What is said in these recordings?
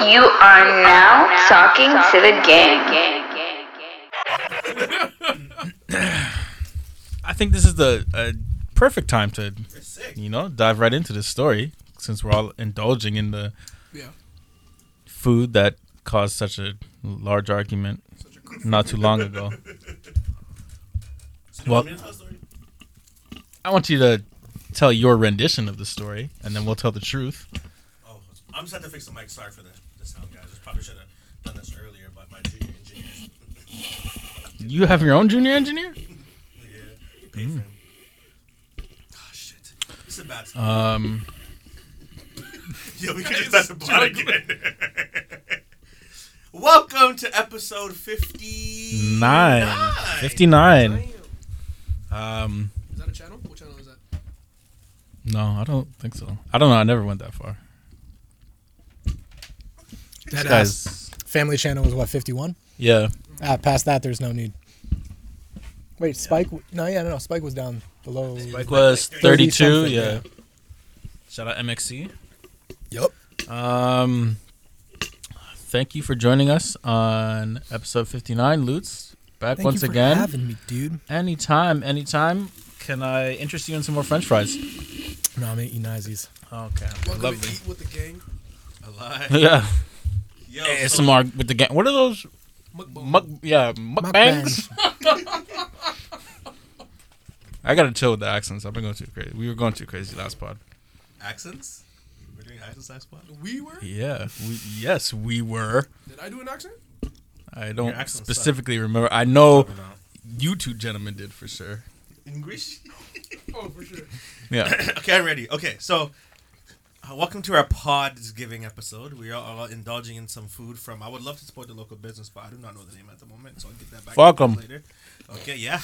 You are now talking to the gang. I think this is the uh, perfect time to, you know, dive right into this story since we're all indulging in the Yeah. food that caused such a large argument not too long ago. well, I want you to tell your rendition of the story, and then we'll tell the truth. Oh, I'm just had to fix the mic. Sorry for the, the sound, guys. I probably should have done this earlier, but my junior engineers You have your own junior engineer. yeah, paid Mm. for him. Oh shit, this is a bad. Story. Um, Yo, we could just start the pod again. Welcome to episode 59. nine. Fifty-nine. Um, Is that a channel? What channel is that? no, I don't think so. I don't know. I never went that far. That ass. Guys, Family Channel was what fifty one. yeah. Ah, past that, there's no need. Wait, Spike? w- No, yeah, no, no. Spike was down below. It was 32, 30 something, yeah. Shout out MXC. Yup. Um, thank you for joining us on episode 59, Lutz. Back Thank once you for again. having me, dude. Anytime, anytime. Can I interest you in some more french fries? No, I'm eating Nazis. Okay. Welcome Lovely. Oh, to Eat with the Gang. Alive. Yeah. Yo, so, ASMR with the gang. What are those? Mukbang. Muck, yeah, mukbangs. I gotta chill with the accents. I've been going too crazy. We were going too crazy last pod. accents? We're doing accents last spot? We were? Yeah. We, yes, we were. Did I do an accent? I don't accent sucked. specifically remember. I know No. you two gentlemen did for sure. English? Oh, for sure. Yeah. okay, I'm ready. Okay, so uh, welcome to our Pods Giving episode. We are all indulging in some food from. I would love to support the local business, but I do not know the name at the moment, so I'll get that back Fuck to you 'em. later. Okay, yeah.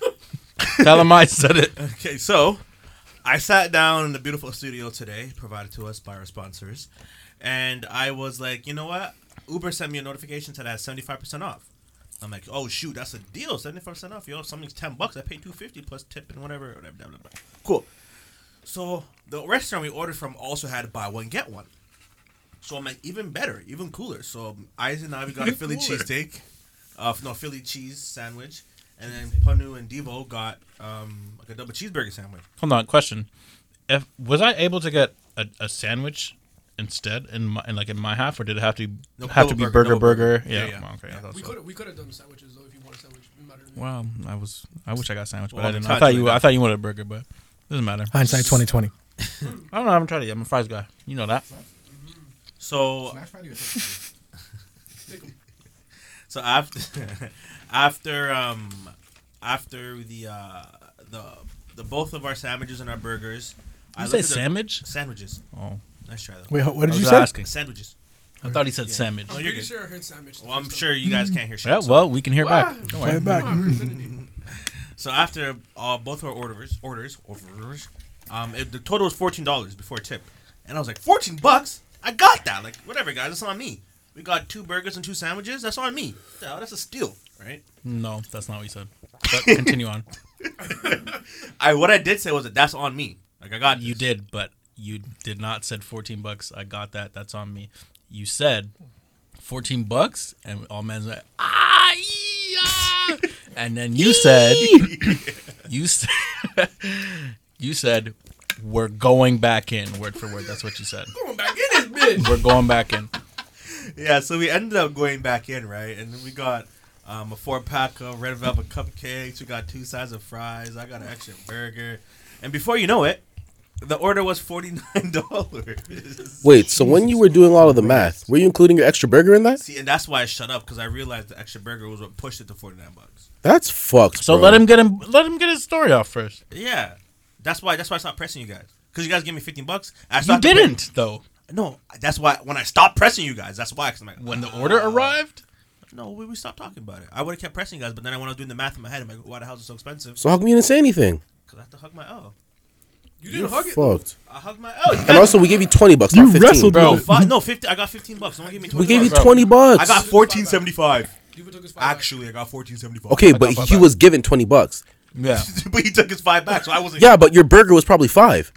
Tell them I said it. Okay, so I sat down in the beautiful studio today, provided to us by our sponsors, and I was like, you know what? Uber sent me a notification said I had seventy five percent off. I'm like, oh shoot, that's a deal, seventy five percent off. Yo, something's ten bucks. I paid two fifty plus tip and whatever, whatever, blah, blah, blah. Cool. So the restaurant we ordered from also had buy one get one. So I'm like, even better, even cooler. So I and I we got a Philly cheesesteak, uh, no Philly cheese sandwich, and then Panu and Devo got um, like a double cheeseburger sandwich. Hold on. Question: If was I able to get a, a sandwich instead in my in like in my half, or did it have to No, have to be double burger burger, burger? double burger. Yeah. Yeah, yeah. well, Okay. I Yeah. thought We so. could we could have done sandwiches though if you want a sandwich. It matter. Well, I was. I wish I got a sandwich, but Well, I I'm didn't. I tied thought to you. it I now. thought you wanted a burger, but doesn't matter. I Hindsight twenty twenty. don't know. I haven't tried it yet. I'm a fries guy. You know that. So Take 'em. so after after um after the uh the the both of our sandwiches and our burgers. You looked say at the- sandwich? Sandwiches. Oh, Nice try though. Wait, what I did was you say? asking. Sandwiches. I thought he said sandwich. I'm you're pretty good. sure I heard sandwich. the Well, I'm first sure you guys can't hear shit. Yeah. so- Mm-hmm. Well, we can hear back. Wow. Don't Play worry. it back. time. Vicinity. So after uh, both our orders, orders, orders, um, it, the total was fourteen dollars before tip, and I was like, fourteen bucks? I got that. Like, whatever, guys, that's on me. We got two burgers and two sandwiches. That's on me. Yeah, that's a steal, right? No, that's not what you said. But continue on. I what I did say was that that's on me. Like, I got You this. did, but you did not said 14 bucks. I got that. That's on me. You said 14 bucks, and all men's like, ah, yeah. and then you said, you said, you said, we're going back in word for word. That's what you said. Come on back in this bitch. We're going back in. Yeah, so we ended up going back in, right? And then we got um, a four pack of red velvet cupcakes. We got two sides of fries. I got an extra burger, and before you know it, the order was forty nine dollars. Wait, so when you were doing all of the math, were you including your extra burger in that? See, and that's why I shut up because I realized the extra burger was what pushed it to forty nine bucks. That's fucked. So bro. let him get him. Let him get his story off first. Yeah, that's why. That's why I stopped pressing you guys because you guys gave me fifteen bucks. I You stopped- didn't though. No, that's why when I stopped pressing you guys, that's why. Cause I'm like, When the order Ah. arrived, no, we, we stopped talking about it. I would have kept pressing you guys, but then when I was doing the math in my head, I'm like, why the hell is it so expensive? So how come you didn't say anything? Because I have to hug my L. You You're didn't hug it. fucked. I hugged my L. You And guys, also, we gave you twenty bucks, not fifteen. wrestled bro. fi- no, fifty. I got fifteen bucks. Don't give me twenty. we gave you bucks. twenty bucks. I got fourteen seventy five. Diva took his Ah. five back. Actually, I got fourteen seventy five. okay, but he was given twenty bucks. yeah. but he took his five back, so I wasn't. Yeah, but your burger was probably five.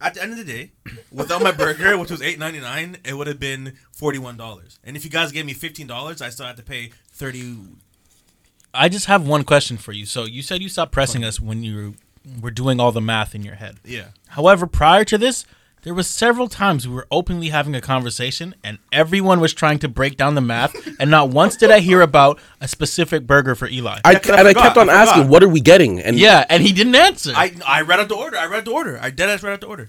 at the end of the day, without my burger, which was eight ninety nine, it would have been forty one dollars. And if you guys gave me fifteen dollars, I still had to pay thirty. I just have one question for you. So you said you stopped pressing us when you were doing all the math in your head. Yeah. However, prior to this, there was several times we were openly having a conversation and everyone was trying to break down the math and not once did I hear about a specific burger for Eli. I, Yeah, 'cause I and I forgot, kept on I asking, forgot. what are we getting? And yeah, and he didn't answer. I, I I read out the order. I read the order. I dead ass read out the order.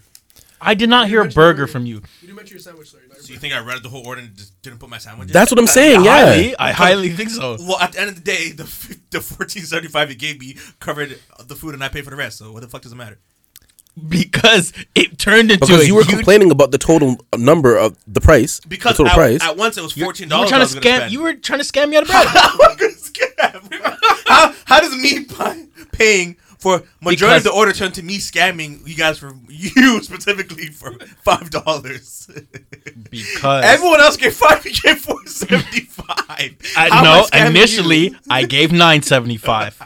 did not hear a burger from you. You didn't mention your sandwich, though. So you think I read the whole order and just didn't put my sandwich? in? that's what I'm saying. Yeah, Highly, I highly think so. Well, at the end of the day, the f- the fourteen seventy five you gave me covered the food, and I paid for the rest. So what the fuck does it matter? Because it turned into because a you were huge- complaining about the total number of the price. Because the total at, price. at once it was fourteen You were dollars. trying to scam. You were trying to scam me out of bread. how, how does me pi- paying for majority Because- of the order turn to me scamming you guys for you specifically for five dollars? because Everyone else gave five. You gave four seventy five. I, no, initially I gave nine seventy five,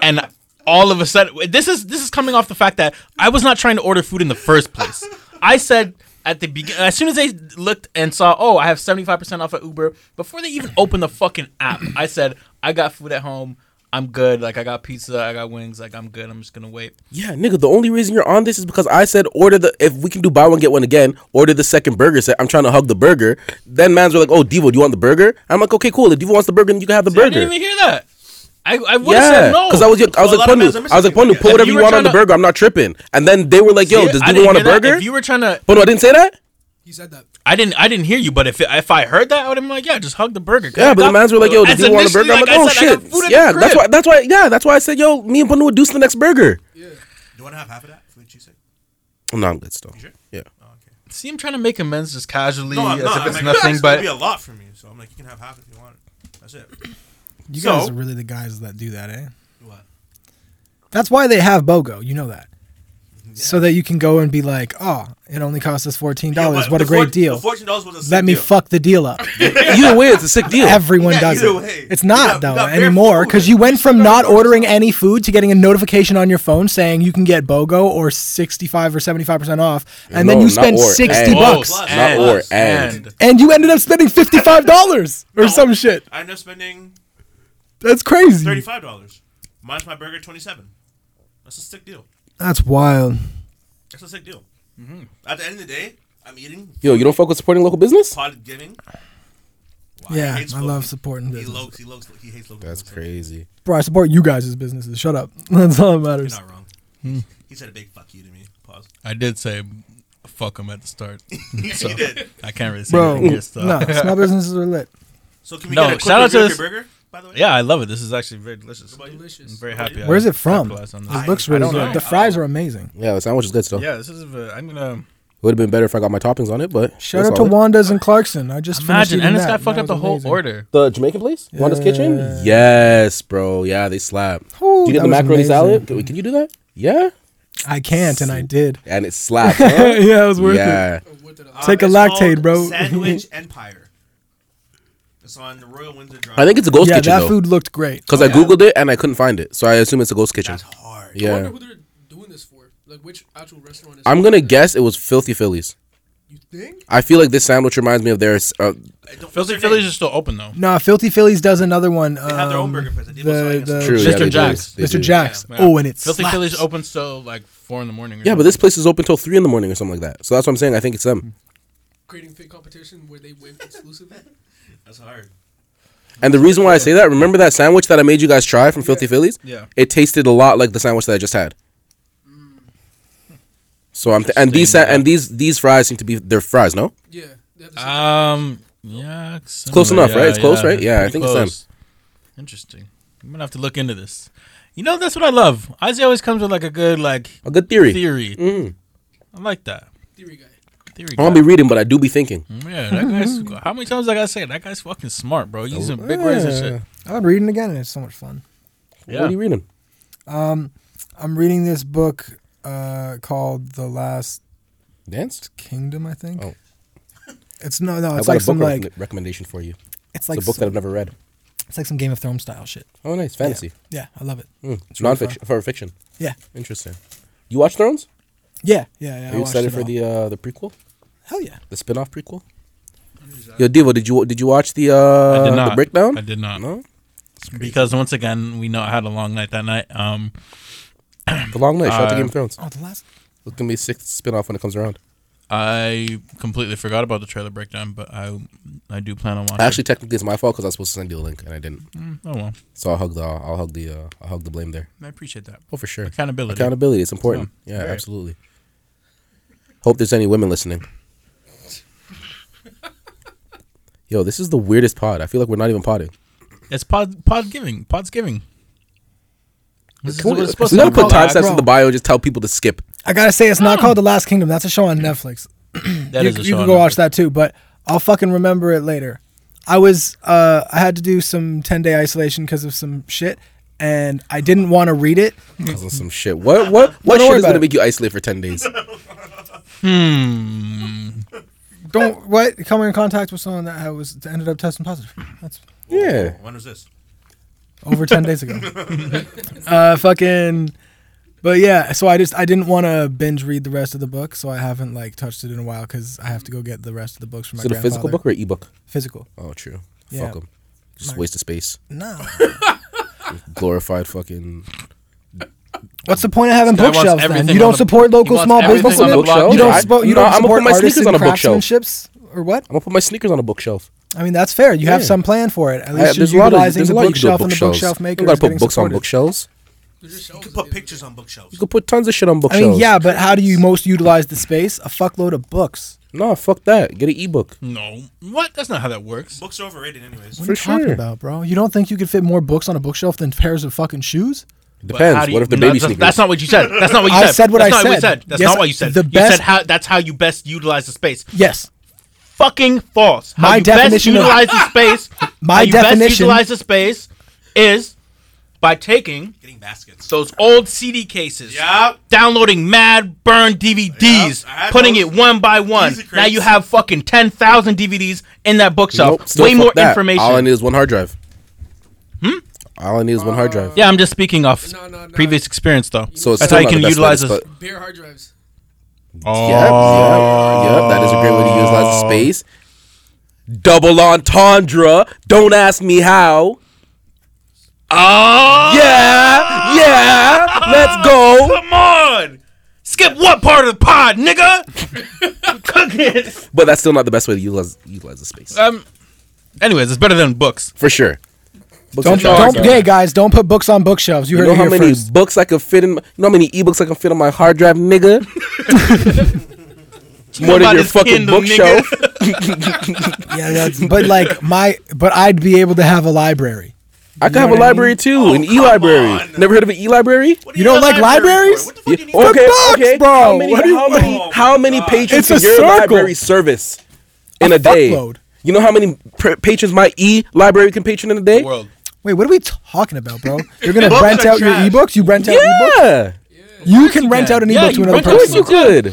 and all of a sudden, this is this is coming off the fact that I was not trying to order food in the first place. I said at the beginning, as soon as they looked and saw, oh, I have seventy five percent off at Uber before they even opened the fucking app. I said I got food at home. I'm good. Like I got pizza, I got wings. Like I'm good. I'm just gonna wait. yeah, nigga. The only reason you're on this is because I said order the if we can do buy one get one again. Order the second burger set. I'm trying to hug the burger. Then man's were like, oh, Devo, do you want the burger? I'm like, okay, cool. If Devo wants the burger, then you can have the I burger. didn't even hear that. I, I would have Yeah, said no. because I was I was Well, a like lot of mans are Pondu, I was missing like Pondu, it. put If whatever you you were want on tryna- the burger. I'm not tripping. And then they were like, yo, See, does I Devo didn't want a hear that. burger? If you were trying to Pondu, I didn't say that. He said that. I didn't. I didn't hear you. But if it, if I heard that, I would have been like, yeah, just hug the burger. 'cause Yeah, I but the got- man's were like, yo, As did you want a initially, burger? I'm like, I oh said, I got shit. food at Yeah, the that's crib. why that's why yeah, that's why I said, yo, me and Pondu would deuce the next burger. Yeah. Do you want to have half of that? What you say? Oh, no, I'm good still. You sure? Yeah. Oh, okay. See, I'm trying to make amends just casually, No, I'm as not. if it's I'm like, nothing. that's gonna be But a lot for me. So I'm like, you can have half if you want. it. That's it. You So- guys are really the guys that do that, eh? What? That's why they have BOGO. You know that. So that you can go and be like, oh, it only cost us $14. Yeah, what but a the great four- deal. the Fourteen dollars was a sick Let me deal. fuck the deal up. Either way, it's a sick deal. Everyone Yeah, does either it. way. It's not You got- you though got bare anymore food. because you went from You got not bare food. ordering any food to getting a notification on your phone saying you can get BOGO or sixty-five or seventy-five percent off, and then No, you not spend or, sixty and. bucks, Plus, Not or, and. and you ended up spending fifty-five dollars or No. some shit. I ended up spending That's crazy. thirty five dollars. Minus my burger, twenty seven. That's a sick deal. That's wild. That's a sick deal. Mm-hmm. At the end of the day, I'm eating, Yo, you don't fuck with supporting local business? pot giving. Wow, he yeah, hates I local. love supporting He business. loves, he loves, he hates local. That's business. crazy. Bro, I support you guys' businesses. Shut up. That's all that matters. You're not wrong. Hmm. He said a big fuck you to me. Pause. I did say, fuck him at the start. he did. I can't really say Bro, anything no, here stuff. small businesses are lit. So can we No, get a quick shout out to review of this- your burger? By the way, Yeah, I love it. This is actually very delicious. What about you? I'm Delicious. very happy. I Where's it from? capitalized on It this. looks I really don't good. know. The fries are amazing. Yeah, the sandwich is good still. Yeah, this is. A, I'm gonna Would have been better if I got my toppings on it, but Shout it's out to all good. Wanda's and Clarkson. I just imagine. finished eating And this guy that, fucked that up was the whole amazing. order. The Jamaican place, Wanda's Kitchen. Yes, bro. Yeah, they slap. Ooh, do you that get the was macaroni amazing. salad? Can, can you do that? Yeah, I can't, and I did. and it slaps. yeah, it was worth it. yeah, Oh, what did I- Um, Take a it's lactate, called bro. Sandwich Empire. It's on the Royal Windsor Drive. I think it's a ghost Yeah, kitchen that though, food Oh, looked great. because I googled it and I couldn't find it, so I assume it's a ghost kitchen. that's hard. I Yeah, wonder who they're doing this for. Like, which actual restaurant is I'm gonna guess it was Filthy Phillies. You think? I feel like this sandwich reminds me of their. s- Uh, I don't- Filthy what's their name? Phillies are still open though. Nah, Filthy Phillies does another one. Um, They have their own burger place. They did the, lasagna. the True, Mr. yeah, they do. Jack's. They do. Mr. Jack's. Yeah. Oh, and it's Filthy slaps. Phillies open till like four in the morning. or Yeah, something. but this place is open till three in the morning or something like that. So that's what I'm saying. I think it's them. Creating fit competition where they win exclusively? That's hard. And the reason why I say that, remember that sandwich that I made you guys try from Filthy Phillies? Yeah. It tasted a lot like the sandwich that I just had. So I'm th- and these sa- and these these fries seem to be their fries, no? Yeah. They have the same- Um. Yeah. It's close similar. enough, right? It's close, right? Yeah, I pretty think it's them. Interesting. I'm gonna have to look into this. You know, that's what I love. Izzy always comes with like a good like A good theory. theory. Mm. I like that theory guy. theory. I won't guy. be reading, but I do be thinking. yeah, that guy's. How many times I gotta say it? that guy's fucking smart, bro? He's using big words and shit. I would read it again, and it's so much fun. What Yeah. are you reading? I'm reading this book uh, called The Last Dance. Kingdom, I think. Oh. It's no, no. I've It's got like a book some rec- like recommendation for you. it's It's like a book that some, I've never read. it's like some Game of Thrones style shit. Oh, nice, fantasy. Yeah, I love it. Mm. really Nonfiction for fiction. Yeah, Interesting. You watch Thrones? Yeah, yeah, yeah. I Are you watched excited for all. the uh, the prequel, Hell yeah. the spin-off prequel? Yo, Devo, did you did you watch the uh, I did not. the breakdown? I did not. No, Because once again, we know I had a long night that night. Um, the long night. Shout out to Uh, Game of Thrones. Oh, the last. It's gonna be a sixth spin-off when it comes around. I completely forgot about the trailer breakdown, but I I do plan on watching. Actually, technically, it's my fault because I was supposed to send you a link and I didn't. oh well, So I'll hug the I'll hug the uh, I'll hug the blame there. I appreciate that. Oh, for sure. Accountability. Accountability. It's important. Yeah, Right. absolutely. Hope there's any women listening. Yo, this is the weirdest pod. I feel like we're not even potting. It's pod pod giving. Pod's giving. This is Can what we, it's supposed we to gotta be. put time Relax. stamps in the bio. Just tell people to skip. I gotta say, it's not called The Last Kingdom. That's a show on Netflix. That you, is a you show can on go Netflix. watch that too, but I'll fucking remember it later. I was uh, I had to do some ten day isolation because of some shit, and I didn't want to read it. Causing some shit. What what what don't shit worry is about gonna it. make you isolate for ten days? Don't what coming in contact with someone that I was ended up testing positive. That's Yeah. When was this? over 10 days ago uh fucking but yeah so i just i didn't want to binge read the rest of the book so i haven't like touched it in a while because i have to go get the rest of the books from my Is it a grandfather. physical book or an ebook? physical Oh, true. Yeah. Fuck them. Just waste of space. no Glorified fucking. what's the point of having This guy wants bookshelves then? everything you on don't the- support local he wants small everything business on the bookshelf? you I- don't, support, you you know, don't I'ma support put my artists sneakers and on a bookshelf. craftsmanships or what I'm gonna put my sneakers on a bookshelf. i mean that's fair you have Yeah. some plan for it at I- least there's a you're lot of utilizing there's the a lot you can do bookshelf with and the bookshelves. bookshelf maker You gotta is put getting books on supported. bookshelves. There's just You shelves can at put the end pictures on bookshelves. You could put tons of shit on i bookshelves. mean yeah but how do you most utilize the space a fuckload of books No, fuck that. Get an ebook. No, what? That's not how that works. Books are overrated, anyways. What For are you talking sure. about, bro? You don't think you could fit more books on a bookshelf than pairs of fucking shoes? But Depends. how do you- what if the no, baby that's, sneakers? That's not what you said. That's not what you I said. said what that's I not What you said. said. That's Yes, not what you said. the you said best- how that's how you best utilize the space. Yes. Fucking false. How My you definition best of- utilize the space. My how you Best definition- utilize the space is by taking Getting baskets. those old CD cases. Yup. Downloading mad burn DVDs, Yup, I had putting it those. one by one. Easy Now crates. you have fucking ten thousand DVDs in that bookshelf. Nope, still Way fuck more that. information. All I need is one hard drive. Hmm. All I need is one hard drive. yeah, I'm just speaking off No, no, no. previous experience though. So it's that's how still you not can the best utilize place, this. but- Bare hard drives. Yep, yep, yep. That is a great way to utilize Oh. the space. Double entendre. Don't ask me how. Oh, Yeah, yeah. Let's go. Come on! Skip what part of the pod, nigga? Cook it. But that's still not the best way to utilize utilize the space Um. Anyways, it's better than books. for sure. Books Don't, and charts don't, are- hey guys, don't put books on bookshelves. You You heard know it how here many first. books I could fit in? You know how many ebooks I can fit on my hard drive, nigga? More about than your this fucking Kindle, nigga? bookshelf. Yeah, that's, but like my, but I'd be able to have a library. I could have a library too, an e-library. Never heard of an e-library? What do You don't need a like library libraries? for? What the fuck do you need They're a Okay, books, okay. bro. How many, What do you- how many, Oh my how many God. patrons It's can a your circle. library service in a, A day? fuckload. You know how many pr- patrons my e-library can patron in a day? World. Wait, what are we talking about, bro? You're gonna Books rent are out trash. your ebooks. You rent out ebooks. Yeah, You can rent can. out an Yeah, ebook to you another of course person. you could.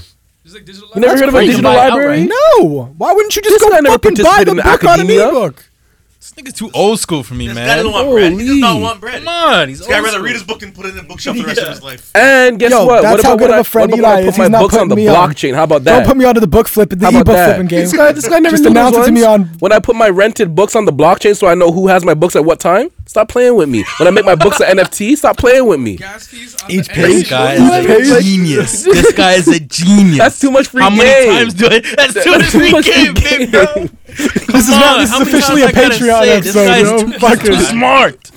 It's like digital. You never libraries. heard of a crazy. digital Buy it library? No, why wouldn't you just This go guy never fucking buy the participated in book on an academia. ebook? This nigga's too old school for me, This guy man. doesn't want bread. He does not Holy. want bread. Come on, he's This old. guy rather school. read his book and put it in a bookshelf for the rest of his life. And guess Yo, what? that's what how good when of I- a friend what about when Eli I is. put my He's not books on putting the me on. blockchain. How about that? Don't put me onto the book flip, the E How ebook about that? flipping game. This guy, this guy never just knew announce it was to me once. on. When I put my rented books on the blockchain, so I know who has my books at what time. Stop playing with me. When I make my books an NFT, stop playing with me. Gas fees. on Each the This page. end. guy What? is a Like- genius. This guy is a genius. That's too much free How many game. times do I? That's too much free game, big bro. This is Come not. on, This how many is officially a times I gotta Patreon say, this guy is episode, yo. too- Fucker. Smart.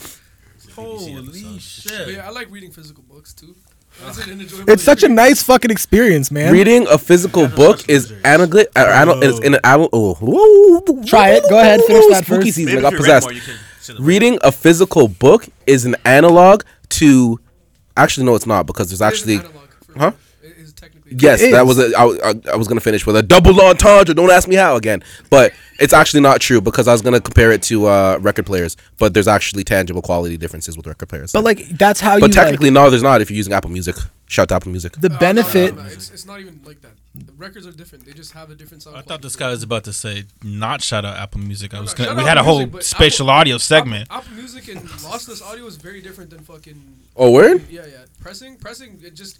Holy But shit. Yeah, I like reading physical books too. Ah. That's an enjoyable It's such a experience. nice fucking experience, man. Reading a physical book is analog. Uh, anal- is in an anal- oh. Try it. Go ahead, finish that Spooky first. season. Maybe I if got you read possessed. more, you can sit and- Reading a physical book is an analog to. Actually, no, it's not because there's actually. It is an analog for- Huh? It is technically. Yes, It that is. was a, I, I, I was gonna finish with a double entendre. Don't ask me how again, but it's actually not true because I was gonna compare it to uh, record players, but there's actually tangible quality differences with record players. But like that's how but you technically, no, there's not. If you're using Apple Music, shout out to Apple Music. like, the No, no, no, benefit. no, It's, it's not even like that. The records are different. They just have a different sound. I thought quality. this guy was about to say not shout out Apple Music. I was no, gonna, shout we out had a Apple whole Music, but spatial Apple- audio segment. Apple, Apple Music and lossless audio is very different than fucking. Oh, word? Yeah, yeah. Pressing, pressing. It just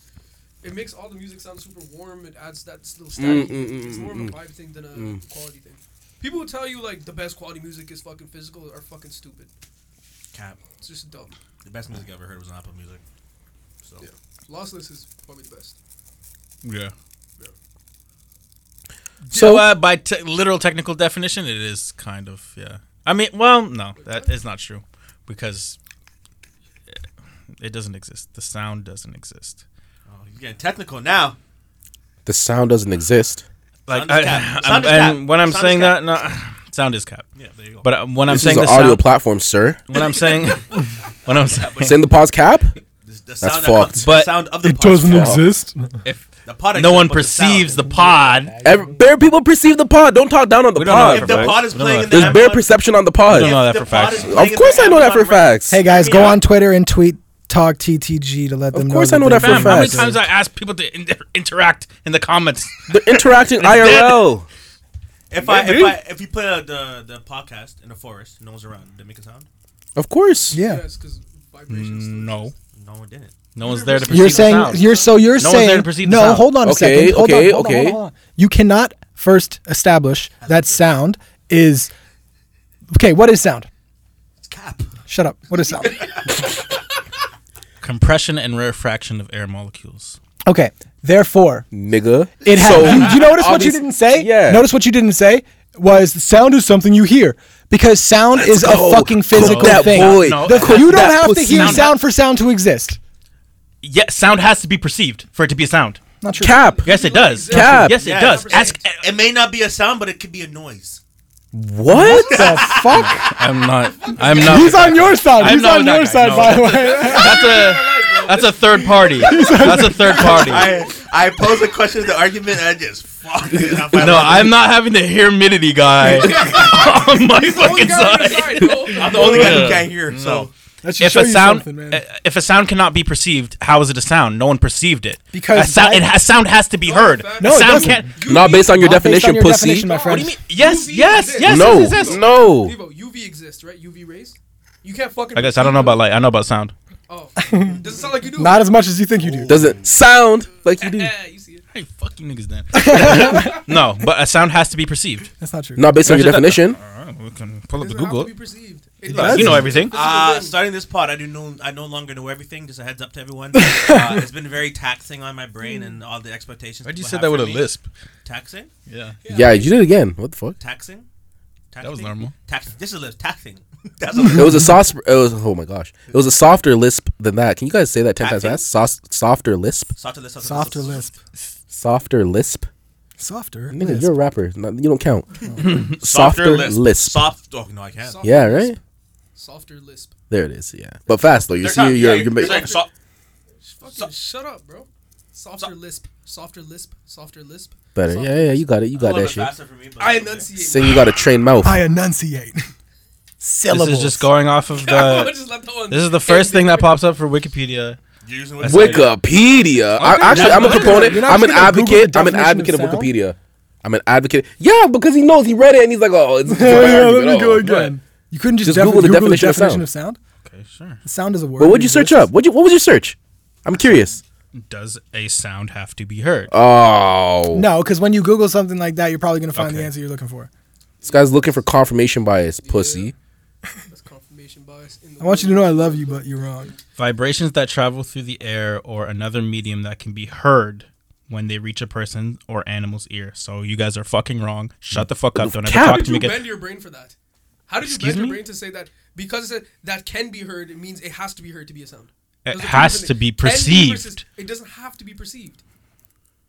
it makes all the music sound super warm. It adds that s- little static. mm, it's mm, more of a mm. vibe thing than a quality thing. People who tell you like the best quality music is fucking physical are fucking stupid. Cap. It's just dumb. The best music I ever heard was on Apple Music. So Yeah. Lossless is probably the best. Yeah. So- So uh, by te- literal technical definition, it is kind of yeah. I mean, well, no, that is not true because it doesn't exist. The sound doesn't exist. oh, you're getting technical now. The sound doesn't exist. Like Sound is I, cap. I'm- Sound is and cap. when I'm Sound is saying cap. that, no, sound is cap. Yeah, there you go. But uh, when I'm This is saying an the audio sound, platform, sir. when I'm saying, when I'm saying, Send the pause cap. This- the That's sound that comes- fucked. the But- sound of the It doesn't podcast. exist. if The pod no exists, one but the perceives sound- the pod, Every, bare people perceive the pod. Don't talk down on the We don't know pod. that If the Right. pod is We don't playing know in that. the There's bare perception on the pod. We don't know that If for the pod facts. is Of playing Of in course, the I know that for Amazon right- facts. Hey guys, go Yeah. on Twitter and tweet talk TTG to let them know. course I know that for fam, how many facts. times I ask people to in- interact in the comments? They're interacting IRL. If I, if I if you play uh, the the podcast in the forest, no one's around. Did it make a sound? Of course. Yeah, Yes, because vibrations. still No, exist. No one didn't. no one's there to. perceive you're the saying sound. you're so you're No one's there to saying perceive the no. sound. Hold on a Okay, second. Hold okay, on, hold on, hold okay. on, hold on. You cannot first establish that sound is okay. What is sound? It's cap. Shut up. What is sound? compression and refraction of air molecules. Okay. Therefore, Nigga. It has. So- you, you notice what you Obvious- didn't say? Yeah. Notice what you didn't say was sound is something you hear because sound is go. a fucking Cook physical that thing. boy. No, The- cook you don't that have to pussy. hear Sound- sound for sound to exist. Yes, sound has to be perceived for it to be a sound. Not true. Cap. Yes, it does. Cap. Yes, it Yeah, does. 100%. Ask. It may not be a sound, but it could be a noise. What? The fuck? I'm not. I'm not. He's on your side. I'm He's not on with that your guy. side, No, by the way. That's a. That's a third party. That's a third party. I I pose a question, the argument, and I just fuck it up. No, I'm not having the hermitity guy on my fucking Guy, side. sorry, no. I'm the only guy Yeah. who can't hear. So That should If show a you sound, something, man. uh, if a sound cannot be perceived, how is it a sound? No one perceived it. Because a sound, that- it has, sound has to be heard. No, it sound doesn't. Not based on your Not based on definition, your pussy. definition, my friend. What do you mean? Yes, yes, yes. No, yes, yes, yes. no. Devo, UV exists, right? UV rays. You can't fucking. I guess I don't know about light. I know about sound. Oh, doesn't sound like you do. Not as much as you think you do. Doesn't sound like you do. Yeah, you see it. Hey, fuck you niggas then. no, but a sound has to be perceived. That's not true. Not based on your definition. Alright, we can pull up Doesn't the have Google. to be perceived. It does. is. You know everything. It's a Uh, thing. starting this pod, I do know I no longer know everything. Just a heads up to everyone. Uh, it's been very taxing on my brain and all the expectations. people have for me. Taxing, Yeah. Yeah, you did it again. What the fuck? taxing, taxing. was normal. Taxing. This is lips. Taxing. That's a It was a soft. It was oh my gosh. It was a softer lisp than that. Can you guys say that ten times fast? Sauce, softer lisp. softer lisp. Softer lisp. Softer lisp. Softer. Nigga, lisp. you're a rapper. No, you don't count. softer, Softer lisp. lisp. Soft. Oh no, I can't. Soft- Yeah, right. Softer lisp. There it is. Yeah, but fast though. You They're see, not- you're, yeah, you're, it's like soft- Fucking shut up, bro. Softer lisp. Softer lisp. Softer lisp. better. Soft- Yeah, yeah. You got it. You a got little that bit shit. faster for me, but- I enunciate. Saying you got a trained mouth. I enunciate. Syllables. This is just going off of the. Just let that one- This is the first thing that pops up for Wikipedia. You're using what- Wikipedia. I, actually, I'm a proponent. You're not I'm an just gonna Google advocate. the I'm an definition advocate of of sound? Wikipedia. I'm an advocate. Yeah, because he knows he read it and he's like, oh, it's, it's Yeah, my yeah, let argument. me Oh, go what? again. You couldn't just, Just defi- Google the definition of definition sound. of sound. Okay, sure. Sound is a word. But it what'd you search exists. up? What you? What was your search? I'm curious. Does a sound have to be heard? Oh, No, because when you Google something like that, you're probably gonna find the Okay. answer you're looking for. this guy's looking for confirmation bias, pussy. That's confirmation bias. In the I want you to know I love you, but you're wrong. Vibrations that travel through the air or another medium that can be heard when they reach a person or animal's ear. So you guys are fucking wrong. Shut the fuck up. Don't ever Cap. talk to Did Did me you again. bend your brain for that? How did you Excuse bend your me? brain to say that? Because it said that can be heard, it means it has to be heard to be a sound. It Those are two has different to be things. Can versus- perceived. it doesn't have to be perceived.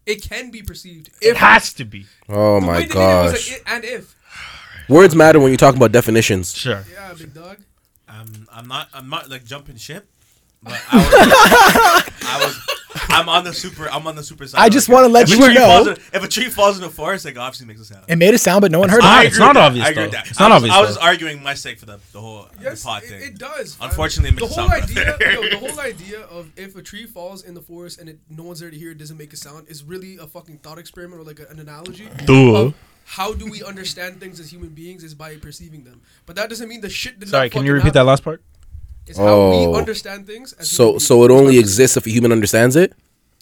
It can be perceived. It has to be. Oh The way my they did it was like gosh. it and if. Words matter when you're talking about definitions. Sure. Yeah, big dog. I'm, I'm not. I'm not like jumping ship. But I was. I was. I'm on the super. I'm on the super side. I just wanna let If a you tree know- falls in- if a tree falls in the forest, it obviously makes a sound. It made a sound, but no one heard I- it. it's agree with not that. obvious, I agree though. with that. It's I not was- obvious, I was though. arguing my sake for the, the whole Yes, the pod it, thing. it does. fam. Unfortunately, it the makes a whole sound. idea, yo, the whole idea of if a tree falls in the forest and it, no one's there to hear it doesn't make a sound is really a fucking thought experiment or like a- an analogy. Duh. of How do we understand things as human beings is by perceiving them, but that doesn't mean the shit. Did Sorry, not can you fucking repeat that happen. last part? It's how Oh. we understand things. As So, human so it beings. only exists if a human understands it.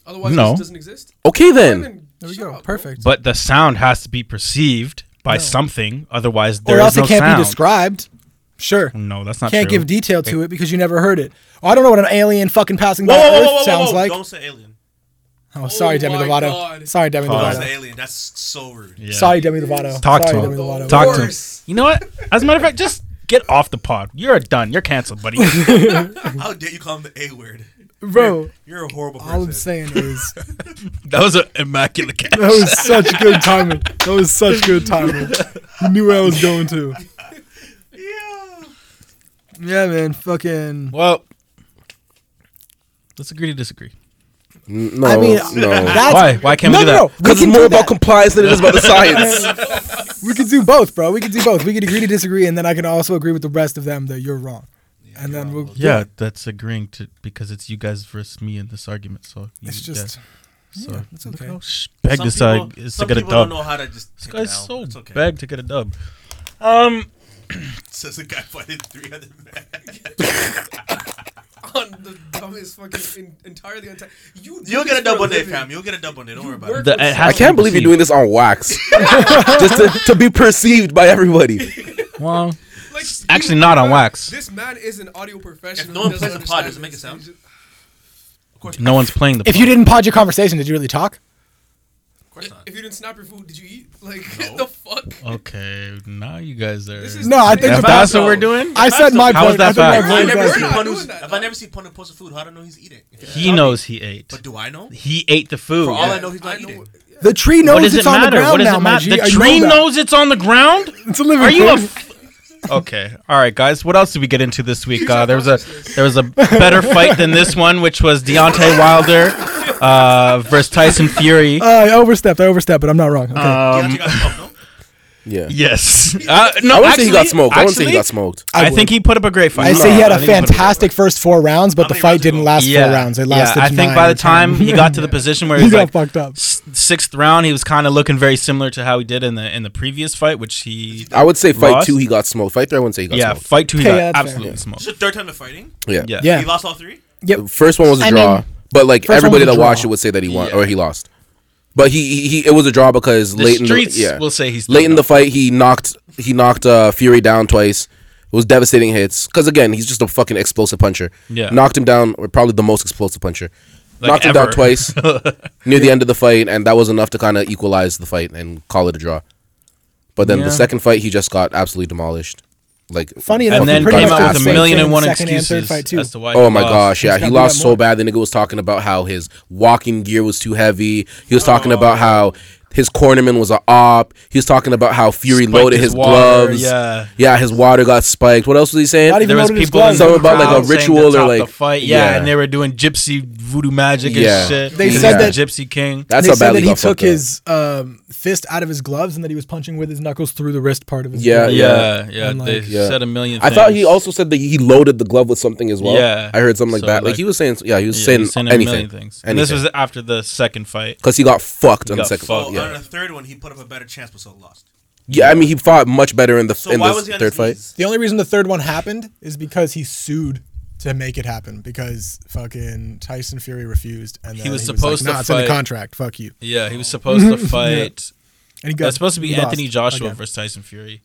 Otherwise, No. this doesn't exist. Okay then. Then There we shut go. up, bro. Perfect. But the sound has to be perceived by something, otherwise there or is else no it can't sound. be described. Sure. No, that's not can't true. give detail to it because you never heard it. Oh, I don't know what an alien fucking passing by Whoa, whoa, Earth whoa, whoa, whoa, sounds whoa. like. Don't say alien. Oh, sorry, Oh Demi my Lovato. God. Sorry, Demi Don't Lovato. say alien. That's so rude. Yeah. Sorry, Demi Lovato. Talk sorry, to Demi him. Lovato. Talk to him. Worse. You know what? As a matter of fact, just get off the pod. You're done. You're canceled, buddy. How dare you call him the A word? Bro, You're a horrible person. all I'm saying is that That was an immaculate catch. was such good timing. That was such good timing. You knew where I was going to. Yeah. Yeah, man. Fucking. well, Let's agree to disagree. N- No, I mean, no. that's why? Why can't no, we do no, no. that? We Because can it's more do about that. compliance than it is about the science. We could do both, bro. We could do both. We could agree to disagree, and then I can also agree with the rest of them that you're wrong. and then we'll. Yeah, that's agreeing to because it's you guys versus me in this argument. So you, It's just. yeah, so it's look okay. how Oh, sh- beg Some this side people- is to some get a people don't dub. know how to just. This take guy's an L. so It's okay. beg to get a dub. Um, Says the guy fighting three other men. on the dumbest fucking in, entirely unti- you do You'll get this a for dub one day, living. fam. You'll get a dub one day. Don't worry about work it. the, it I has to can't believe you're doing this on wax. Just to, to be perceived by everybody. perceived. Well, Like, actually you- not on wax. This man is an audio professional. If no one He doesn't plays a pod, understand does it make this. a sound? He's just- no one's playing the. If you didn't pod your conversation, did you really talk? Of course not. If you didn't snap your food, did you eat? Like No. the fuck? Oh. okay, now you guys are. This is- No, I think If the that's best. what we're doing. I said my How is point. that I bad? think my I point never was We're see not accurate. Pun- doing that, if though. I never see Pun post a food, how do I know he's eating? If it's He not- knows he ate. But do I know? He ate the food. For all I Yeah. know, he's I not know. eating. The tree What knows does it's it on the matter? ground What does now, it my matter? G. The I tree know that. knows it's on the ground. It's a living Are you a? thing. F- okay. All right, guys. What else did we get into this week? Uh, there was a there was a better fight than this one, which was Deontay Wilder uh, versus Tyson Fury. Uh, I overstepped. I overstepped, but I'm not wrong. Okay. Deontay Um, got smoked, no? Yeah. yes. Uh, no, I wouldn't actually, say he got smoked. I wouldn't say actually, he got smoked. I I, think would. he put up a great fight. I say he had I a think he put up fantastic first four rounds, but the many fight rounds did it didn't go? last four rounds. It lasted. Yeah, I think by nine, the time he got to the position where he he got like, fucked up. s- sixth round, he was kind of looking very similar to how he did in the in the previous fight, which he I would say fight Lost? two, he got smoked. Fight three, I wouldn't say he got yeah smoked. fight two he Okay, got yeah, that's fair. absolutely This smoked. is the third time they're fighting. Yeah. Yeah. Yeah. He lost all Oh, three. The first one was a I draw, mean- but like First one was everybody a that draw. watched it would say that he won Yeah. or he lost. But he, he, he it was a draw because The late streets in the, yeah. will say he's late in done. the fight he knocked he knocked uh, Fury down twice. It was devastating hits because again he's just a fucking explosive puncher. Yeah. knocked him down or probably the most explosive puncher. Like, knocked him ever. down twice near the end of the fight, and that was enough to kind of equalize the fight and call it a draw. But then Yeah. the second fight he just got absolutely demolished. Like Funny enough, and then he pretty came much out did with the a same million thing and one second and third excuses fight, too. as to why. Oh he my lost. gosh, yeah, He's he gotta do lost that so more. bad. The nigga was talking about how his walking gear was too heavy. He was talking about Oh. how his cornerman was a op. He was talking about how Fury Spiked loaded his his, water, gloves. yeah. yeah, his water got spiked. What else was he saying? Not even There was loaded his people gloves. in the Something about, like, a crowd saying ritual to or, top the like- fight, yeah, Yeah. and they were doing gypsy voodoo magic and Yeah. shit. They He's said a that- gypsy king. That's they how said badly that he got took fucked up. his um, fist out of his gloves and that he was punching with his knuckles through the wrist part of his. Yeah, glove. yeah, yeah. And, they like- Yeah. said a million. I Things. thought he also said that he loaded the glove with something as well. Yeah. I heard something like So, that. Like, like- he was saying, yeah, he was Yeah, saying, he's saying a million anything. things. And this was after the second fight. because he got fucked on the got second. fucked. fight. So yeah. on the third one, he put up a better chance, but still lost. yeah, I mean, he fought much better in the So in why the was he on third his fight. knees? The only reason the third one happened is because he sued to make it happen because fucking Tyson Fury refused and then was he supposed was like, to nah, it's in the fight- contract. Fuck you. Yeah, he was supposed to fight. And he got That's supposed to be he lost Anthony Joshua um, again, versus Tyson Fury.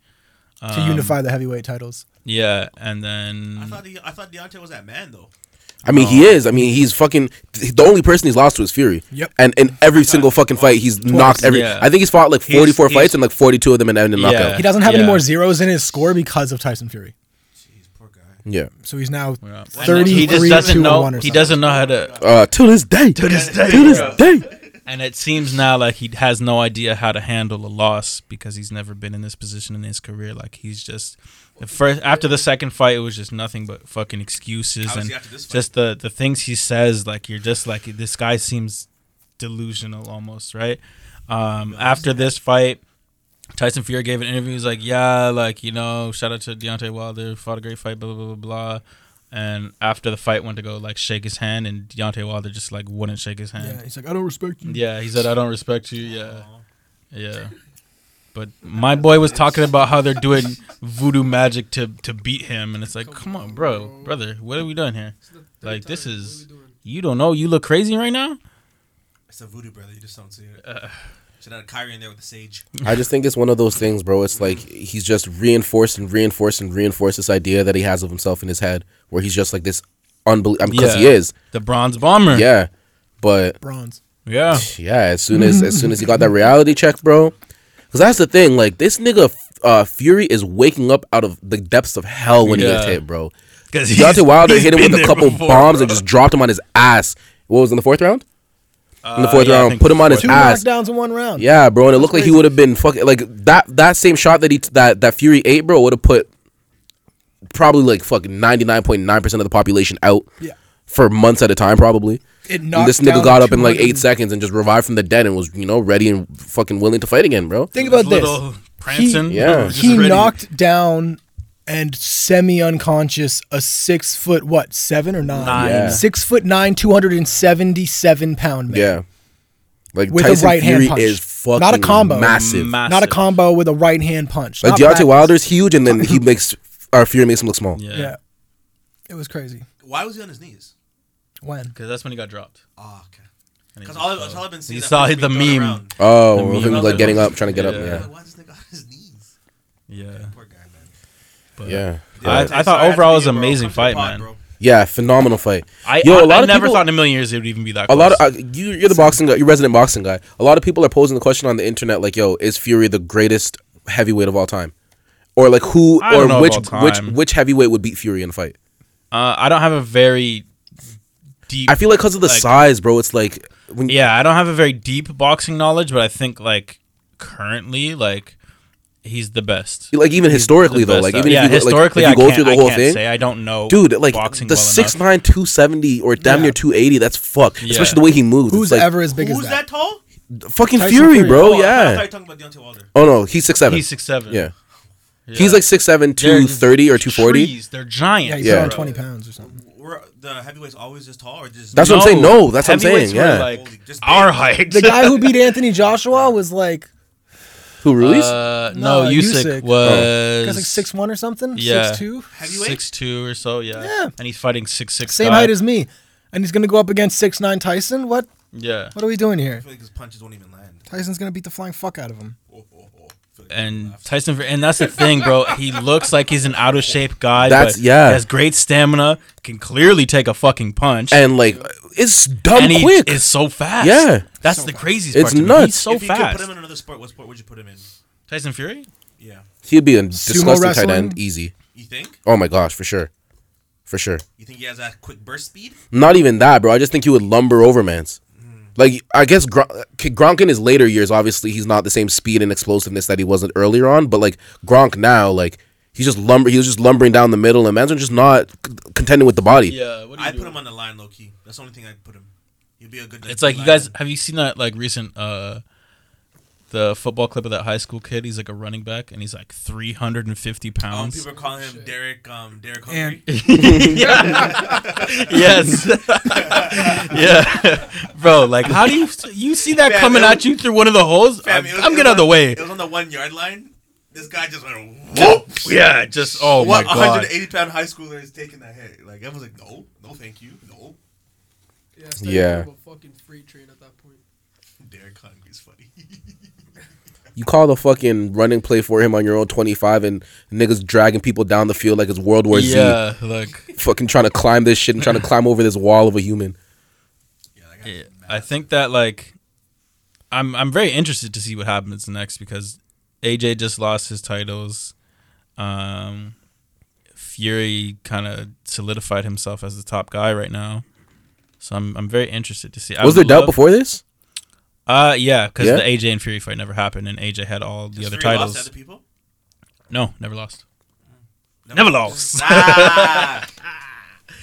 to unify the heavyweight titles. Yeah, and I then thought he, I thought Deontay was that man though. I mean, he is. I mean, he's fucking. The only person he's lost to is Fury. Yep. And in every single fucking fight, he's knocked every. Yeah. I think he's fought like He's- 44 he's- fights, and like 42 of them ended in Yeah. knockout. He doesn't have any Yeah. more zeros in his score because of Tyson Fury. Jeez, poor guy. Yeah. So he's now Yeah. And then he 33 just 2 doesn't and know. 1 or He something. doesn't know how to. Uh, to this day. To this day, To this bro. day. And it seems now like he has no idea how to handle a loss because he's never been in this position in his career. Like he's just the first after the second fight, it was just nothing but fucking excuses and Obviously, after this fight. just the the things he says. Like you're just like this guy seems delusional almost, right? Um, after this fight. Tyson Fury gave an interview. He's like, "Yeah, like you know, shout out to Deontay Wilder, fought a great fight, blah blah blah blah." And after the fight, went to go like shake his hand, and Deontay Wilder just like wouldn't shake his hand. Yeah, he's like, I don't respect you. Yeah, he said, "I don't respect you." Yeah, yeah. But my boy was talking about how they're doing voodoo magic to to beat him, and it's like, come on, bro, brother, what are we doing here? It's the third Like, this time. What are is- we doing? You don't know. You look crazy right now. It's a voodoo brother. You just don't see it. Should have had Kyrie in there with the sage. I just think it's one of those things, bro. It's like he's just reinforced and reinforced and reinforced this idea that he has of himself in his head, where he's just like this unbelievable. Because he Yeah. is, The bronze bomber. yeah. But Bronze. Yeah. yeah, as soon as as soon as he got that reality check, bro. Because that's the thing, like this nigga uh, Fury is waking up out of the depths of hell when he gets Yeah. hit, bro. Because Deontay Wilder hit him with a couple bombs and just dropped him on his ass. What was it, in the fourth round? In the fourth yeah, I round, think put him on his Two ass. knockdowns in one round. Yeah, bro, and it looked like he would have been fucking like that. That same shot that he t- that that Fury ate, bro, would have put probably like fucking ninety nine point nine percent of the population out Yeah. for months at a time, probably. It And knocked this nigga down got up in like 200. eight seconds and just revived from the dead and was you know ready and fucking willing to fight again, bro. Think about this. Little prancing. Yeah. Just he ready. knocked down and semi unconscious a six foot what seven or nine? Nine. Yeah. Six foot nine, two hundred and seventy seven pound man. Yeah, like With a Tyson right-hand Fury punch. is fucking Not a combo. massive. Massive. Not a combo with a right hand punch. like Not Deontay practice. Wilder's huge, and then he makes our Fury makes him look small. Yeah. Yeah. It was crazy. Why was he on his knees? When? Because that's when he got dropped. Oh, okay. And he Because just all, I've- fell. that's all I've been seeing. You that saw first the week going meme. around. Oh, The with meme. him like getting up, trying to get up. Yeah. Yeah, Why is this nigga on his knees? Yeah. Poor guy, man. But yeah, I- Sorry, I thought had to overall be it was here, an bro. amazing Come to the fight, pod, man. bro. yeah, phenomenal fight. I, Yo, I, a lot I of never people- thought in a million years it would even be that a close. lot of uh, you, you're the boxing guy, you're resident boxing guy. A lot of people are posing the question on the internet, like, "Yo, is Fury the greatest heavyweight of all time?" Or like, who I don't know or of which all which time. which heavyweight would beat Fury in a fight? uh, I don't have a very deep. I feel like because of the Like- size, bro, it's like when yeah, I don't have a very deep boxing knowledge, but I think like currently, like he's the best. like even historically The though, best like at- even yeah, if you, go- like, historically, if you I go can't- through the I whole can't thing, Say I don't know, dude, like boxing the well six enough. nine two seventy or damn Yeah. near two eighty, that's fuck. Yeah. Especially the way he moves, Who's it's like, ever as big Who's as that that? tall? fucking Tyson Fury, Fury. Oh, bro. I- I yeah. thought you were talking about Deontay Wilder. Oh no, he's six seven. uh, He's six seven. yeah. He's like six seven, two thirty or two forty. They're Yeah, giant. he's Yeah. around twenty pounds or something. Were the heavyweights always just tall or just? That's what I'm saying. No, that's what I'm heavyweights saying. were, Yeah. like Just big. our height. The guy who beat Anthony Joshua was like Who Ruiz? Uh, No, no, Usyk, Oh. Usyk. was guys like six one or something. Yeah. Six two. Heavyweight? six two or so. Yeah. Yeah. and he's fighting six six. Same height as me. And he's gonna go up against six nine Tyson. What yeah, what are we doing here? I feel like his punches won't even land. Tyson's gonna beat the flying fuck out of him. Oh, oh, oh. I feel like and Tyson, Fu- and that's the thing, bro. He looks like he's an out of shape guy. That's- but yeah. He has great stamina. Can clearly take a fucking punch. and like it's dumb and he quick. is so fast. Yeah. that's the craziest It's part. to me. nuts. He's so if you fast. could put him in another sport, what sport would you put him in? Tyson Fury. Yeah, He'd be a disgusting tight wrestling? end, easy. you think? Oh my gosh, for sure, for sure. You think he has that quick burst speed? Not even that, bro. I just think he would lumber over man's. Like I guess Gron- K- Gronk in his later years, obviously he's not the same speed and explosiveness that he wasn't earlier on. But like Gronk now, like he's just lumber. He was just lumbering down the middle, and man's just not c- contending with the body. Yeah, what I'd put him on the line, low key. That's the only thing I'd put him. He'd be a good. It's like you line Um, guys man. have you seen that like recent uh the football clip of that high school kid? He's like a running back and he's like 350 Um, pounds. people are calling him Derek. Um, Derek And- Hungry. yes. yeah. Bro, like how do you you see that Fam, coming it was- at you through one of the holes? Fam, I'm, it was- I'm it getting was out of the on- way. It was on the one yard line. This guy just went. Whoop! Yeah, just oh What my god. 180 pound high schooler is taking that hit? Like I was like, no, no, thank you, no. Yeah. Stan Yeah. drove A fucking freight train at that point. Derek Hungry's funny. You call the fucking running play for him on your own twenty five, and niggas dragging people down the field like it's World War Z. Yeah, like Fucking trying to climb this shit and trying to climb over this wall of a human. yeah, that Yeah, guy's mad. I think that like I'm I'm very interested to see what happens next because AJ just lost his titles. Um Fury kind of solidified himself as the top guy right now. So I'm I'm very interested to see. I was there would doubt love- before this? Uh yeah, cuz Yeah? the AJ and Fury fight never happened and AJ had all the Just other three lost titles. to other people? No, never lost. Never Never lost. Ah!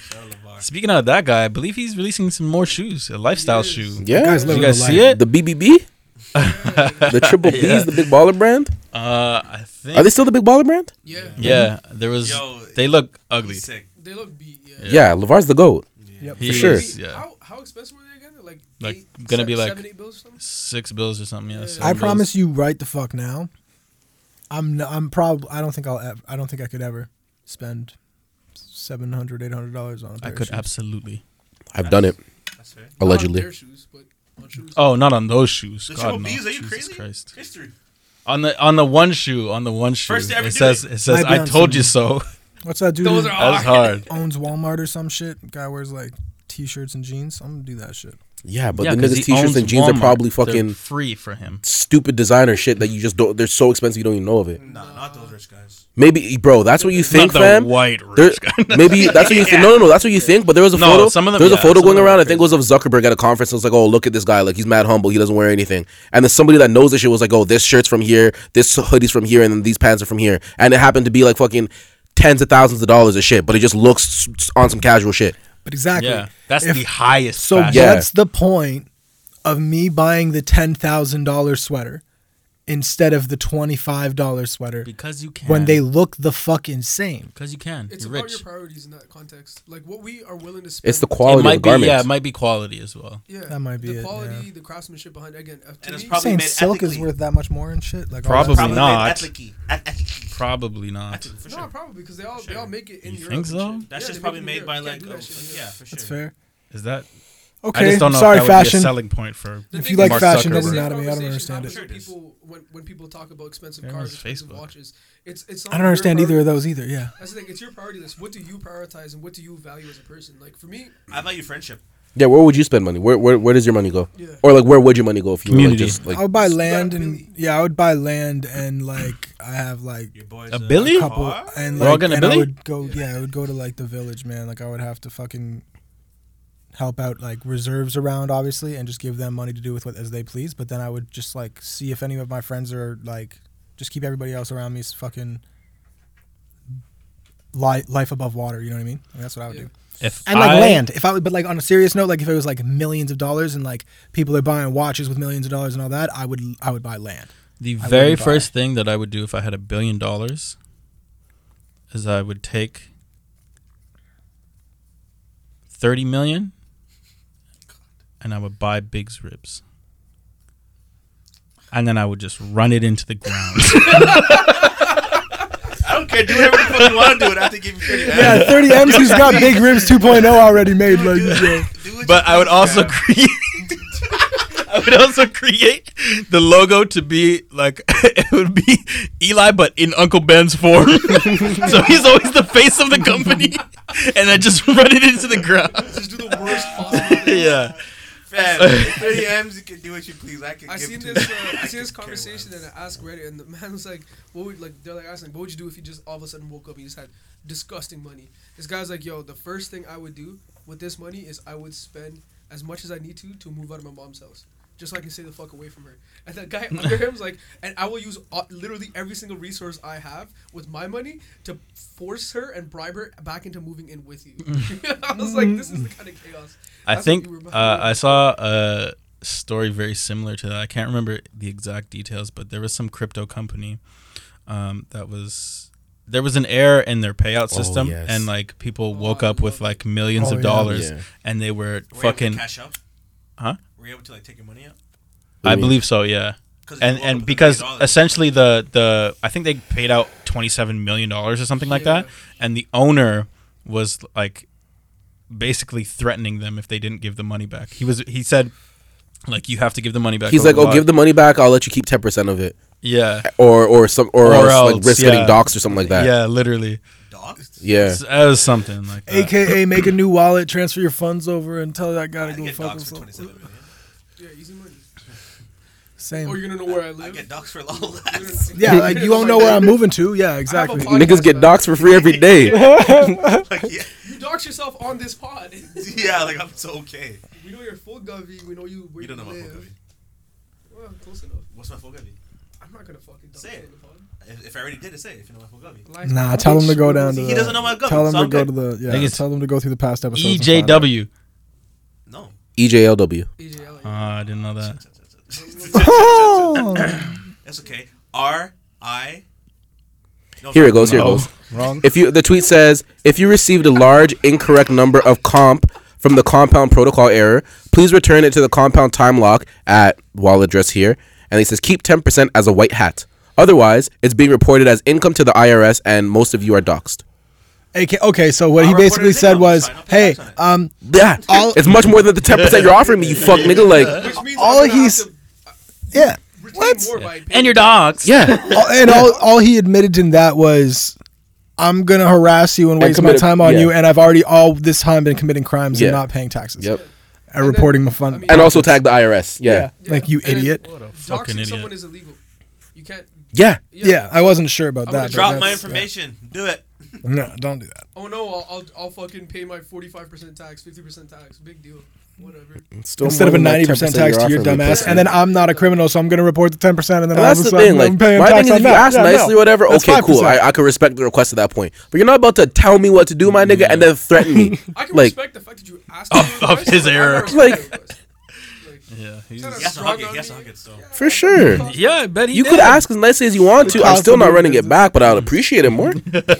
Shout out LeVar. Speaking of that guy, I believe he's releasing some more shoes, a lifestyle Yes. shoe. Yeah, guy's Did you living guys the see life. it? the BBB, the Triple B's, Yeah. the Big Baller Brand. Uh, I think. Are they still the Big Baller Brand? Yeah. yeah, there was. Yo, they look ugly. He's sick. They look beat. Yeah. Yeah, Levar's the goat. Yep. He sure. is, yeah. How, how expensive were they again? Like, Like, eight, gonna be se- like- seven, eight bills or something. six bills or something. Yeah, Yeah. seven I bills. promise you right the fuck now. I'm n- I'm probably I don't think I'll ever, I don't think I could ever spend 700 800 dollars on a pair I of could shoes. absolutely. I've done it Um, That's fair. Not on allegedly. their shoes, but on shoes. Oh, not on those shoes. The God, triple no. B's? Are you Jesus crazy? Christ. History. On the on the one shoe, on the one shoe, First to ever it do says it. it says Might be I on told some- you so. What's that dude? Those who are That's hard. Owns Walmart or some shit. Guy wears like t-shirts and jeans. I'm gonna do that shit. Yeah, but Yeah, the 'cause niggas' he t-shirts owns and jeans Walmart. are probably They're fucking free for him. stupid designer shit that you just don't. They're so expensive you don't even know of it. No, not those rich guys. Maybe, bro, that's what you think, not the fam. white There, rich guy. maybe that's what you think. No, no, no, that's what you think. But there was a No, photo. some of them- there was yeah, a photo some of going them around. are I think it was of Zuckerberg at a conference. It was like, oh, look at this guy. Like he's mad humble. He doesn't wear anything. And then somebody that knows this shit was like, oh, this shirt's from here, this hoodie's from here, and then these pants are from here. And it happened to be like fucking tens of thousands of dollars of shit, but it just looks s- s- on some casual shit. But exactly. Yeah, that's If- the highest. So fashion. Yeah. what's the point of me buying the ten thousand dollar sweater instead of the twenty five dollar sweater Because you can. when they look the fucking same? Because you can. It's You're about rich. your priorities in that context. Like what we are willing to spend. It's the It quality of the might be. garments. Yeah, it might be quality as well. Yeah, That might be the it, quality, yeah. the craftsmanship behind it. again. uh, to And it's me, probably- Saying made silk is ethically. worth that much more and shit. Like all Probably that stuff. not. Ethically. Ethically. Probably not. For No, sure. probably because they all they Sure. all make it in You Europe. think and so? shit. That Yeah, shit's they probably make it made in by Europe. like, You oh, can't do that shit in like, Europe. yeah, for sure. That's fair. Is that? I Okay, just don't know sorry, if that would be a fashion. selling point for. The If you thing is, like it's fashion, the doesn't same matter to me. I don't conversation understand it. happens when Sure it is. People, when, when people talk about expensive Everyone's cars, expensive Facebook. watches, it's it's. Not I don't understand your either priority. of those either. Yeah. That's the thing. It's your priority list. What do you prioritize and what do you value as a person? Like for me, I value friendship. Yeah, where would you spend money? Where where, where does your money go? Yeah. Or like where would your money go if you were like, Community. just like I would buy land really- and yeah, I would buy land and like I have like Your boy's uh, A Billy? couple car? and We're all like gonna and I Billy? would go yeah I would go to like the village man like I would have to fucking help out like reserves around obviously and just give them money to do with what as they please but then I would just like see if any of my friends are like just keep everybody else around me s- fucking li- life above water you know what I mean Like, that's what I would Yeah. do If and like I- land if I would but like on a serious note like if it was like millions of dollars and like people are buying watches with millions of dollars and all that I would I would buy land The I very wouldn't buy. first thing that I would do if I had a billion dollars is I would take 30 million and I would buy Big's ribs. And then I would just run it into the ground. I don't care. Do whatever the fuck you want to do. and I have to give you credit. yeah 30 M's who's got big ribs 2.0 already made like yeah. Do what but you I would please, also man. create I would also create the logo to be like it would be Eli but in Uncle Ben's form. so he's always the face of the company and I just run it into the ground. just do the worst possible. thing. Yeah. Fam, with 30 M's, you can do what you please. I can I give seen two. this. Uh, I seen this could care conversation less. and I asked Reddit, and the man was like, "What would like?" They're like asking, "What would you do if you just all of a sudden woke up and you just had disgusting money?" This guy's like, "Yo, the first thing I would do with this money is I would spend as much as I need to to move out of my mom's house." Just so I can stay the fuck away from her. And that guy under him's like, and I will use all, literally every single resource I have with my money to force her and bribe her back into moving in with you. I was like, this is the kind of chaos. I That's what think you were uh, behind. I saw a story very similar to that. I can't remember the exact details, but there was some crypto company um, that was there was an error in their payout system, yes. and like people Oh, woke I up with love it. like millions Oh, of yeah. dollars, Yeah. and they were Were you able to fucking. cash out? Huh? Were you able to like take your money out? do you I mean? believe so, yeah. 'Cause if you And woke up and with because $30, essentially the the I think they paid out twenty seven million dollars or something like that, Yeah. and the owner was like basically threatening them if they didn't give the money back. He was he said. Like you have to give the money back. He's or like, we'll oh, lock give the money back. I'll let you keep ten percent of it, Yeah. or or some or, Or else, like else, risk yeah. getting doxxed or something like that. Yeah, literally. dogs. yeah. S- That was something like Uh, that. AKA make a new wallet, transfer your funds over, and tell that guy I to go get fuck dogs for 27 himself. million. Yeah, easy money. Same. Or you're gonna know where I live. I get dogs for a lot You're gonna- less. yeah, like you don't know where I'm moving to. Yeah, exactly. podcast. Niggas get doxxed for free every day. like, yeah, You dox yourself on this pod. yeah, like I'm so okay. we know you're full govy. We know you. Where You don't know my live. full gubby. Well, close enough. What's my full gubby? I'm not gonna fucking dox Say you it. on the pod. If, if I already did it, say it, if you know my full gubby. Lies, Nah, bitch. tell them to go down to. He the- doesn't know my government, Tell them so to I'm go good. to the. Yeah, Niggas- tell them to go through the past episodes. E E and find out. EJW. No. EJLW. AJL, Oh, I didn't know that. That's okay. R I. No, Here it goes. Here it No. goes. Wrong. If you the tweet says if you received a large incorrect number of comp from the compound protocol error, please return it to the compound time lock at wallet address here. And he says keep ten percent as a white hat. Otherwise, it's being reported as income to the IRS, and most of you are doxxed. AK, okay, so what I'll he report basically it in, said I'll was, sign up for "Hey, tax on um, Yeah, All- it's much more than the ten percent you're offering me. You fuck nigga. Like, Which means all I'm gonna he's- have to yeah, retain what? more by paying And your dogs. yeah, all, and all, all he admitted in that was i'm gonna harass you and And waste my commit a- time on yeah. you and i've already all this time been committing crimes Yeah. and not paying taxes yep. and reporting my fun I mean- And also tag the IRS. Yeah, yeah. like you And then idiot What a fucking Doxing idiot. someone is illegal. You can't. yeah. yeah. i wasn't sure about I'm that gonna but Drop my that's- information. Do it. yeah. no don't do that Oh no, I'll, I'll, I'll fucking pay my 45% tax, 50% tax. Big deal. Whatever. It's still instead more of a than that 90% tax 10% to you're your offering dumb me. ass and then i'm not a criminal so i'm gonna report the 10% and then And all that's of a the sudden thing. Like, i'm paying my tax thing is, on if you that. ask Yeah, no. nicely, or whatever, That's okay, cool. 5%. I, I can respect the request at that point. But you're not about to tell me what to do, my Mm-hmm. nigga, and then threaten me. I can like, respect the fact that you asked me a of question, his but I error. never respected a question. Yeah, he's, Is that a Yes, strong hug it. on Yes, me? hug it. So. for sure. yeah, I bet he You did. could ask as nicely as you want to. I'm Cost still of not doing running it back, but I'll appreciate it more.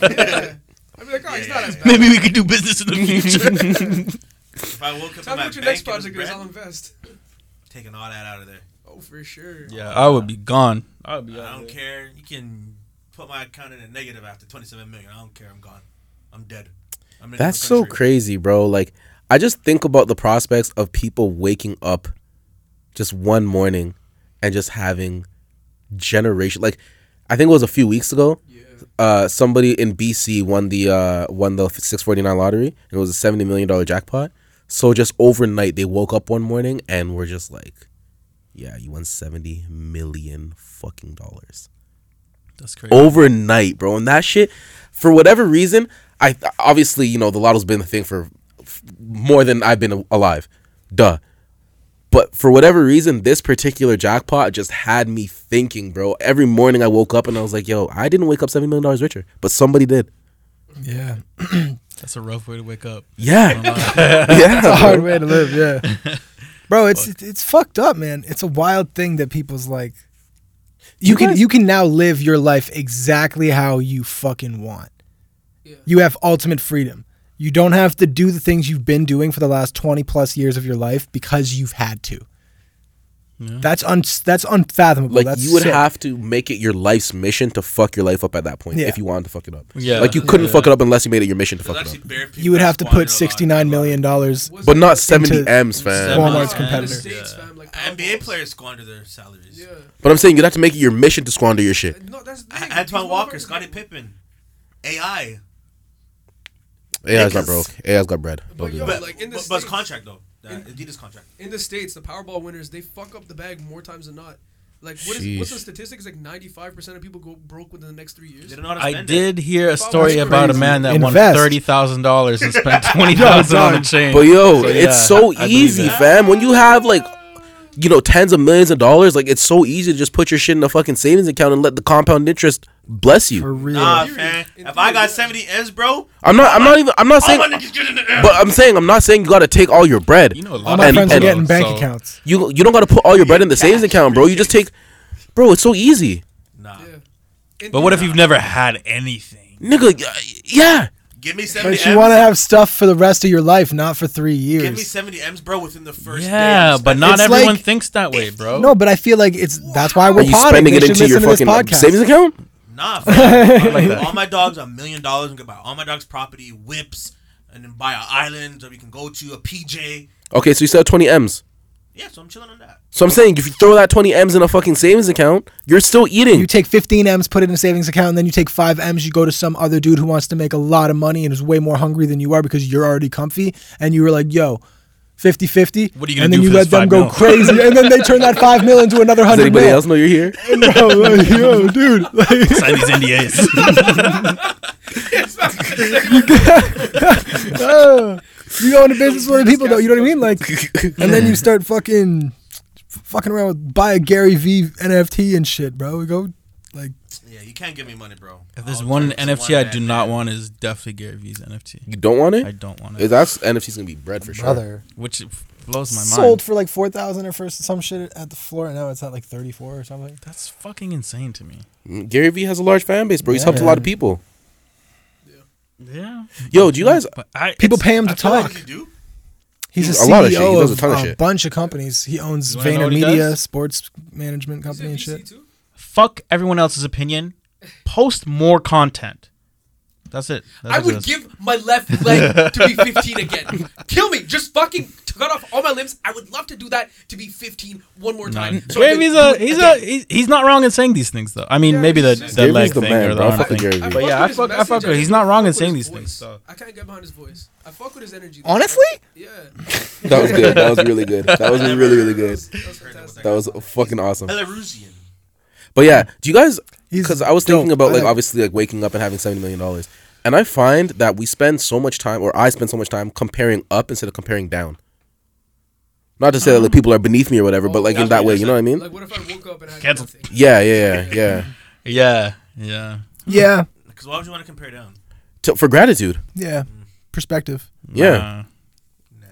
I'd be like, oh, it's not as bad. Maybe we could do business in the future. If I woke up Tell in me my what your next bank, and project bread, is. I'll invest. taking all that out of there. Oh, for sure. yeah, I would be gone. I would be. I out don't there. care. You can put my account in a negative after 27 million. I don't care. I'm gone. I'm dead. I'm in That's another so country. crazy, bro. Like, I just think about the prospects of people waking up just one morning and just having generation. Like, I think it was a few weeks ago. Uh, somebody in BC won the uh, won the 649 lottery, and it was a 70 million dollar jackpot. So just overnight, they woke up one morning and were just like, "Yeah, you won 70 million fucking dollars." That's crazy. Oh. overnight, bro. And that shit, for whatever reason, I obviously you know the lotto's been the thing for f- more than I've been a- alive, duh. But for whatever reason, this particular jackpot just had me thinking, bro. Every morning I woke up and I was like, "Yo, I didn't wake up seven million dollars richer, but somebody did." yeah That's a rough way to wake up. Yeah, It's a yeah. hard way to live, yeah. Bro, it's it's- it's fucked up, man. It's a wild thing that people's like you, can guys- you can now live your life exactly how you fucking want. Yeah. You have ultimate freedom. You don't have to do the things you've been doing for the last 20 plus years of your life because you've had to. That's un, that's unfathomable. Like that's you would sick. have to make it your life's mission to fuck your life up at that point Yeah. if you wanted to fuck it up. Yeah. Like you couldn't Yeah. fuck it up unless you made it your mission to There's fuck it actually up. bare people you would that have to spawn in a put lot of 69 million dollars. Was But it- not seventy Into- m's, fam. Seventy Walmart's M's. competitor. States, Yeah. fam, like NBA eyeballs. players squander their salaries. Yeah. But I'm saying you'd have to make it your mission to squander your shit. No, that's the thing. A- Antoine These Walker, motherfuckers Scottie get- Pippen, AI. AI's got Because- broke. AI's got bread. Don't But do yo, that. But, like, in the but, but it's States- contract though. That Adidas contract. in the states, the Powerball winners they fuck up the bag more times than not. Like what is what's Sheesh. the statistic? It's like ninety five percent of people go broke within the next three years. They don't know how to I spend did It. hear a story about a crazy. man that won Invest. thirty thousand dollars and spent twenty thousand on the chain. But yo, So, yeah, it's so I believe easy, that. fam. When you have like, you know, tens of millions of dollars, like it's so easy to just put your shit in a fucking savings account and let the compound interest bless For you. real. Nah, theory. man. In If I theory, yeah. got 70 M's, bro, I'm not. I'm not even. I'm not all saying. my niggas get in the air. But I'm saying. I'm not saying you got to take all your bread. You know a lot all of my and- friends are and- getting bank so- accounts. You you don't got to put all your bread in the savings account, bro. You just take. Bro, it's so easy, Nah. Yeah. In But what if theory, you've never had anything? nigga. y- Yeah. Give me 70 But M's. you want to have stuff for the rest of your life, not for 3 years. Give me 70 M's, bro, within the first day. Yeah, but not It's everyone like- thinks that way, bro. No, but I feel like it's that's why Are we're you potting. spending They it should into your listen to fucking this savings account? Nah, fam. like that. all my dogs a million dollars and can buy all my dogs property, whips, and then buy an island or we can go to a PJ. Okay, so you sell 20 m's. Yeah, so I'm chilling on that. So I'm saying if you throw that 20 m's in a fucking savings account, you're still eating. You take 15 M's, put it in a savings account, and then you take 5 M's, you go to some other dude who wants to make a lot of money and is way more hungry than you are because you're already comfy. And you were like, yo, 50 50. What are you gonna And then do you for let this them five go mil? crazy. and then they turn that 5 mil into another Does 100 anybody mil. else know you're here? Bro, like, yo, dude. like- Sign these NDAs. Oh, you go into business with other people though. You know what I mean? Like, and then you start fucking, fucking around with buy a Gary V NFT and shit, bro. We go like, Yeah, you can't give me money, bro. if there's I'll one turn to NFT I bad do man. not want is definitely Gary V's NFT. You don't want I it? don't want it, That's NFT's gonna be bread for sure. brother, which blows my sold mind. for like four thousand or first some shit at the floor, and now it's at like thirty four or something. That's fucking insane to me. Mm, Gary Vee has a large fan base, bro. He's Yeah, helped a lot man. of people. Yeah. Yo, do you guys? But I, People it's- pay him to I feel like- talk. You do? He's He's a, a CEO lot of shit. He does a of ton of a shit. bunch of companies. He owns You wanna know what he VaynerMedia, does? sports management is it company and VC shit. too? fuck everyone else's opinion. Post more content. That's it. That's I what it would is. give my left leg to be 15 again. Kill me. Just fucking cut off all my limbs. I would love to do that to be 15 one more time. So I Wait, can he's do a it he's again. a he's, he's not wrong in saying these things though. I mean, maybe the he's just- the Gary's leg the thing man, or the bro. I honor fuck with thing. Gary I Vee. But yeah, I with his fuck I message, fuck with. I He's fuck not wrong in with saying his these voice. things. So I can't get behind his voice. I fuck with his energy. though. Honestly, Yeah. That was good. That was really good. That was really really good. That was fantastic. That was fucking awesome. Belarusian. But yeah, do you guys? He's Because I was thinking dope. about I like like- obviously like waking up and having seventy million dollars, and I find that we spend so much time, or I spend so much time comparing up instead of comparing down. Not to say that like people are beneath me or whatever, but like in That's that what way, you you know what I mean? Like, what if I woke up and had Cancel. nothing? Yeah, yeah, yeah, yeah. Yeah, yeah. Yeah, Because why would you want to compare down? To, for gratitude, yeah. Perspective. Uh, yeah.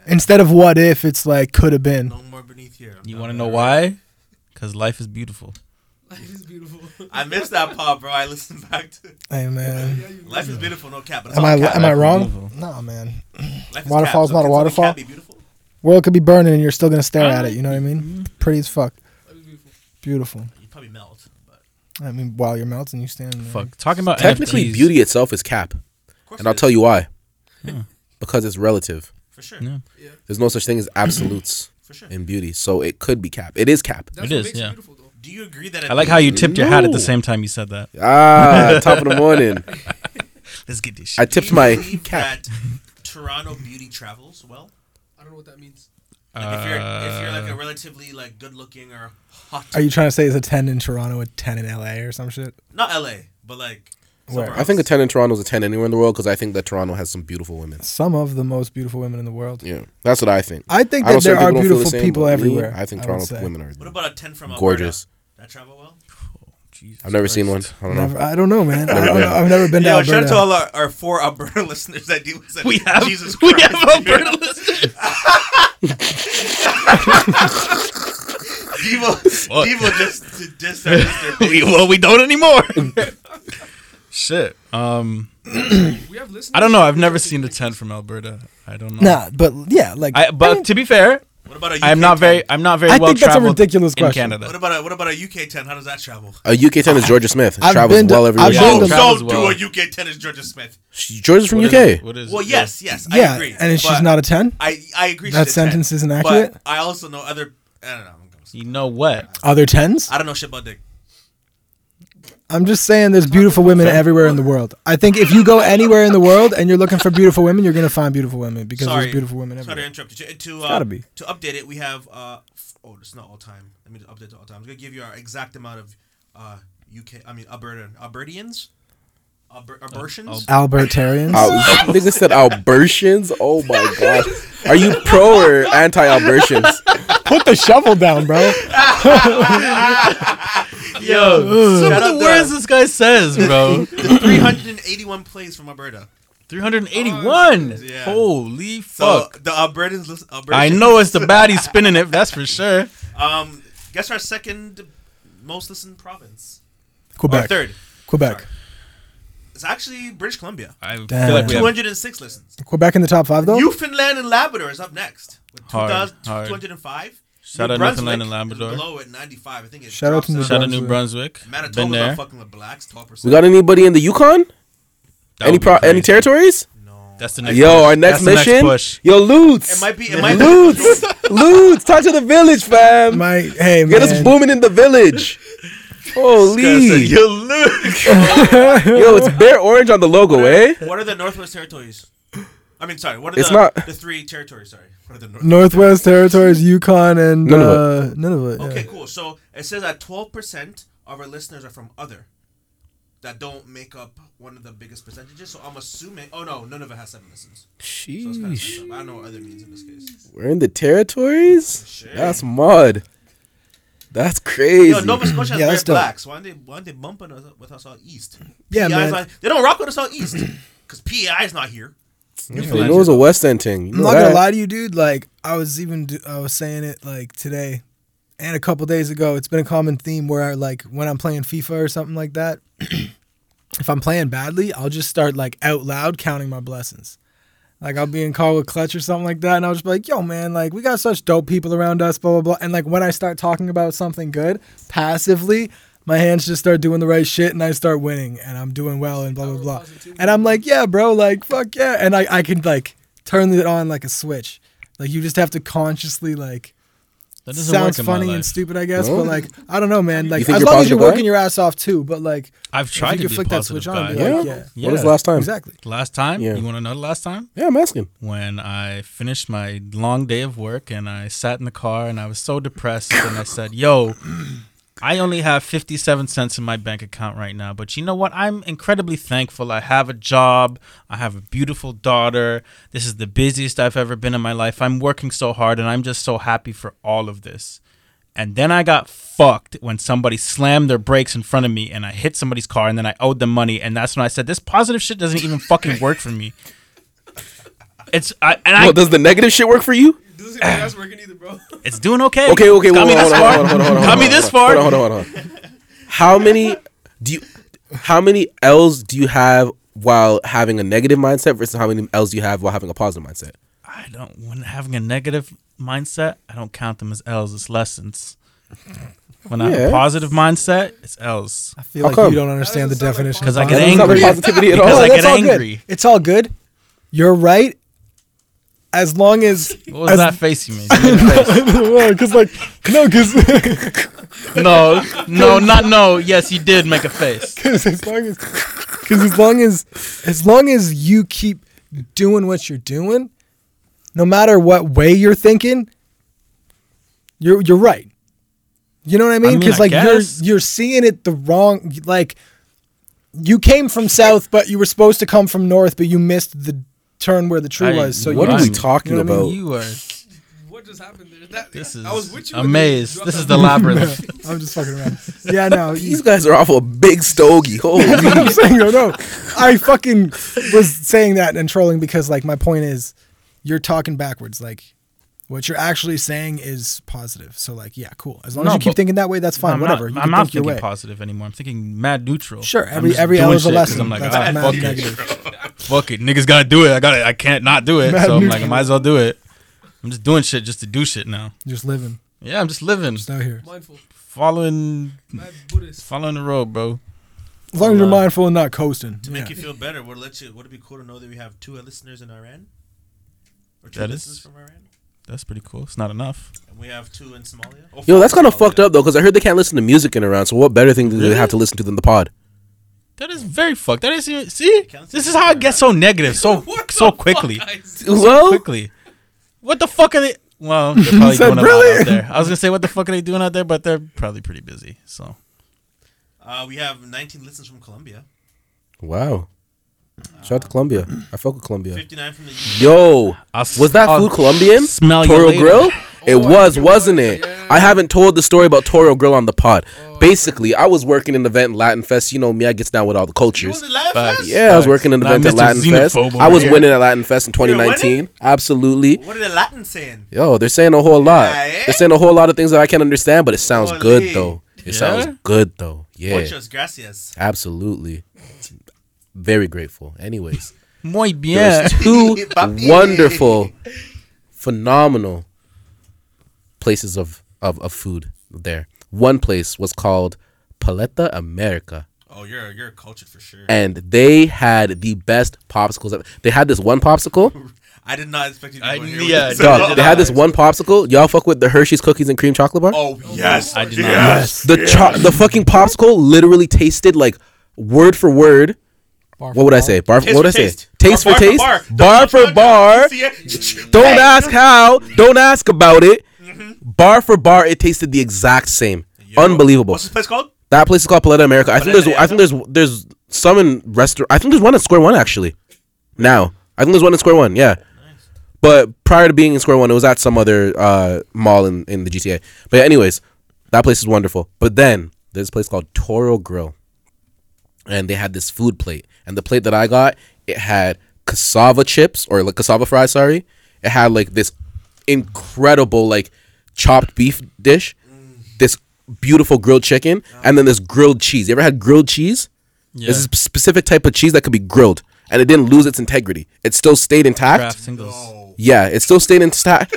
Instead of what if, it's like could have been. No more beneath here. you want to know why? Because life is beautiful. Life is beautiful. I missed that part, bro. I listened back to it. Hey man, Yeah, you- Life is beautiful, no cap. But it's am all I cap. am I wrong? Unbelievable. Nah, man. Life is waterfall's cap. not can a something waterfall? Cap be beautiful? World could be burning and you're still gonna stare at it. You know what I Mm-hmm. mean? Pretty as fuck. life is beautiful. Beautiful. You probably melt. But I mean, while you're melting, you stand. There. Fuck. Talking about Technically, NFTs. beauty itself is cap, of course and I'll it tell is, you why. Because it's relative. for sure, Yeah. There's no such thing as absolutes for sure. in beauty, so it could be cap. It is cap. That's It what is, makes yeah. beautiful, though. Do you agree that? I like how you tipped your hat at No. the same time you said that. Ah, top of the morning. Let's get this I shit. tipped my cap. cat. Toronto beauty travels well. I don't know what that means. Like if you're if you're like a relatively like good looking or hot, Are you trying to say it's a ten in Toronto, a ten in LA, or some shit? not L.A. but like somewhere Where? I think a else. 10 in Toronto is a 10 anywhere in the world because I think that Toronto has some beautiful women. Some of the most beautiful women in the world. Yeah, that's what I think. I think I know that there certain are don't feel beautiful the same, people but me, everywhere. I think would Toronto say. women are. What about a ten from Alberta? Gorgeous. That travel well. I've never seen one. I don't Never, know. I don't know, man. I don't been. know. I've never been to Yeah, shout out to Alberta. all our, our four Alberta listeners that deal with that. We have Jesus we Christ. have Alberta listeners. Devo, Devo just just our sister. We- well, we don't anymore. Shit. Um, We have listeners. I don't know. I've never seen a ten from Alberta. I don't know. Nah, but yeah, like I, but I mean, to be fair, What about a UK I am 10? not very. I'm not very I well think that's a traveled ridiculous in question. What Canada. about a what about a UK ten? How does that travel? A UK 10 is Georgia Smith. I've Travels been to- well everywhere. I've she been No, to- goes. don't travels do well. a UK ten as Georgia Smith. She- Georgia's from What UK. is- what is? Well, the- yes, yes, I yeah, agree. and it's but just not a ten. I I agree. That she's a 10, sentence isn't accurate? But I also know other. I don't know. I'm gonna- You know what? Other tens? I don't know shit about dick. I'm just saying there's beautiful women everywhere in the world. I think if you go anywhere in the world and you're looking for beautiful women, you're gonna find beautiful women because Sorry, there's beautiful women Sorry to everywhere. interrupt you. To, to, uh, gotta be. to update it, we have. Uh, f- oh, it's not all time. Let me just update to all time. I'm gonna give you our exact amount of uh, UK. I mean, Alberta, Albertians, Alber- Albertians. Albertarians. Al- nigga said Albertians. Oh my god. Are you pro or anti Albertians? Put the shovel down, bro. Yo, some Shout of out the to- words this guy says, bro. the 381 plays from Alberta. 381. Yeah. Holy So fuck. the Albertans. lis- Albertians I know it's the baddie spinning it. That's for sure. Um, guess our second most listened province. Or Quebec. third. Quebec. It's actually British Columbia. I Damn. feel like we have 206 listens. Quebec in the top five though? Newfoundland and Labrador is up next with Hard, 2,000 hard. 205. Shout New out Newfoundland Brunswick and is Labrador. Below at 95. I think it Shout out drops to New down. shout out New Brunswick. Brunswick. Been Manitoba's there. not fucking with blacks. 12%. We got anybody in the Yukon? That Any would be pro- any crazy. territories? No. That's the next. Yo, push. our next That's the mission. push. Yo, Lutz. It might be. It might be. Lutz. Lutz. Talk to the village, fam. My hey Get man. us booming in the village. Holy. Yo, Luke. Yo, it's bare orange on the logo, eh? What are the Northwest Territories? I mean, sorry. What are It's the, not- the three territories? Sorry. What are the North- Northwest Territories, Yukon, and Nunavut. uh, Nunavut. yeah. Okay, cool. So it says that 12% of our listeners are from other that don't make up one of the biggest percentages. So I'm assuming. Oh, no. None of it has seven listens. So it's kind of messed Sheesh. up. I don't know what other means in this case. We're in the territories? That's mud. That's crazy. Yo, Nova Scotia has Yeah, very that's dope. blacks. Why aren't they, why aren't they bumping us, with us out east? Yeah, PEI 's man. Not, they don't rock with us out east because PEI is not here. you know it's a West End thing. You I'm know not gonna that. lie to you, dude. Like I was even do- I was saying it like today, and a couple days ago. It's been a common theme where I, like when I'm playing FIFA or something like that, if I'm playing badly, I'll just start like out loud counting my blessings. Like I'll be in call with clutch or something like that, and I'll just be like, "Yo, man, like we got such dope people around us, blah blah blah." And like when I start talking about something good passively, my hands just start doing the right shit and I start winning and I'm doing well and blah blah blah. positivity. And I'm like, yeah, bro, like fuck yeah. And I I can like turn it on like a switch. Like you just have to consciously like That doesn't sounds work in funny my and life. stupid, I guess, No? but like I don't know, man. Like think as you're long as you're positive guy? working your ass off too, but like I've tried if to you could be flick that positive switch on, guy. and be Yeah. like, yeah, When was Yeah. the last time? exactly. Last time, Yeah. you want to know the last time? Yeah, I'm asking. when I finished my long day of work and I sat in the car and I was so depressed and I said, "Yo, I only have 57 cents in my bank account right now, but you know what? I'm incredibly thankful. I have a job. I have a beautiful daughter. This is the busiest I've ever been in my life. I'm working so hard and I'm just so happy for all of this." And then I got fucked when somebody slammed their brakes in front of me and I hit somebody's car and then I owed them money and that's when I said this positive shit doesn't even fucking work for me. It's I, and I Well, does the negative shit work for you? Doesn't your ass working either, bro. It's doing okay. Okay, okay, It's wait, got me wait, this hold far. on, hold on, hold on, hold on, Got me hold on, this far. Hold on, hold on, hold on. How many do you? How many L's do you have while having a negative mindset versus how many L's do you have while having a positive mindset? I don't. When having a negative mindset, I don't count them as L's. It's lessons. When I have Yeah. a positive mindset, it's L's. I feel How like come? you don't understand the doesn't sound like definition. Because of I get That's not angry. really positivity at Because all. I That's get all good. angry. It's all good. You're right. As long as What was as- that face you made? Because like no, because no, no, not no. Yes, you did make a face. as long as because as long as as long as you keep doing what you're doing, no matter what way you're thinking, you're you're right. You know what I mean? mean, Because I like you're guess. you're seeing it the wrong like. You came from south, but you were supposed to come from north, but you missed the turn where the tree I- was. So what you are we missed- talking you know what I mean? about? You were. What just happened there? That, This is I was with you. when amazed. you dropped This is that the labyrinth. I'm just fucking around. Yeah, no. These guys are off a big stogie. Holy, I'm saying no, no. I fucking was saying that and trolling because like my point is, you're talking backwards. Like, what you're actually saying is positive. So like, yeah, cool. As long No, as you keep but- thinking that way, that's fine. I'm Whatever. Not, you I'm can not think your thinking way. positive anymore. I'm thinking mad neutral. Sure, I'm every- just every L doing is a shit 'cause lesson. I'm like, That's ah, mad fuck negative. it. fuck it, niggas gotta do it. I gotta, I can't not do it. Mad so I'm like, I neutral. might as well do it. I'm just doing shit just to do shit now. Just living. Yeah, I'm just living, Just out here. Mindful. following, Mad Buddhist. following the road, bro. As long as you're Uh, mindful and not coasting. To make you Yeah. feel better, would let you. Would it be cool to know that we have two listeners in Iran, or two That listeners is- from Iran, That's pretty cool. It's not enough. and we have two in Somalia? Oh, yo, fuck, that's kind of Somalia. fucked up though. Because I heard they can't listen to music in Iran. So what better thing do they have to listen to than the pod? That is very fucked. That is even see. Can't This say is how I get so negative so What the so fuck, quickly, guys? Well, quickly. What the fuck are they? Well, they're probably said, doing a lot "Really?" out there. I was gonna say what the fuck are they doing out there, but they're probably pretty busy. So Uh, we have 19 listeners from Colombia, wow. Shout out to Colombia. I fuck with Colombia. 59 from the UK. Yo, I'll s- was that I'll food Colombian? smell you Toro later. Grill? It was, it wasn't was, it? yeah. I haven't told the story about Toro Grill on the pod. Basically, I was working an event, Latin Fest. You know me, I gets down with all the You want cultures. the laugh Facts. fest? Yeah, I was Facts. working an Not event at Mr. Latin Fest. Xenophobe I was over here. winning at Latin Fest in winning? 2019. Absolutely. What are the Latins saying? Yo, they're saying a whole lot. Yeah, eh? They're saying a whole lot of things that I can't understand, but it sounds Holy. good though. It Yeah? sounds good though. Yeah, Muchas gracias. absolutely. Very grateful. Anyways, muy bien. there's two Papi. wonderful, phenomenal places of, of, of food there. One place was called Paleta America, Oh, you're you're cultured for sure. and they had the best popsicles. ever. They had this one popsicle. I did not expect you to I- go here. yeah, with this. dog, Dog, they had this one popsicle. Y'all fuck with the Hershey's cookies and cream chocolate bar. Oh yes, I did not. The cho- the fucking popsicle literally tasted like word for word. Barf What would I ball. say? Bar. Taste What for would I say? taste. Taste Or for taste. bar for Bar for bar. Don't ask how. Don't ask about it. Bar for bar, it tasted the exact same. Unbelievable. What's this place called? That place is called Paleta America. I Paleta, think there's. I think yeah. there's. There's some in restaurant. I think there's one at Square One actually. Now I think there's one in Square One. Yeah. But prior to being in Square One, it was at some other uh, mall in, in the GTA. But anyways, that place is wonderful. But then there's a place called Toro Grill, and they had this food plate. And the plate that I got, it had cassava chips or like cassava fries. Sorry, it had like this incredible like chopped beef dish, this beautiful grilled chicken, and then this grilled cheese. You ever had grilled cheese? Yeah. There's a specific type of cheese that could be grilled, and it didn't lose its integrity. It still stayed intact. Draft singles. Yeah, it still stayed intact.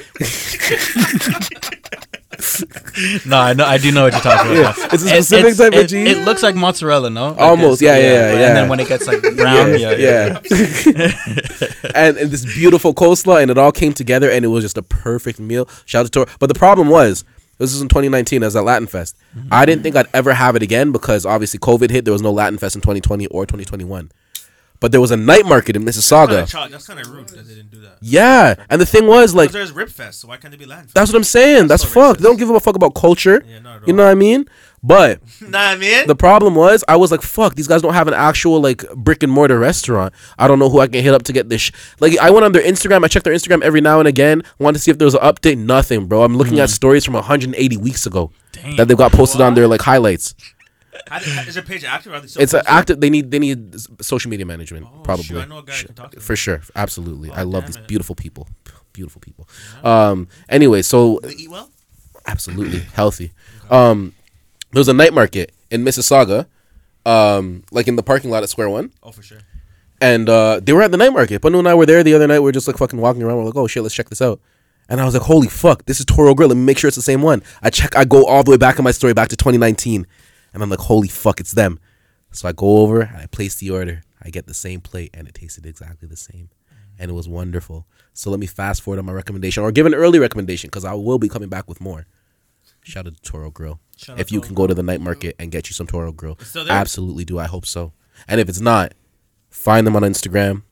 no, I know. I do know what you're talking about. Yeah, it's a specific type of it, cheese. It looks like mozzarella, no? Like Almost, yeah, yeah, but- yeah. And then when it gets like brown, yeah, yeah. yeah. and, and this beautiful coleslaw, and it all came together, and it was just a perfect meal. Shout out to Tor. But the problem was, this was in 2019. I was at Latin Fest. Mm-hmm. I didn't think I'd ever have it again because obviously COVID hit. There was no Latin Fest in 2020 or 2021. But there was a night market in Kinda Mississauga. chalk- That's kind of rude that they didn't do that. Yeah, and the thing was like. Because there's Rip Fest, so why can't it be Latin? That's what I'm saying. That's So fucked. racist. They don't give a fuck about culture. Yeah, not at you know what I mean? But Fest? Nah, man. the problem was, I was like, fuck, these guys don't have an actual like brick and mortar restaurant. I don't know who I can hit up to get this. Sh-. Like, I went on their Instagram. I checked their Instagram every now and again. Wanted to see if there was an update. Nothing, bro. I'm looking Hmm. at stories from 180 weeks ago that they've got posted on their like highlights. How did- how- is your page active? Are they still It's an posting? active. They need they need s- social media management Oh, probably shoot, I know a guy I Sh- can talk to. Oh, for sure. Absolutely, I love damn these it. beautiful people. Beautiful people. Um. Anyway, so They eat well? absolutely healthy. Um, there was a night market in Mississauga, um, like in the parking lot at Square One, Oh, for sure. and uh, they were at the night market. Panu and I were there the other night. We were just like fucking walking around. We're like, oh shit, let's check this out. And I was like, holy fuck, this is Toro Grill. Let me make sure it's the same one. I check, I go all the way back in my story back to 2019, and I'm like, holy fuck, it's them. So I go over and I place the order. I get the same plate, and it tasted exactly the same, and it was wonderful. So let me fast forward on my recommendation or give an early recommendation because I will be coming back with more. Shout out to Toro Grill. Shout out if you Toro can go to the night market and get you some Toro Grill, still there? absolutely do. I hope so. And if it's not, find them on Instagram.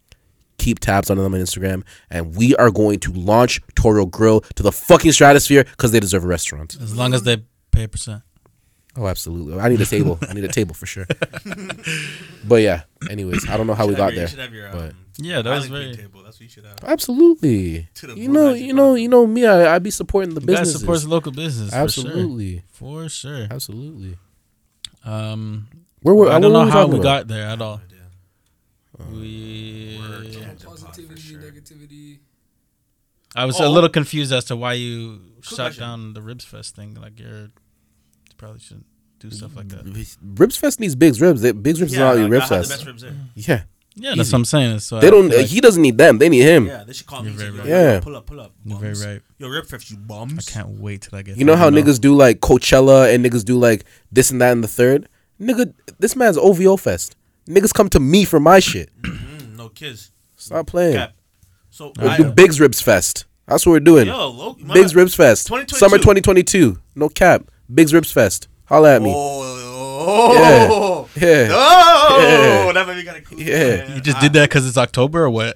Keep tabs on them on Instagram, and we are going to launch Toro Grill to the fucking stratosphere because they deserve a restaurant. As long as they pay a percent. Oh, absolutely! I need a table. I need a table for sure. but yeah. Anyways, I don't know how we Should have got your- there. You should have your, but- um, Yeah, that was Island Queen very. table. That's what you should have. Absolutely. To the You know, Bulaji you know, Plaza. you know me. I I be supporting the Business business. supports local business. Absolutely, For sure. For sure. absolutely. Um, Where were I don't what were know how talking we about? got there at all. Yeah. We. Word. Yeah, it's a pod for Positivity, sure. negativity. I was Oh. a little confused as to why you shut question. down the ribs fest thing. Like you're you probably shouldn't Mm, do stuff like that. Ribs Fest needs Big's ribs. They- Big's ribs is Yeah, not your like, ribs I have the fest. best ribs there. Yeah, Yeah, that's what I'm saying. So they I don't. uh, feel like he doesn't need them. They need him. Yeah, they should call me. You're and very say, right. yo, yo, Yeah. Pull up, pull up. You're very bums. right. Yo, Rip Fest, you I bums. can't wait till I get. You know how fucking niggas do like Coachella and niggas do like this and that and the third. Nigga, this man's OVO Fest. Niggas come to me for my shit. Mm, no kids. Stop playing. Cap. So, We'll I, do Big's Ribs Fest. That's what we're doing. yo, low, my Big's bad. Ribs Fest. 2022. Summer 2022. No cap. Big's Ribs Fest. Holla at me. Oh, Yeah. Yeah. Oh, that might be kind of cool. Yeah. You just did that because it's October or what?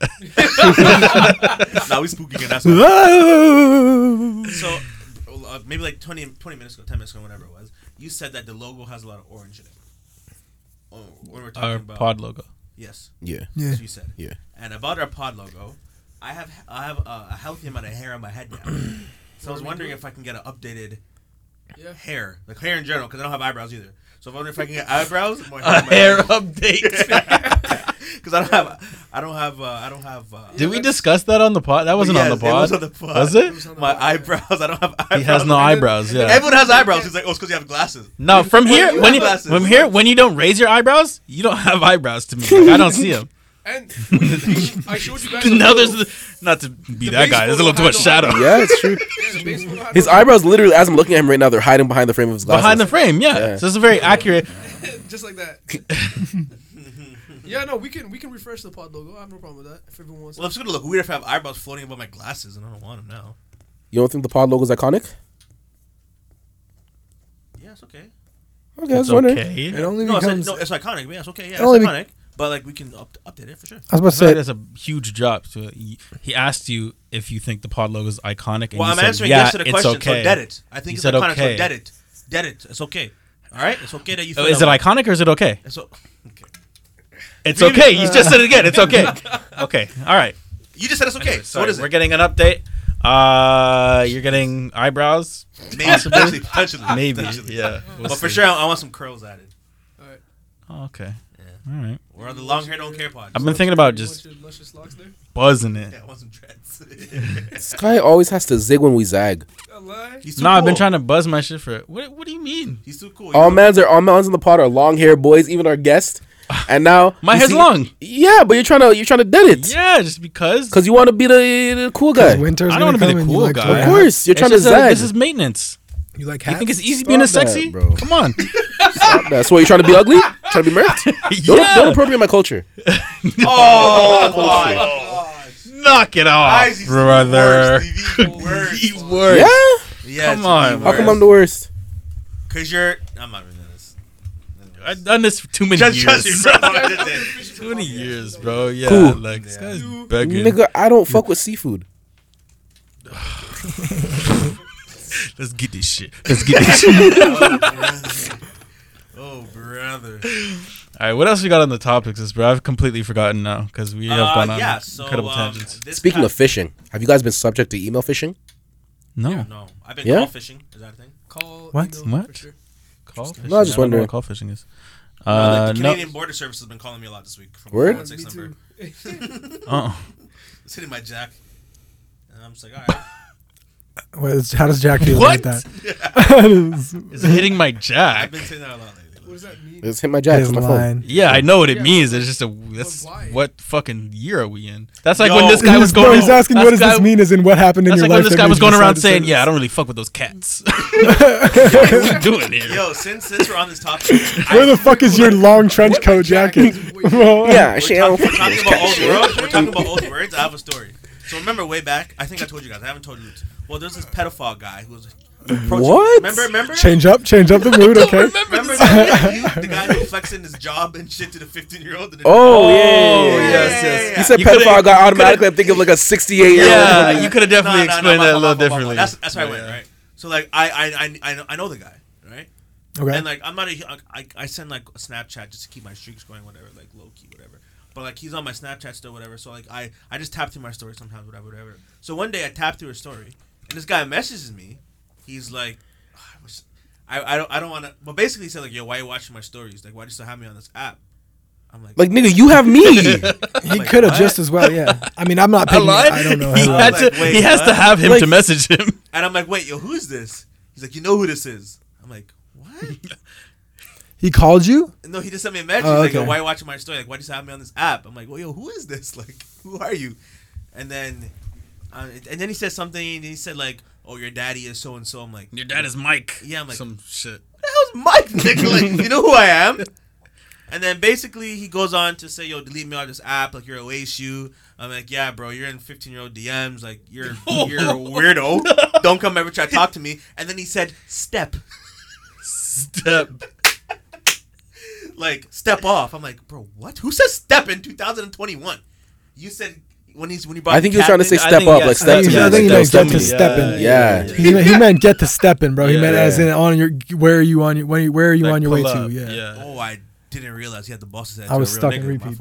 Now we spooky again. That's why. so uh, maybe like 20, 20 minutes ago, ten minutes ago, whatever it was. You said that the logo has a lot of orange in it. Oh, when we're talking Our about pod logo. yes, yeah. Yeah. that's what you said. Yeah. And about our pod logo, I have I have a, a healthy amount of hair on my head now. so I was wondering if I can get an updated Yeah. hair, like hair in general, because I don't have eyebrows either. So I wonder if I can get eyebrows, more A hair, hair update. because I don't have I don't have uh, I don't have. Uh, Did we discuss that on the pod? That wasn't on Yes, the pod. It was on the pod. Was it? My eyebrows. I don't have eyebrows. He has no eyebrows. Yeah. Everyone has eyebrows. He's like, oh, it's because you have glasses. No, from you here have when you, glasses. from here when you don't raise your eyebrows, you don't have eyebrows to me. Like, I don't see them. And we- I showed you guys. a now photo. there's the, not to be that guy. There's a little too much shadow Yeah, it's true. Yeah, the baseball hat His eyebrows literally, as I'm looking at him right now, they're hiding behind the frame of his glasses. behind the frame. Yeah. Yeah. So it's very accurate. just like that. yeah, no, we can we can refresh the pod logo. I have no problem with that. If everyone wants, Well, it's gonna look weird if I have eyebrows floating above my glasses, and I don't want them now. You don't think the pod logo's iconic? Yeah, it's okay. Okay, I was It's wondering. okay. It only No, it's, becomes. no, it's iconic. Yeah, it's okay. Yeah, it's only be- iconic. But like, we can up, update it for sure. I was about to So say. that's a huge drop. So he he asked you if you think the pod logo is iconic. And Well, you I'm said, answering yeah, yes to the it's question. Okay. So dead it. I think You it's said iconic. okay. So dead it. Dead it. It's okay. All right. It's okay that you. Oh, Feel is it that way. iconic or is it okay? It's o- okay. It's okay. You just said it again. It's okay. Okay. All right. You just said it's okay. Anyway, so sorry, what is we're it? getting an update. Uh, you're getting eyebrows, Maybe, potentially, potentially, maybe. potentially. Yeah. We'll But Ah, for see. sure, I I want some curls added. Oh, okay. All right. Or the long hair don't care pod. I've been thinking about just You want your luscious locks there? buzzing it. Yeah, I want some dreads. This guy always has to zig when we zag. A lie. He's too No, I've been cool. trying to buzz my shit for. What? What do you mean? He's too cool. All mans are all mans in the pod are long hair boys, even our guest. And now My you hair's see- long. Yeah, but you're trying to you're trying to dead it Yeah, just because. because you want to be the, the cool guy. Winter's I don't wanna gonna be the come and you cool like guy. to Of have- course, you're It's trying to just that zag. this is maintenance. You like You hats? think it's e- easy being a Stop that, sexy? bro. Come on. That's why you're trying to be ugly? Trying to be murked? Don't, don't appropriate my culture. Oh, God. Knock it off, Isaac's the brother. worst, the worst. The worst. Yeah? Yeah, Come on. How come I'm the worst? Because you're. I'm not even doing this. I've done this for too many Just, years. just yourself. too many years, bro. Yeah, Cool. like this guy's begging. Nigga, I don't fuck with seafood. Let's get this shit. Let's get this shit. oh, brother. All right, what else we got on the topics, is bro? I've completely forgotten now because we have gone Uh, on yeah, so, incredible um, tangents. this Speaking pa- of phishing, have you guys been subject to email phishing? No, No, I've been Yeah? call fishing. Is that a thing? Call What? email What? for sure. call fishing. No, I was just don't know wondering. what call fishing is. Uh, Uh, the no, Canadian Border Service has been calling me a lot this week. From Word? Yeah, me 416 number. too. uh, It's hitting my jack. And I'm just like, all right. What is- how does Jack feel What? about that? it's hitting my I've jack. been saying that a lot lately. What does that mean? It's hit my jack His on my phone. line. Yeah, I know what it Yeah, means. It's just a that's why? what fucking year are we in? That's like Yo. when this guy was Bro, going. he's asking, that's what does this guy- mean? As in, what happened in That's your like when life? this that guy made was you going decide around to saying, say "Yeah, I this?" don't really fuck with those cats." what are we doing here? Yo, since since we're on this topic, Where the fuck is your long trench coat jacket? Bro, Yeah, we're, shit. I talk- don't we're fuck with talking this about cat old shit. words. We're talking about old words. I have a story. So remember, way back, I think I told you guys. I haven't told you. This. Well, there's this pedophile guy who was. approaching- What? Remember? Remember? Change up, change up the mood, okay? Remember the, the guy who flexing his job and shit to the 15 year old? Oh, yeah, yeah, yeah, yeah. yes, yes. You said You could've- pedophile guy you automatically. I'm thinking of like a 68 year old. Yeah, you could have definitely explained that a little differently. That's that's where I went, right? So like, I I I- I know, I know the guy, right? Okay. And like, I'm not a, I, I send like a Snapchat just to keep my streaks going, whatever, like low key, whatever. But like, he's on my Snapchat still, whatever. So like, I I just tap through my story sometimes, whatever, whatever. So one day I tap through a story, and this guy messages me. He's like, "Ah, I wish, I, I don't I don't want to. But basically, he said like, Yo, why you watching my stories? Like, why do you still have me on this app? I'm like, Like, nigga, you have me. He could have just as well, yeah. I mean, I'm not picking it. I don't know. he, how- had Like, to, wait, he has to what? have him to Like- message him. and I'm like, wait, yo, who is this? He's like, you know who this is? I'm like, what? He called you? No, he just sent me a message. Oh, Like, yo, okay. why you watching my story? Like, why do you still have me on this app? I'm like, well, yo, who is this? Like, who are you? And then, uh, and then he said something. And he said like, oh, your daddy is so and so. I'm like, who Your dad is Mike. Yeah, I'm like- some shit. the hell's Mike nigga? Like, you know who I am? And then basically he goes on to say, yo, delete me out of this app. Like, you're a waste. You. I'm like, yeah, bro, you're in 15 year old DMs. Like, you're you're a weirdo. Don't come ever try to talk to me. And then he said, step. Step. like step off. I'm like, bro, what? Who says step in 2021? You said when he's when he brought. I think he was Cat trying to say in, I step think- up, yeah, like I step think, to he- me. I think he like, meant step get to to me. stepping. Yeah. He, meant, he meant get to stepping, bro. He Yeah, meant as in on your where are you on your when you- where are you Like, on your way pull up. to? Yeah. Oh, I didn't realize he had the boss's head. I to a was real stuck nigga. in My repeat fault.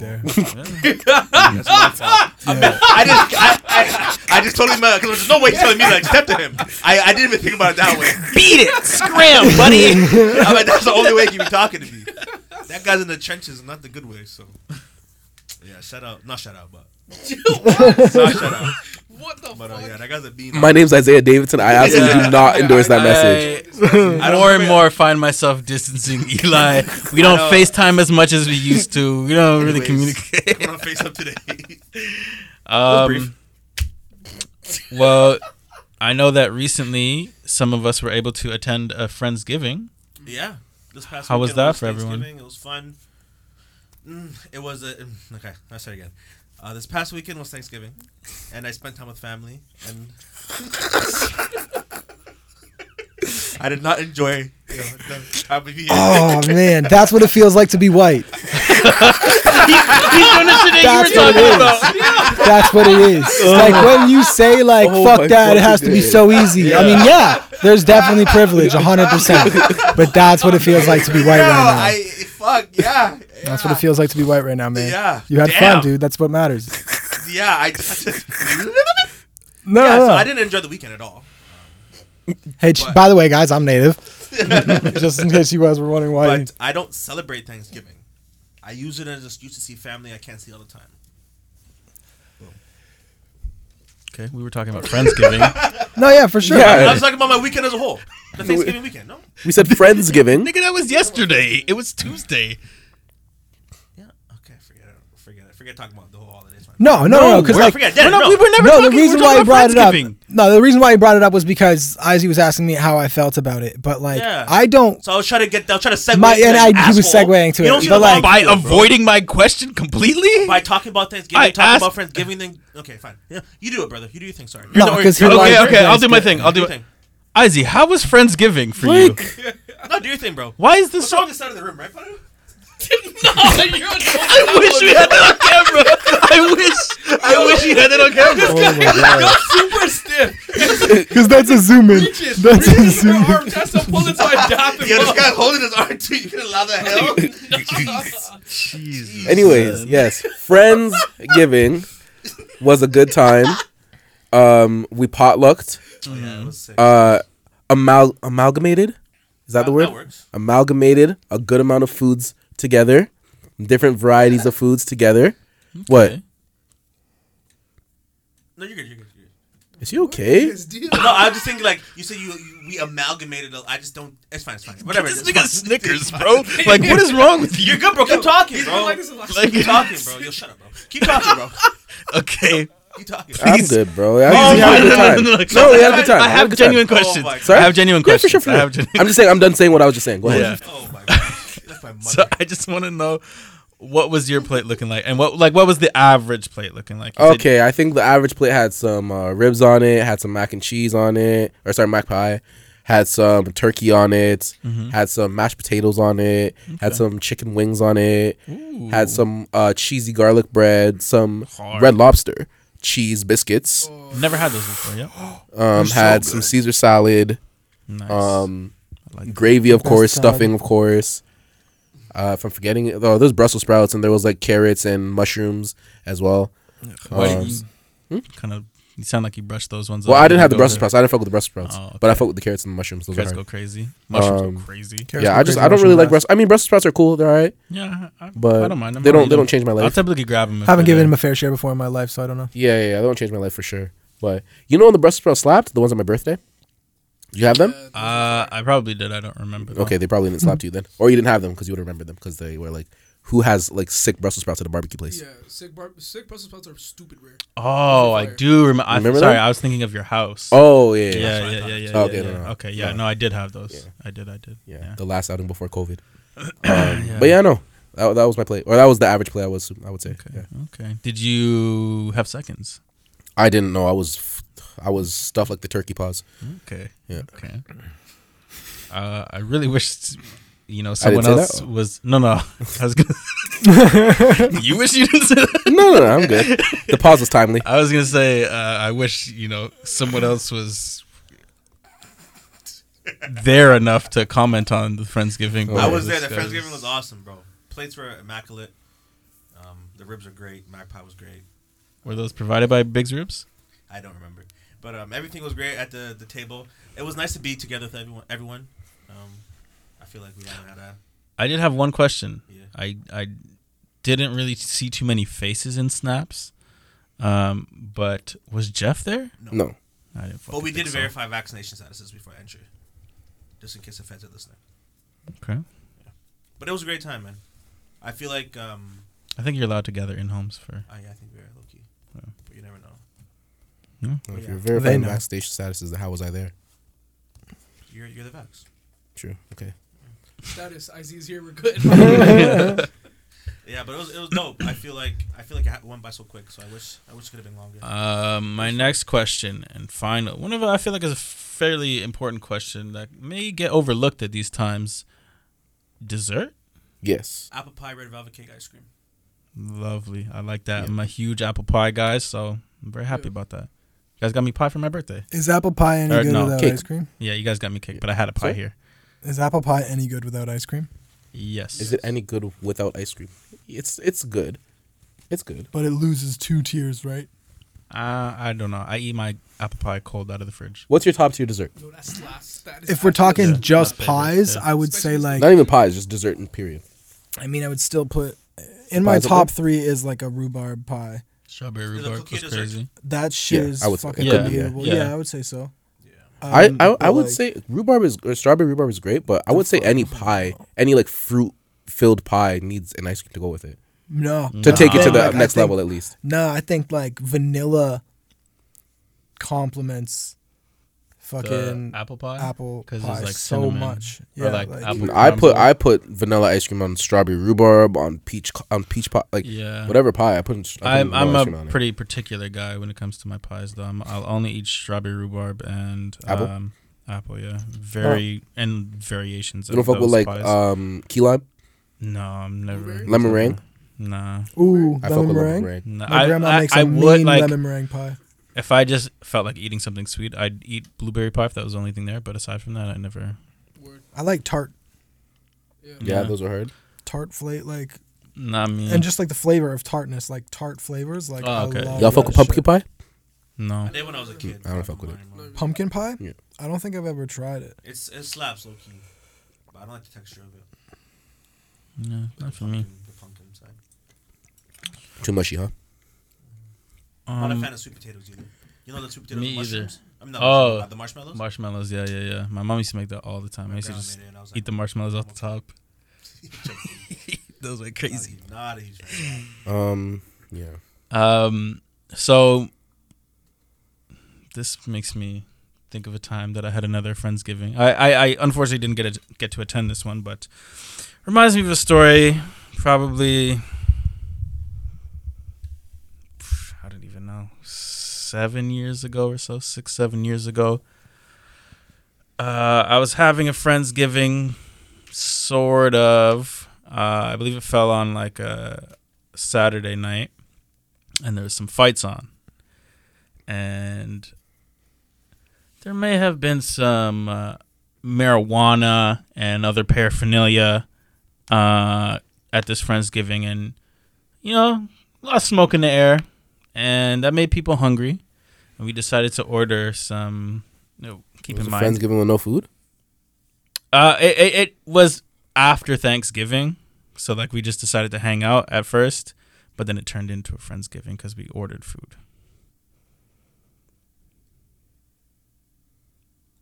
there. That's my fault. I, mean, I just I, I, I just told him because there's no way he's telling me like step to him. I, I didn't even think about it that way. Beat it. Scram, buddy. I'm like that's the only way he can be talking to me. That guy's in the trenches, not the good way. So yeah, shout out, not shout out, but not shout out. What the But uh, yeah, fuck? that guy's a bean. My name's Isaiah Davidson. I absolutely Yeah. do not endorse that message. I more and more find myself distancing Eli. We don't know. FaceTime as much as we used to. We don't really Anyways, communicate. We're on face up today. Um, well, I know that recently some of us were able to attend a Friendsgiving. Yeah. This past How was weekend that for everyone? Thanksgiving. It was fun. Mm, it was a mm, okay. I'll start again. Uh, this past weekend was Thanksgiving, and I spent time with family. And I did not enjoy you know, the time of year. Oh man, that's what it feels like to be white. He's doing the shit that That's what it is. That's what it is. It's like when you say like Uh-huh. Oh my fuck that, it has to fucking be God. so easy. I mean, yeah, there's definitely privilege, 100%. But that's what it feels like to be white Yeah, right now. I fuck yeah. That's what it feels like to be white right now, man. Yeah. You had Damn. fun, dude. That's what matters. feels. Yeah, I, I just No, yeah, no, so no. I didn't enjoy the weekend at all. Hey, ch- But- by the way, guys, I'm native. Just in case you guys were wondering why. But I don't celebrate Thanksgiving. I use it as an excuse to see family I can't see all the time. Okay, we were talking about Friendsgiving. no, yeah, for sure. Yeah. I was talking about my weekend as a whole. The Thanksgiving weekend, no? We said Friendsgiving. Nigga, that was yesterday. It was Tuesday. Yeah, okay. forget it. Forget it. Forget talking about the whole holidays. man. No, no, no, because we're- like forget that, no, no. we were never talking- the we're reason why talking he about brought it up. Friendsgiving. No, the reason why he brought it up was because Izzy was asking me how I felt about it, but like Yeah. I don't. So I was trying to get. I was trying to segue. My- into and that, I- you he was asshole. segueing to You it, don't see but the like- ball by here, bro. avoiding my question completely. by talking about Thanksgiving, I talking about asked- Friendsgiving. Then okay, fine. Yeah, you do it, brother. You do your thing. Sorry. No, You're the- 'cause you're he the- likes- okay, Like, okay, I'll that's do my good. thing. I'll do your it. thing. Izzy, how was Friendsgiving for you? No, do your thing, bro. Why is this What's wrong with the side of the room, right, brother? I wish we had that on camera. I wish. I wish you had that on camera. super stiff. Because that's a zoom in. Just That's reaching a your zoom in. arm. That's a pull into my dap and Yeah, this look. guy holding his arm too. You can allow that hell? Anyways, yes, Friendsgiving was a good time. Um, we potlucked. Mm. yeah, it was sick. Uh, amal- amalgamated. Is that That the word? works. Amalgamated a good amount of foods together, different varieties of foods together. What? no, you're good. You're good. You're good. Is he okay? It's deep. No, I was just thinking like you said you, you we amalgamated. a- I just don't. It's fine. It's fine. Whatever. This it's nigga fine. Snickers, bro. Like, what is wrong with you? You're good, bro. Keep talking, I bro. like this a lot. Keep talking, bro. Yo, shut up, bro. Keep talking, bro. Okay. Keep talking. I'm good, bro. I we had a good time. Oh, No, we had a good time. I We had a have good time. genuine Oh questions. my God. Sorry? I have genuine Yeah, for questions. sure, for I have sure. genuine I'm just saying. I'm done saying what I was just saying. Go Yeah. ahead. Oh my god. That's my mother. So I just want to know what was your plate looking like, and what like what was the average plate looking like? You said- Okay, I think the average plate had some uh, ribs on it, had some mac and cheese on it, or sorry, mac pie, had some turkey on it, Mm-hmm. had some mashed potatoes on it, had some chicken wings on it, had some uh, cheesy garlic bread, some Hard. red lobster cheese biscuits, Oh, never had those before. Yeah, um, had some Caesar salad, nice. um, like gravy, of Best course, salad. stuffing, of course. Uh, if I'm forgetting, it- oh, there's Brussels sprouts and there was like carrots and mushrooms as well. Why did um, you kind of? You sound like you brushed those ones. Well, up. I didn't have the Go Brussels there. sprouts. I didn't fuck with the Brussels sprouts, Oh, but I okay. fuck with the carrots and the mushrooms. Those Carrots are go hard. crazy. Mushrooms Um, go crazy. Yeah, I just I don't really like Brussels. I mean, Brussels sprouts are cool. They're all right, Yeah, I, but I don't mind. I'm they gonna don't eat they them. don't change my I'll life. typically grab them. if Haven't they're given there. him a fair share before in my life, so I don't know. yeah, yeah, yeah, they don't change my life for sure. But you know, when the Brussels sprouts slapped, the ones on my birthday, you have them. Uh, I probably did. I don't remember. though. Okay, they probably didn't slap you then, or you didn't have them because you would remember them because they were like, who has like sick Brussels sprouts at a barbecue place? Yeah, sick, bar- sick Brussels sprouts are stupid rare. Oh, I do remember. I, Remember sorry, that? I was thinking of your house. Oh yeah, yeah, yeah, yeah, yeah, yeah, yeah, yeah. Oh, Okay, yeah. no, no, no. okay, yeah. No, I did have those. I did. I did. yeah, yeah. the last outing before COVID. Um, But yeah, no, that, that was my play, or that was the average play I was I would say. Yeah. Okay. Did you have seconds? I didn't know I was f- I was stuffed like the turkey paws. Okay. Yeah. Okay. Uh, I really wish, you know, didn't someone say else that. was. No, no. I was gonna. you wish you didn't say that. No, no, no, I'm good. The pause was timely. I was gonna say uh, I wish you know someone else was there enough to comment on the Friendsgiving. I Okay. was there. The Oh, This Friendsgiving guy's- was awesome, bro. Plates were immaculate. Um, the ribs are great. Mac pie was great. Were those provided by Big's Ribs? I don't remember, but um, everything was great at the the table. It was nice to be together with everyone. Everyone. Um, I feel like we all had a. I did have one question. Yeah. I I didn't really see too many faces in snaps. Um, but was Jeff there? No. I didn't. But fucking we did think so. verify vaccination statuses before entry, just in case the feds are listening. Okay. But it was a great time, man. I feel like um, I think you're allowed to gather in homes for. I, I think we were lucky, but you never know. If Yeah. you're verifying They know. vaccination statuses, then how was I there? You're you're the vax. True. Okay. Status, IZ's here, we're good. Yeah, but it was it was dope. I feel like I feel like it ha- went by so quick. So I wish I wish it could have been longer. Um, my next question and final one of I feel like is a fairly important question that may get overlooked at these times. Dessert, Yes. Apple pie, red velvet cake, ice cream. lovely. I like that. I'm a huge apple pie guy, so I'm very happy about that. You guys got me pie for my birthday. Is apple pie any Or good no. without Cake. ice cream? Yeah, you guys got me cake, but I had a pie Sorry? here. Is apple pie any good without ice cream? Yes. Is it any good without ice cream? It's it's good. It's good. But it loses two tiers, right? Uh, I don't know. I eat my apple pie cold out of the fridge. What's your top tier dessert? no, that's slaps. That is If we're actually- talking just favorite, pies, yeah. I would say like Not even pies, just dessert and period. I mean I would still put in my Pies up top there? three is like a rhubarb pie. Strawberry Is it a rhubarb cookie was dessert? crazy. That shit Yeah, is I would say- fucking Yeah, unbelievable. yeah. Yeah. I would say so. I, Um, I I but, would like, say rhubarb is or strawberry rhubarb is great, but I would say any pie, any like fruit filled pie needs an ice cream to go with it. No. to take it to the Like, I next think- level at least. No, I think like vanilla complements fucking apple pie. apple 'cause pie there's, like, so cinnamon much. or, like, apple- I Um, put I put vanilla ice cream on strawberry rhubarb on peach on peach pie like Yeah. whatever pie I put. In, I put I'm vanilla I'm ice cream a on it. pretty particular guy when it comes to my pies, though. I'm, I'll only eat strawberry rhubarb and Apple? Um, apple, yeah. Very and variations. You don't of fuck with those like pies. um key lime, no, I'm never lemon meringue. Nah, Ooh, I lemon fuck with lemon meringue. meringue. nah. My I, grandma I, makes a I would mean like lemon meringue pie. if I just felt like eating something sweet, I'd eat blueberry pie if that was the only thing there. But aside from that, I never. Word. I like tart Yeah, Yeah. those are hard. tart flake like Nah, I mean, and just like the flavor of tartness, like tart flavors. Like Mm. Oh, I okay. love Y'all fuck that with pumpkin shit. pie? no. I did when I was a kid. I don't fuck with it. Pumpkin pie? Yeah. I don't think I've ever tried it. It's it slaps low key, but I don't like the texture of it. Yeah, not for me. The pumpkin side. Too mushy, huh? I'm not a Um, fan of sweet potatoes either. You know the sweet potatoes me with either. mushrooms. I mean, not Oh. mushrooms, uh, the marshmallows. marshmallows, yeah, yeah, yeah. My mom used to make that all the time. I used to grandma just made it and I was like, eat the marshmallows off the top. Those were crazy. Not a- Not a huge fan. Um, yeah. Um, so this makes me think of a time that I had another friendsgiving. I, I, I unfortunately didn't get a, get to attend this one, but reminds me of a story. Probably, I don't even know, seven years ago or so, six seven years ago. Uh, I was having a friendsgiving, sort of. Uh, I believe it fell on like a Saturday night and there was some fights on. And there may have been some uh, marijuana and other paraphernalia uh, at this Friendsgiving, and you know, a lot of smoke in the air, and that made people hungry. And we decided to order some. No, keep Was in the mind, friends giving with no food? uh, it, it, it was after Thanksgiving, so like we just decided to hang out at first, but then it turned into a friendsgiving because we ordered food.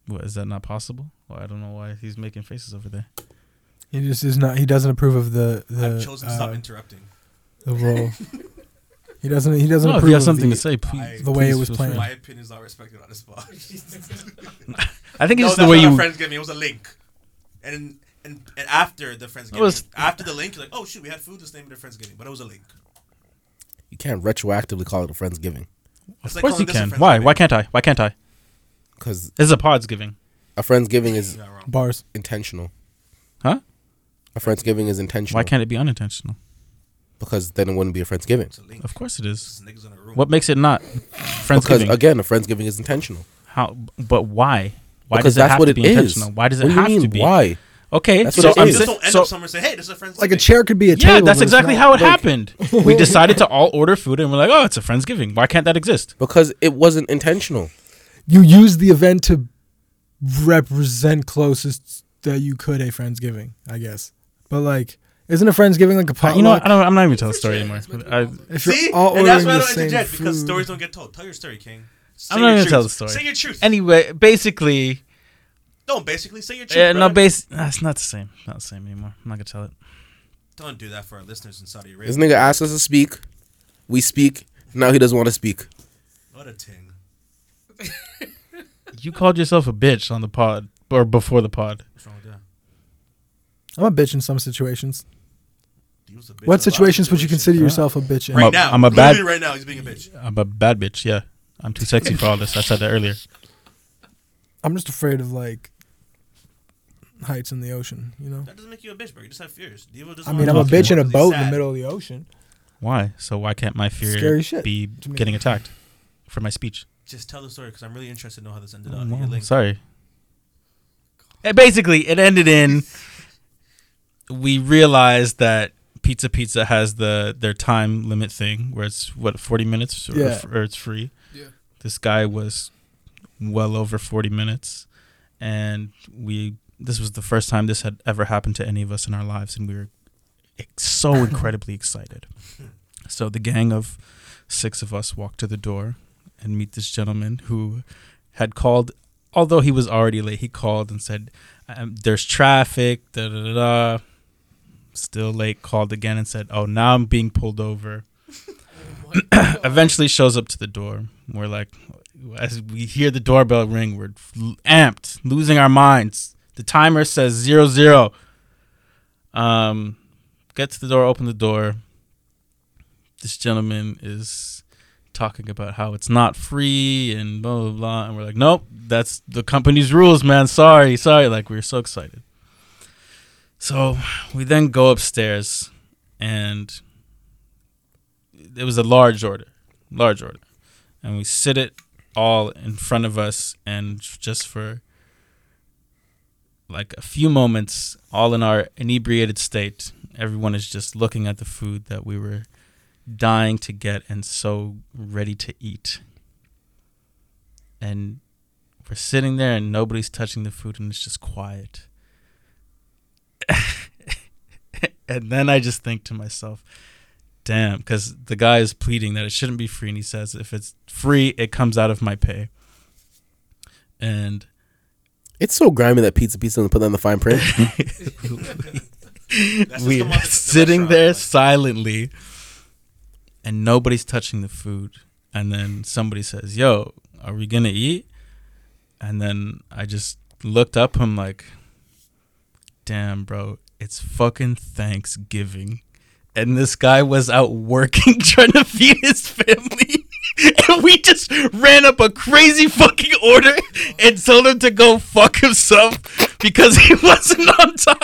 What is that not possible? Well, I don't know why he's making faces over there. He just is not. He doesn't approve of the the, I've chosen to stop uh, interrupting. the role. he doesn't. He doesn't No, if approve. you have of something the- to say, please. the way it please was feel planned. free. My opinion is not respected on this spot. I think no, it's just that's the way not you. a friends giving. It was a link, and and, and after the friends It was- giving, after the link, you're like, oh shoot, we had food. Let's name it a friends giving, but it was a link. You can't retroactively call it a friends giving Of It's like course calling you this a can. friends Why? giving. Why can't I? Why can't I? because This is a pods giving. a friends giving is You're not wrong. Bars. intentional. Huh? A friends giving is intentional. Why can't it be unintentional? Because then it wouldn't be a friends giving. It's a link. Of course it is. It's niggas in a room. What makes it not Because friendsgiving? again, a friends giving is intentional. How? But why? Why because does it that's have what to it be is. intentional? Why does it What do you have mean, to be? Why? Okay, That's so what it I'm is. Just si- don't end so up somewhere and say, hey, this is a friends Like a giving. chair could be a table. yeah, that's but it's exactly not, how it like- happened. We decided to all order food, and we're like, oh, it's a friendsgiving. Why can't that exist? Because it wasn't intentional. You used the event to represent closest that you could a friendsgiving, I guess. But like, isn't a friendsgiving like a potluck? Uh, you know, what? I don't. I'm not even telling the story anymore. It's meant to be I, public. if you're See, all and ordering that's why I the don't same interject because food- stories don't get told. Tell your story, King. Say I'm your not gonna truth. tell the story. Say your truth. anyway, basically, don't basically say your truth. yeah, no, brother. base. That's not the same. Not the same anymore. I'm not gonna tell it. don't do that for our listeners in Saudi Arabia. This nigga asked us to speak. We speak. Now he doesn't want to speak. What a ting. You called yourself a bitch on the pod or before the pod. What's wrong with that? I'm a bitch in some situations. He was a bitch in a lot What of situations would you consider situations. yourself a bitch in? Right. I'm Right a- now, I'm a bad- literally Right now, he's being a bitch. I'm a bad bitch. Yeah, I'm too sexy for all this. I said that earlier. I'm just afraid of like heights in the ocean. You know. That doesn't make you a bitch, bro. You just have fears. Diva doesn't I mean, I'm I'm a not bitch in a He's boat in sad. the middle of the ocean. Why? So why can't my fear Scary shit be to me. getting attacked for my speech? Just tell the story because I'm really interested to know how this ended Oh, up. wow. Your link. Sorry. Uh, basically, it ended in we realized that Pizza Pizza has the their time limit thing where it's what forty minutes or, Yeah. or it's free. Yeah. This guy was well over forty minutes, and we this was the first time this had ever happened to any of us in our lives, and we were ex- so incredibly excited. So the gang of six of us walked to the door and meet this gentleman who had called, although he was already late. He called and said, um, "There's traffic." Da da da. da. still late, called again and said, Oh, now I'm being pulled over. Eventually shows up to the door. We're like, as we hear the doorbell ring, we're l- amped, losing our minds. The timer says zero zero. Um, get to the door, open the door. This gentleman is talking about how it's not free and blah blah blah, and we're like, nope, that's the company's rules, man. Sorry, sorry. Like we were so excited. So we then go upstairs, and it was a large order, large order, and we sit it all in front of us, and just for like a few moments, all in our inebriated state, everyone is just looking at the food that we were dying to get and so ready to eat. And we're sitting there and nobody's touching the food and it's just quiet. and then I just think to myself, damn, because the guy is pleading that it shouldn't be free. And he says, if it's free, it comes out of my pay. And It's so grimy that Pizza Pizza doesn't put that in the fine print. That's just we the one at are the sitting restaurant, there like- silently and nobody's touching the food and then somebody says yo are we gonna eat and then i just looked up i'm like damn bro it's fucking thanksgiving and this guy was out working trying to feed his family and we just ran up a crazy fucking order and told him to go fuck himself because he wasn't on time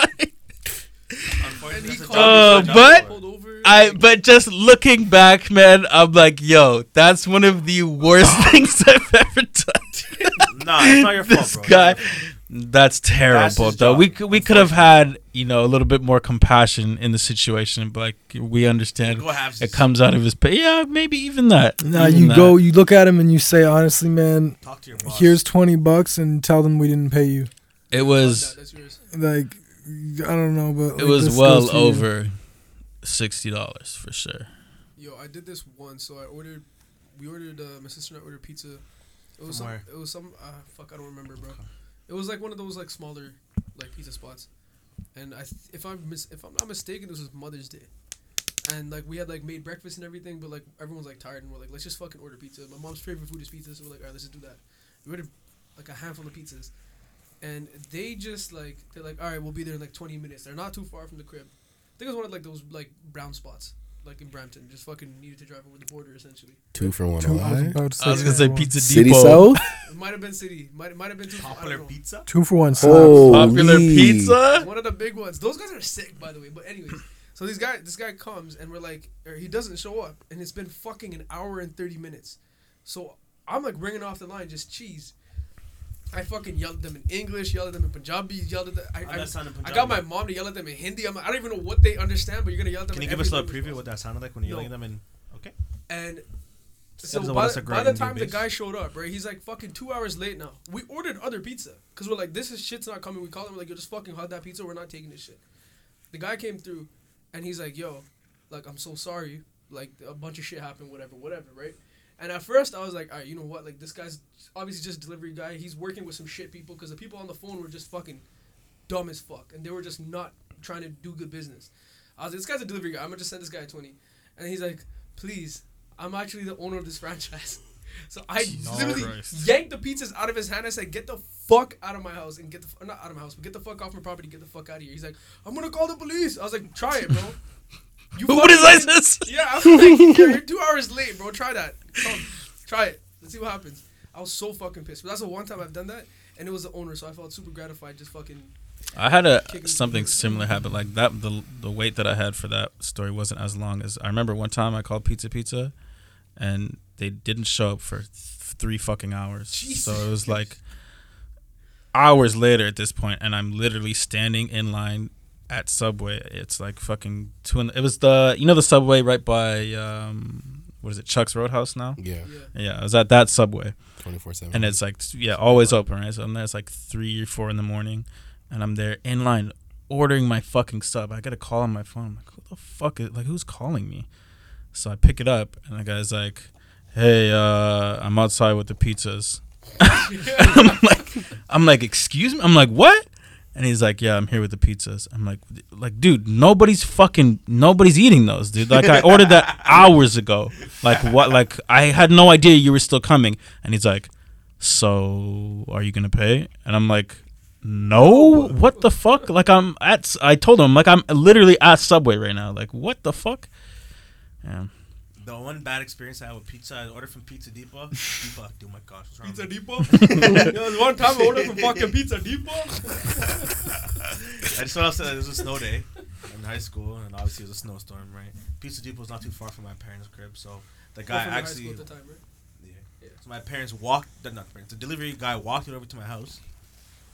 Unfortunately, he that's a called job- Uh, that's a job but- for it. Pulled over. I but just looking back, man, I'm like, yo, that's one of the worst things I've ever done. Nah, it's not your fault, this bro. guy, that's terrible. his though job, we c- we could have had you know a little bit more compassion in the situation, but like we understand Go have it comes out of his pay. Yeah, maybe even that. No, even you that. go. You look at him and you say, honestly, man, Talk to your boss. here's twenty bucks, and tell them we didn't pay you. It That- was that's yours. Like, I don't know, but it like, was this goes well to you. over sixty dollars for sure. Yo, I did this once. So I ordered, we ordered. Uh, my sister and I ordered pizza. It was From some. where? It was some. Uh, fuck, I don't remember, bro. It was like one of those like smaller, like pizza spots. And I, th- if I'm mis- if I'm not mistaken, this was Mother's Day. And like we had like made breakfast and everything, but like everyone's like tired, and we're like, let's just fucking order pizza. My mom's favorite food is pizza, so we're like, alright, let's just do that. We ordered like a handful of pizzas, and they just like they're like, alright, we'll be there in like 20 minutes. They're not too far from the crib. I think it was one of like those like brown spots like in Brampton, just fucking needed to drive over the border essentially. Two for one. Two, I was, alright? about to I was gonna say one. Pizza City Depot. South. It might have been city, might might have been too far, I Popular don't know. pizza? Two for one. Oh, Popular pizza. One of the big ones. Those guys are sick, by the way. But anyways, so these guy, this guy comes and we're like, or he doesn't show up, and it's been fucking an hour and thirty minutes. So I'm like ringing off the line, just cheese. I fucking yelled at them in English, yelled at them in Punjabi, yelled at them. I, How'd I, that sound Oh, in I got my Punjabi? mom to yell at them in Hindi. I'm like, I don't even know what they understand, but you're gonna yell at them. Can you in give every us a little language preview possible. what that sounded like when you No. yelling them in? Okay. And so Depends on by, what's a the- great by the Indian time the base. guy showed up, right, he's like fucking two hours late now. We ordered other pizza because we're like, this is shit's not coming. We called him we're like, yo, just fucking hug that pizza. We're not taking this shit. The guy came through, and he's like, yo, like I'm so sorry. Like a bunch of shit happened, whatever, whatever, right? And at first I was like, all right, you know what? Like this guy's obviously just delivery guy. He's working with some shit people because the people on the phone were just fucking dumb as fuck, and they were just not trying to do good business. I was like, this guy's a delivery guy. I'm gonna just send this guy a twenty, and he's like, please, I'm actually the owner of this franchise. So I literally Christ. yanked the pizzas out of his hand. I said, "Get the fuck out of my house and get the f- not out of my house, but get the fuck off my property. Get the fuck out of here." He's like, "I'm gonna call the police." I was like, "Try it, bro." You What is fucking- this? Yeah, I was like, "You're- you're two hours late, bro. Try that. Come, try it. Let's see what happens." I was so fucking pissed, but that's the one time I've done that, and it was the owner, so I felt super gratified. Just fucking I had a Kicking- something similar happen like that. The the wait that I had for that story wasn't as long as I remember. One time I called Pizza Pizza, and they didn't show up for th- three fucking hours. So it was like hours later at this point, and I'm literally standing in line at Subway. It's like fucking two. In, it was the you know the Subway right by um what is it Chuck's Roadhouse now? Yeah, yeah. Yeah, I was at that Subway twenty four seven. and it's like yeah always open right so i'm there it's like three or four in the morning and i'm there in line ordering my fucking sub i get a call on my phone i'm like who the fuck is like who's calling me so i pick it up and the guy's like hey uh i'm outside with the pizzas i'm like i'm like excuse me i'm like what And he's like, "Yeah, I'm here with the pizzas." I'm like, "Like, dude, nobody's fucking nobody's eating those, dude. Like, I ordered that hours ago. Like, what? Like, I had no idea you were still coming." And he's like, "So, are you gonna pay?" And I'm like, "No. What the fuck? Like, I'm at. s- I told him like I'm literally at Subway right now. Like, what the fuck?" Yeah. The one bad experience I had with pizza, I ordered from Pizza Depot. Depot, dude, my gosh, what's wrong Pizza with me? Depot. there was one time I ordered from fucking Pizza Depot. I just thought I said it was a snow day in high school, and obviously it was a snowstorm, right? Pizza Depot was not too far from my parents' crib, so the guy From high actually, school at the time, right? so my parents walked, they're not parents, the delivery guy walked it over to my house.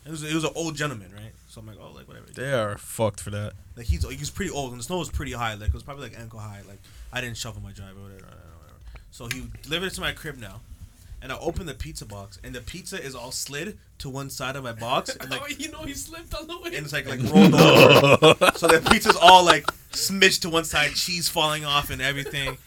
It was, it was an old gentleman, right? So I'm like, oh, like whatever. They are fucked for that. Like he's he was pretty old, and the snow was pretty high. Like it was probably like ankle high. Like I didn't shovel my drive or whatever. whatever, whatever. So he delivered it to my crib now, and I opened the pizza box, and the pizza is all slid to one side of my box, and like oh, you know he slipped on the way. and it's like like rolled over. so the pizza's all like smidged to one side, cheese falling off and everything.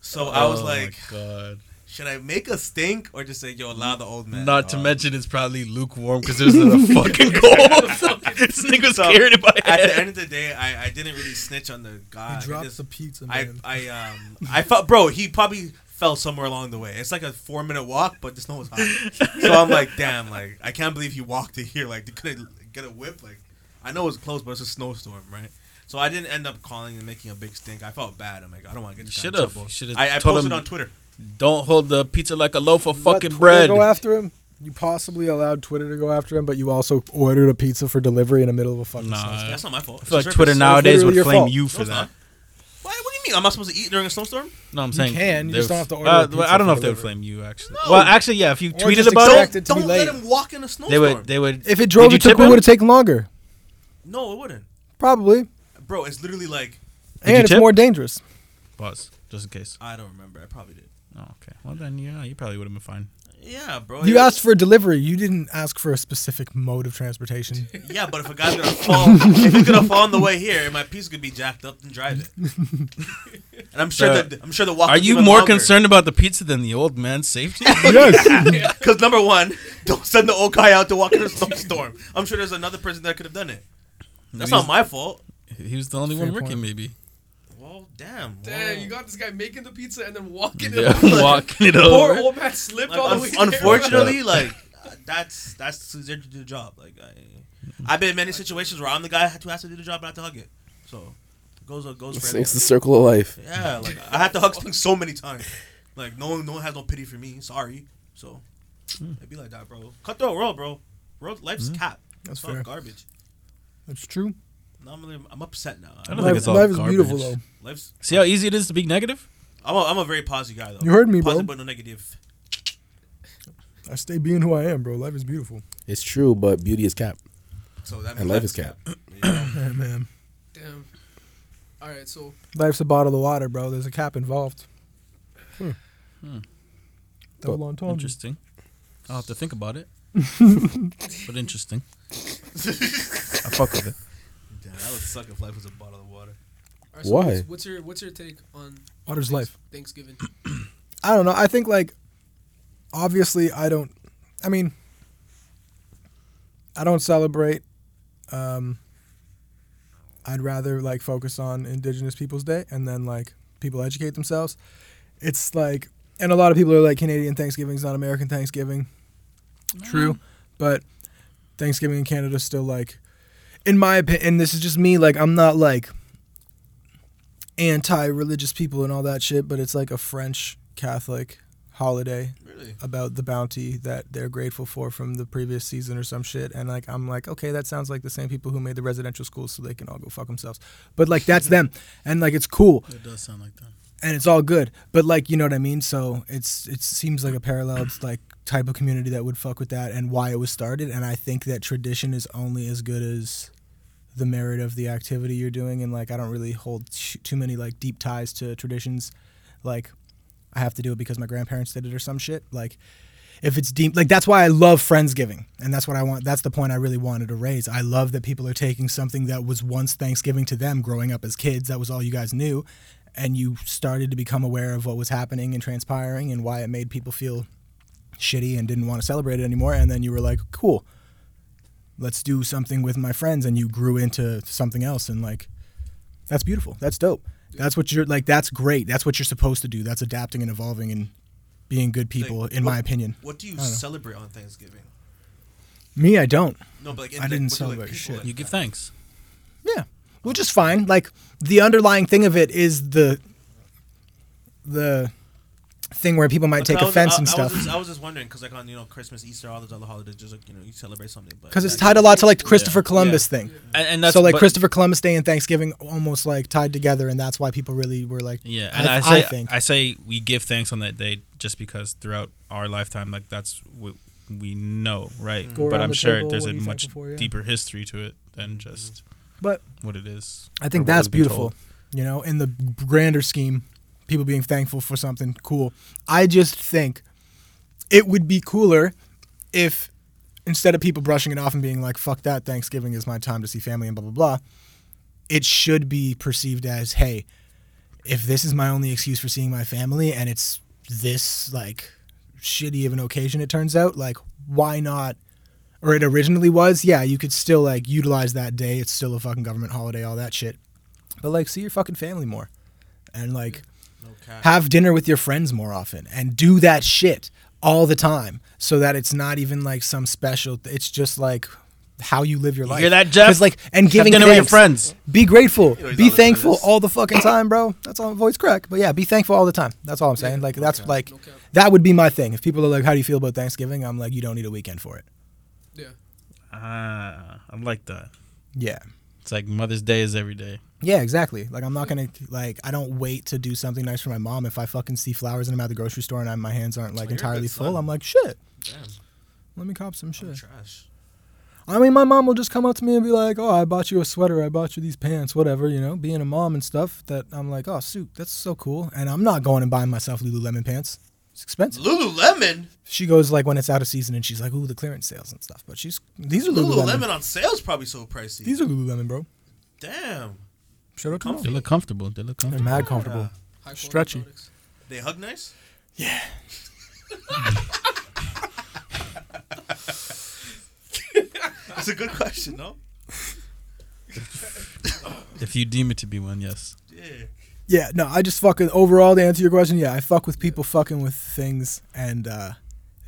So I was Oh my like, God. should I make a stink or just say, yo, allow the old man? Not to Oh. mention it's probably lukewarm because it was in the fucking cold. this nigga's So, scared in my At the head. end of the day, I, I didn't really snitch on the guy. You I dropped just- the pizza, I man. I um I felt bro, he probably fell somewhere along the way. It's like a four minute walk, but the snow was hot. so I'm like, damn, like I can't believe he walked to here. Like could not get a whip? Like I know it was close, but it's a snowstorm, right? So I didn't end up calling and making a big stink. I felt bad. I'm like, I don't want to get this guy in should've. trouble. You should've I, I told posted him- on Twitter. Don't hold the pizza like a loaf of Let fucking Twitter bread. Go after him. You possibly allowed Twitter to go after him, but you also ordered a pizza for delivery in the middle of a fucking snowstorm. Nah, That's not my fault. uh, I feel It's a like Twitter circus. nowadays would literally your flame fault. you for it's that. not. Why? What do you mean? Am I supposed to eat during a snowstorm? No, I'm saying can, you they just would- don't have to order Uh, a well, pizza I don't know for if they would delivery. flame you actually. No. Well, actually, yeah. If you Or just tweeted about expect it, it to be Don't let late. him walk in a snowstorm. they would. They would. If it Did drove, you it took, tip it him? would have taken longer, no, it wouldn't. probably, Bro, it's literally like you and it's tip? more dangerous. Pause, just in case. I don't remember. I probably did. Oh, okay. Well, then yeah, you probably would have been fine. Yeah, Oh, bro. You it- asked for delivery. You didn't ask for a specific mode of transportation. Yeah, but if a guy's gonna fall, if he's gonna fall on the way here, my piece could be jacked up and drive it. And I'm sure Uh, that I'm sure the walk. Are was you even more longer. concerned about the pizza than the old man's safety? yes. Because number one, don't send the old guy out to walk in a snowstorm. I'm sure there's another person that could have done it. That's not my fault. he was the only Fair one working, point. maybe. Well, damn. Damn, well. you got this guy making the pizza and then walking Yeah, it. over. walking it Poor over. old man slipped Like, all the un- way. there. unfortunately, like uh, that's that's their their job. Like I, I've been in many situations where I'm the guy who has to do the job, and I have to hug it. So it goes it goes for It's, everyone. it's the circle of life. Yeah, like I had to hug Sting so many times. Like no one, no one has no pity for me. Sorry. So it'd be like that, bro. Cutthroat world, bro. World life's cap. That's It's all fair. garbage. That's true. No, I'm, really- I'm upset now. I don't think Life, it's all life is garbage. beautiful though. Life's. See how easy it is to be negative. I'm a, I'm a very positive guy though. You heard me, bro. positive, but no negative. I stay being who I am, bro. Life is beautiful. It's true, but beauty is cap. So that And life is cap. Yeah. Yeah, man. Damn. All right, so Life's a bottle of water, bro. There's a cap involved. Hmm. Double entendre. Hmm. Interesting. I'll have to think about it. but interesting. I fuck with it. Damn, that would suck if life was a bottle of water. all right, so Why? What's, what's your what's your take on Water's thanks- life. Thanksgiving. I don't know. I think like obviously I don't I mean I don't celebrate um I'd rather like focus on Indigenous Peoples Day and then like people educate themselves. It's like and a lot of people are like Canadian Thanksgiving's not American Thanksgiving. True, but Thanksgiving in Canada is still like in my opinion and this is just me like I'm not like anti-religious people and all that shit, but it's like a French Catholic holiday Really? about the bounty that they're grateful for from the previous season or some shit. And like, I'm like, okay, that sounds like the same people who made the residential schools so they can all go fuck themselves. But like, that's them, and like, it's cool It does sound like that. and it's all good. But like, you know what I mean? So it's it seems like a paralleled like type of community that would fuck with that and why it was started. And I think that tradition is only as good as the merit of the activity you're doing. And like, I don't really hold sh- too many like deep ties to traditions. Like, I have to do it because my grandparents did it or some shit. Like. If it's deep, like that's why I love Friendsgiving, and that's what I want. That's the point I really wanted to raise. I love that people are taking something that was once Thanksgiving to them growing up as kids. That was all you guys knew, and you started to become aware of what was happening and transpiring and why it made people feel shitty and didn't want to celebrate it anymore and then you were like cool let's do something with my friends and you grew into something else and like that's beautiful. That's dope. That's what you're like that's great. That's what you're supposed to do. That's adapting and evolving and being good people Like, in what- my opinion. What do you I don't know. celebrate on Thanksgiving? Me, I don't. No, but like, I what didn't do, like, celebrate people shit. like You give thanks. Yeah, which is fine. Like the underlying thing of it is the the thing where people might But take I was- offense I- and I stuff Was just, I was just wondering because like on you know Christmas, Easter, all those other holidays, just like you know you celebrate something, but because it's like, tied a lot to like the Christopher Columbus thing. And, and that's so like but- Christopher Columbus Day and Thanksgiving almost like tied together, and that's why people really were like, Yeah, I, and I, I say I, think say we give thanks on that day just because throughout our lifetime, like that's what we know, right? Go But around I'm the sure table, there's what a are you much thankful for, yeah. deeper history to it than just But- what it is. I or think what that's we've been beautiful. told. You know, in the grander scheme, people being thankful for something cool. I just think it would be cooler if instead of people brushing it off and being like, fuck that, Thanksgiving is my time to see family and blah, blah, blah, it should be perceived as, hey, if this is my only excuse for seeing my family and it's this like shitty of an occasion, it turns out, like, why not? Or it originally was, yeah, you could still like utilize that day. It's still a fucking government holiday, all that shit. But like, see your fucking family more and like no cap. have dinner with your friends more often and do that shit all the time so that it's not even like some special it's just like how you live your life. hear that, Jeff? 'Cause, like and Have giving dinner with your thanks. friends. Be grateful. he's Be not listening to thankful this. all the fucking time, bro. That's all voice crack. But yeah, be thankful all the time. That's all I'm saying. Like that's like Okay. that would be my thing. If people are like, How do you feel about Thanksgiving? I'm like, you don't need a weekend for it. Yeah. Ah, I like that. Yeah. It's like Mother's Day is every day. Yeah, exactly. Like I'm not gonna like I don't wait to do something nice for my mom if I fucking see flowers and I'm at the grocery store and I, my hands aren't like you're a entirely good full. son. I'm like shit. Damn, Let me cop some shit. trash. I mean, my mom will just come up to me and be like, "Oh, I bought you a sweater. I bought you these pants. Whatever, you know." Being a mom and stuff, that I'm like, "Oh, suit. That's so cool." And I'm not going and buying myself Lululemon pants. It's expensive. Lululemon, She goes like when it's out of season and she's like, "Ooh, the clearance sales and stuff." But she's these are Lululemon. Lululemon on sale is probably so pricey. These are Lululemon, bro. damn. Shout out to They mom. look comfortable. They look They're comfortable. mad comfortable. High quality Stretchy. products. They hug nice. Yeah. That's a good question, no? If you deem it to be one, yes. Yeah. Yeah, no, I just fucking overall to answer your question, yeah, I fuck with people fucking with things and uh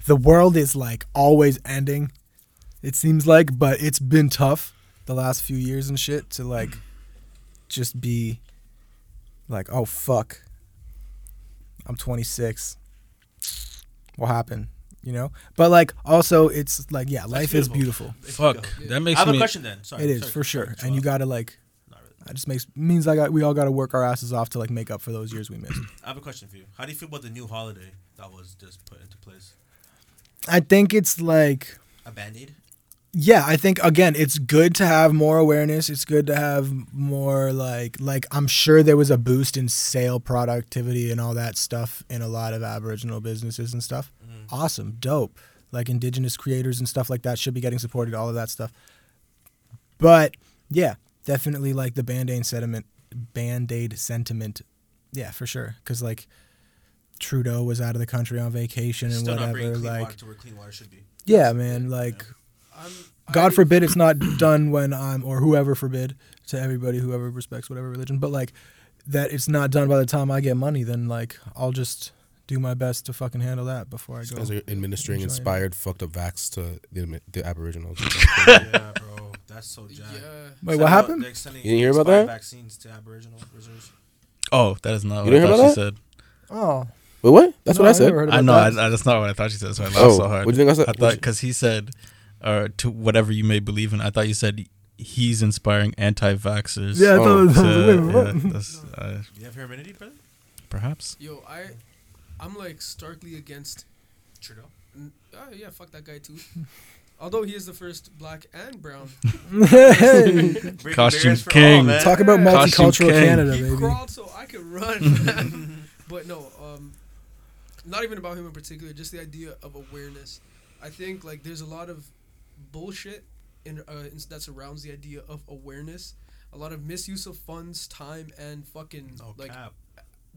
the world is like always ending. It seems like, but it's been tough the last few years and shit to like just be like, "Oh fuck. I'm 26. What happened?" You know? But like also it's like, yeah, life is beautiful. Fuck. That I makes have me. a question then. Sorry. It is sorry, sorry, for sure. sorry, And you sorry. got to like Not really. it just makes means I got we all got to work our asses off to like make up for those years we missed. I have a question for you. How do you feel about the new holiday that was just put into place? I think it's like A band aid? yeah, I think again it's good to have more awareness. It's good to have more like like I'm sure there was a boost in sale productivity and all that stuff in a lot of aboriginal businesses and stuff. Mm-hmm. Awesome, dope. Like indigenous creators and stuff like that should be getting supported all of that stuff. But yeah, definitely like the band-aid sentiment band-aid sentiment. Yeah, for sure cuz like Trudeau was out of the country on vacation and Still not whatever bringing clean like water to where clean water should be. yeah, man. Like, I'm, God I- forbid it's not done when I'm, or whoever forbid to everybody, whoever respects whatever religion, but like that it's not done by the time I get money, then like I'll just do my best to fucking handle that before I These go. guys are administering Enjoy it. inspired fucked up vax to the, the aboriginals. yeah, bro. That's so Yeah. jacked. Wait, what happened? You You didn't hear about that? Vaccines to Aboriginal reserves. Oh, that is not You what I didn't thought hear she about said. Oh, Wait, what? That's no, what I I've said. never heard I about know. I, that. I, that's not what I thought she said. So I laughed Oh, so hard. what'd you think I said? thought What'd you- because he said, uh, or to whatever you may believe in. I thought you said he's inspiring anti-vaxxers. yeah, I thought Oh, it was, to- wait, what? yeah, that's, uh, You have humidity, brother? perhaps. Yo, I, I'm like starkly against. Trudeau. n- ah, yeah, fuck that guy too. Although he is the first black and brown, Hey, Breaking Costume barriers for king. man. talk about Costume multicultural king. Canada, he baby. crawled so I could run. but no, um, not even about him in particular. Just the idea of awareness. I think like there's a lot of bullshit in, uh, in that surrounds the idea of awareness. A lot of misuse of funds, time, and fucking No like Oh, cap.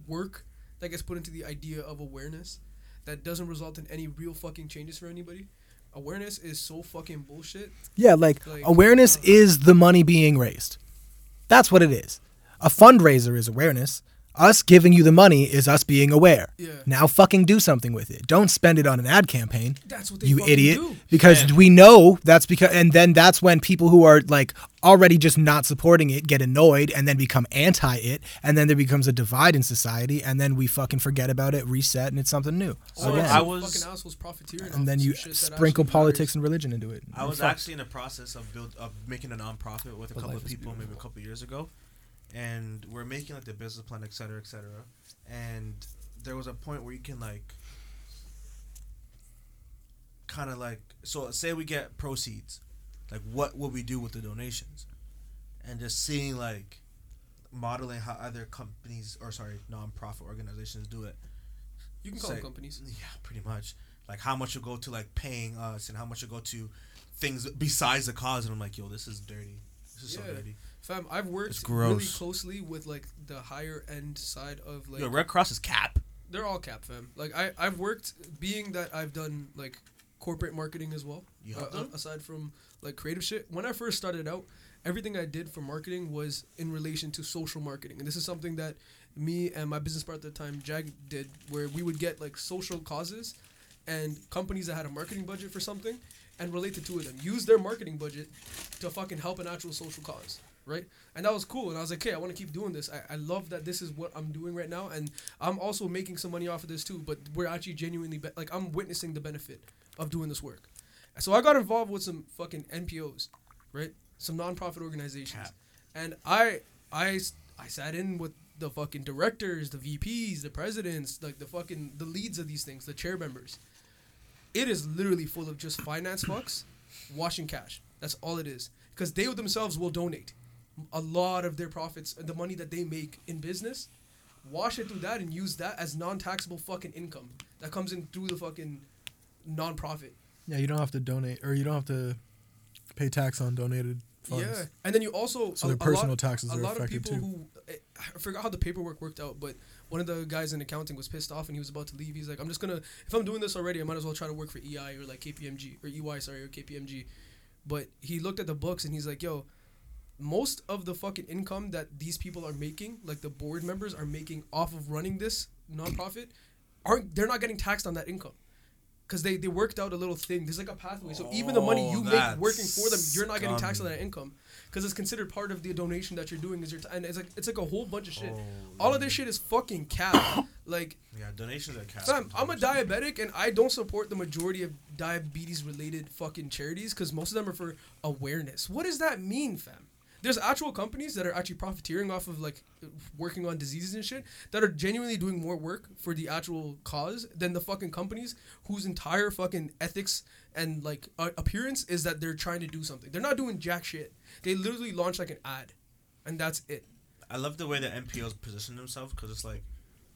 work that gets put into the idea of awareness that doesn't result in any real fucking changes for anybody. awareness is so fucking bullshit. Yeah, like, Like, awareness uh, is the money being raised. That's what it is. A fundraiser is awareness. Us giving you the money is us being aware. Yeah. Now fucking do something with it. Don't spend it on an ad campaign. That's what they you fucking idiot. do. Because we know that's because, and then that's when people who are like already just not supporting it get annoyed and then become anti it, and then there becomes a divide in society, and then we fucking forget about it, reset, and it's something new. So Again. I I was- was fucking assholes profiteering. off and then some you shit that sprinkle actually politics matters. and religion into it. I You're was fucked. actually in the process of build of making a nonprofit with a couple life of is people maybe a couple of years ago, and we're making like the business plan, et cetera, et cetera. And there was a point where you can like, kind of like, so say we get proceeds, like what would we do with the donations, and just seeing like, modeling how other companies or sorry nonprofit organizations do it. You can call them Say- companies. Yeah, pretty much. Like how much will go to like paying us and how much will go to things besides the cause. And I'm like, yo, this is dirty. This is so Yeah. dirty. Fam, I've worked It's really gross. closely with like the higher end side of like yo, Red Cross is cap. they're all cap fam. Like I I've worked being that I've done like corporate marketing as well. You uh, have done? a- aside from like creative shit. When I first started out, everything I did for marketing was in relation to social marketing, and this is something that me and my business partner at the time, Jag, did, where we would get like social causes and companies that had a marketing budget for something and relate the two of them. Use their marketing budget to fucking help an actual social cause, right? And that was cool. And I was like, hey, I want to keep doing this. I, I love that this is what I'm doing right now. And I'm also making some money off of this too, but we're actually genuinely, be- like, I'm witnessing the benefit of doing this work. So I got involved with some fucking NPOs, right? Some nonprofit organizations. And I, I, s- I sat in with the fucking directors, the VPs, the presidents, like the fucking, the leads of these things, the chair members it is literally full of just finance fucks washing cash. That's all it is. Because they themselves will donate a lot of their profits, the money that they make in business, wash it through that and use that as non taxable fucking income that comes in through the fucking nonprofit. Yeah, you don't have to donate, or you don't have to pay tax on donated funds. Yeah, and then you also So their personal taxes a are lot of affected people too. who I I forgot how the paperwork worked out, but one of the guys in accounting was pissed off and he was about to leave. He's like, "I'm just gonna if I'm doing this already, I might as well try to work for EI or like KPMG or EY, sorry, or KPMG." But he looked at the books and he's like, "Yo, most of the fucking income that these people are making, like the board members are making off of running this nonprofit, aren't they're not getting taxed on that income." Because they, they worked out a little thing. There's like a pathway. So even the money Oh, you make that's working for them, you're not getting taxed on scummy. that income because it's considered part of the donation that you're doing is your time. And it's like it's like a whole bunch of shit. All of this shit is fucking cap. like, Yeah, donations are cap. fam, I'm a sometimes. diabetic and I don't support the majority of diabetes related fucking charities because most of them are for awareness. What does that mean, fam? There's actual companies that are actually profiteering off of like working on diseases and shit that are genuinely doing more work for the actual cause than the fucking companies whose entire fucking ethics and like uh, appearance is that they're trying to do something. They're not doing jack shit. They literally launch like an ad, and that's it. I love the way the NPOs position themselves because it's like,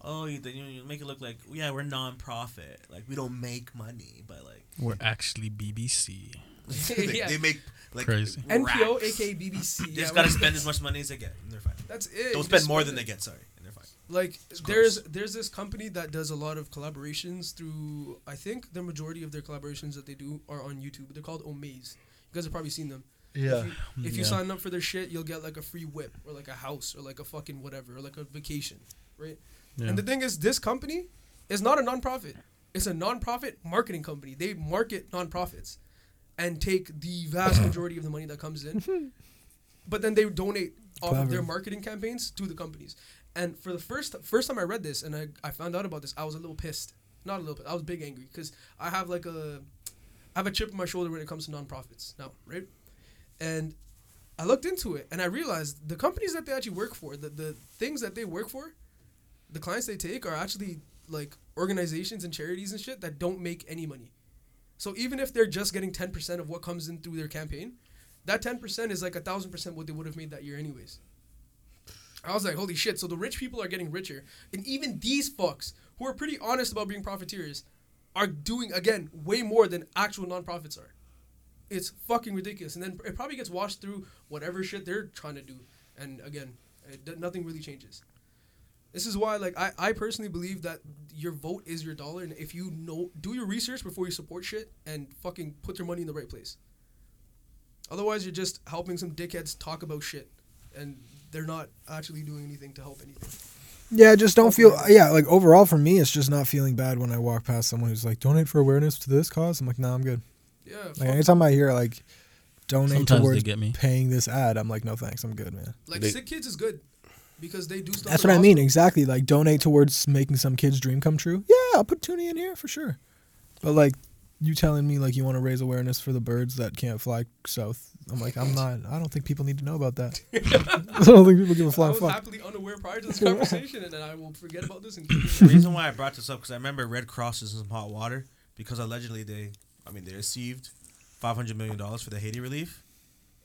oh, you, you, you make it look like, yeah, we're non-profit. Like, we don't make money, but like, We're actually BBC. they, yeah. they make like Crazy. NPO, racks. aka BBC. They E, yeah, just gotta what- spend as much money as they get, and they're fine. That's it. Don't You spend just more than it. they get, sorry, and they're fine. Like gross. there's there's this company that does a lot of collaborations through I think the majority of their collaborations that they do are on YouTube. They're called Omaze. You guys have probably seen them. If you, if you Yeah. sign up for their shit, you'll get like a free whip or like a house or like a fucking whatever or like a vacation, right? Yeah. And the thing is, this company is not a nonprofit. It's a nonprofit marketing company. They market nonprofits and take the vast majority of the money that comes in, but then they donate off of their Clever. marketing campaigns to the companies. And for the first first time I read this and I, I found out about this, I was a little pissed. Not a little bit. I was big angry because I have like a I have a chip on my shoulder when it comes to nonprofits now, right? And I looked into it and I realized the companies that they actually work for, the, the things that they work for, the clients they take are actually like organizations and charities and shit that don't make any money. So even if they're just getting 10% of what comes in through their campaign, that 10% is like a thousand percent what they would have made that year, anyways. I was like, holy shit. So the rich people are getting richer. And even these fucks, who are pretty honest about being profiteers, are doing, again, way more than actual nonprofits are. It's fucking ridiculous. And then it probably gets washed through whatever shit they're trying to do. And again, it, nothing really changes. This is why, like, I, I personally believe that your vote is your dollar, and if you know, do your research before you support shit, and fucking put your money in the right place. Otherwise, you're just helping some dickheads talk about shit, and they're not actually doing anything to help anything. Yeah, I just don't feel. Yeah, like overall for me, it's just not feeling bad when I walk past someone who's like, donate for awareness to this cause. I'm like, nah, I'm good. Yeah, Like fuck. anytime I hear like, donate Sometimes they towards get me. paying this ad, I'm like, no thanks, I'm good, man. like They- sick kids is good because they do stuff. That's in what the I mean, hospital. exactly. Like donate towards making some kid's dream come true. Yeah, I'll put Toonie in here for sure. But like, you telling me like you want to raise awareness for the birds that can't fly south. I'm like, I'm not. I don't think people need to know about that. I don't think people give a I flying was fuck. happily unaware prior to this conversation, and then I will forget about this. And The Mm-hmm. reason why I brought this up because I remember Red Cross is in some hot water because allegedly they, I mean, they received five hundred million dollars for the Haiti relief.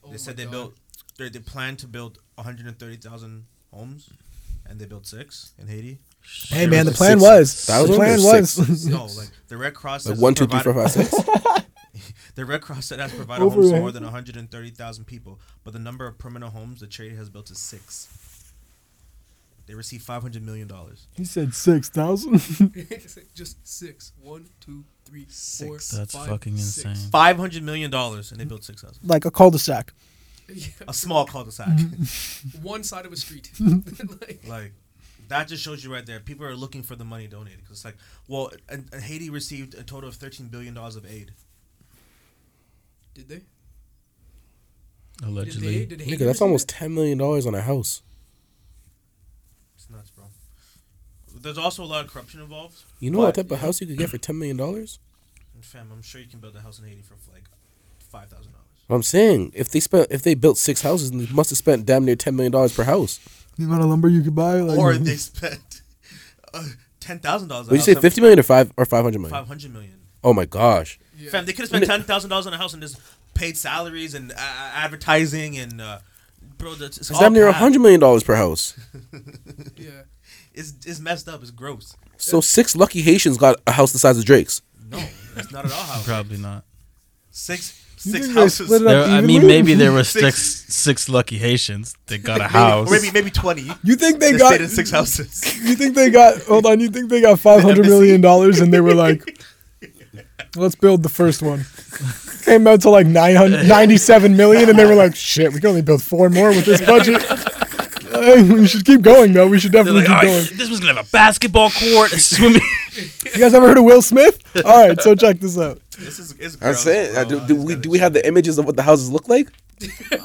Oh they said they my God. built, they, they planned to build one hundred and thirty thousand homes, and they built six in Haiti. Hey man, the Six plan was. The thousand or plan six? was. No, like the Red Cross. Like has one, two, three, four, provided- five, six. The Red Cross that has provided Over homes to there. more than 130,000 people, but the number of permanent homes the charity has built is six. They received 500 million dollars. He said six thousand. It's like just six. One, two, three, four, Six. That's five, fucking six. insane. 500 million dollars, and they built six houses. like a cul-de-sac. Yeah, A small cul-de-sac. one side of a street. like, like that just shows you right there. People are looking for the money donated because it's like, well, and, and Haiti received a total of 13 billion dollars of aid. did they? Did they? Allegedly. Did Haiti Nigga, that's receive almost it? ten million dollars on a house. It's nuts, bro. There's also a lot of corruption involved. You know what type of house you could get for ten million dollars? And fam, I'm sure you can build a house in Haiti for like five thousand dollars. I'm saying if they spent if they built six houses, they must have spent damn near ten million dollars per house. The amount of lumber you could buy. Like, or they spent uh, ten thousand dollars. Would you say fifty million or five or five hundred million? Five hundred million. Oh my gosh! Yeah. Fam, they could have spent ten thousand dollars on a house and just paid salaries and uh, advertising and uh, bro, that's it's It's all damn near crap. hundred million dollars per house. Yeah. It's, it's messed up. It's gross. So six lucky Haitians got a house the size of Drake's. No, that's not at all how. Probably not. Six You six think they houses. split it up There, I evenly? mean, maybe there were Six. six six lucky Haitians that got a Maybe- house. Or maybe maybe twenty. You think they They got stayed in six houses. You think they got? Hold on. You think they got five hundred million dollars, and they were like, "Let's build the first one." Came out to like 900 97 million, and they were like, "Shit, we can only build four more with this budget." Hey, we should keep going though. We should They're definitely like, "All keep right, going. this one's gonna have a basketball court, a swimming. You guys ever heard of Will Smith? All right, so check this out. this is it's I'm gross, saying, bro. uh, do, It's do we gotta do be we have shit. the images of what the houses look like?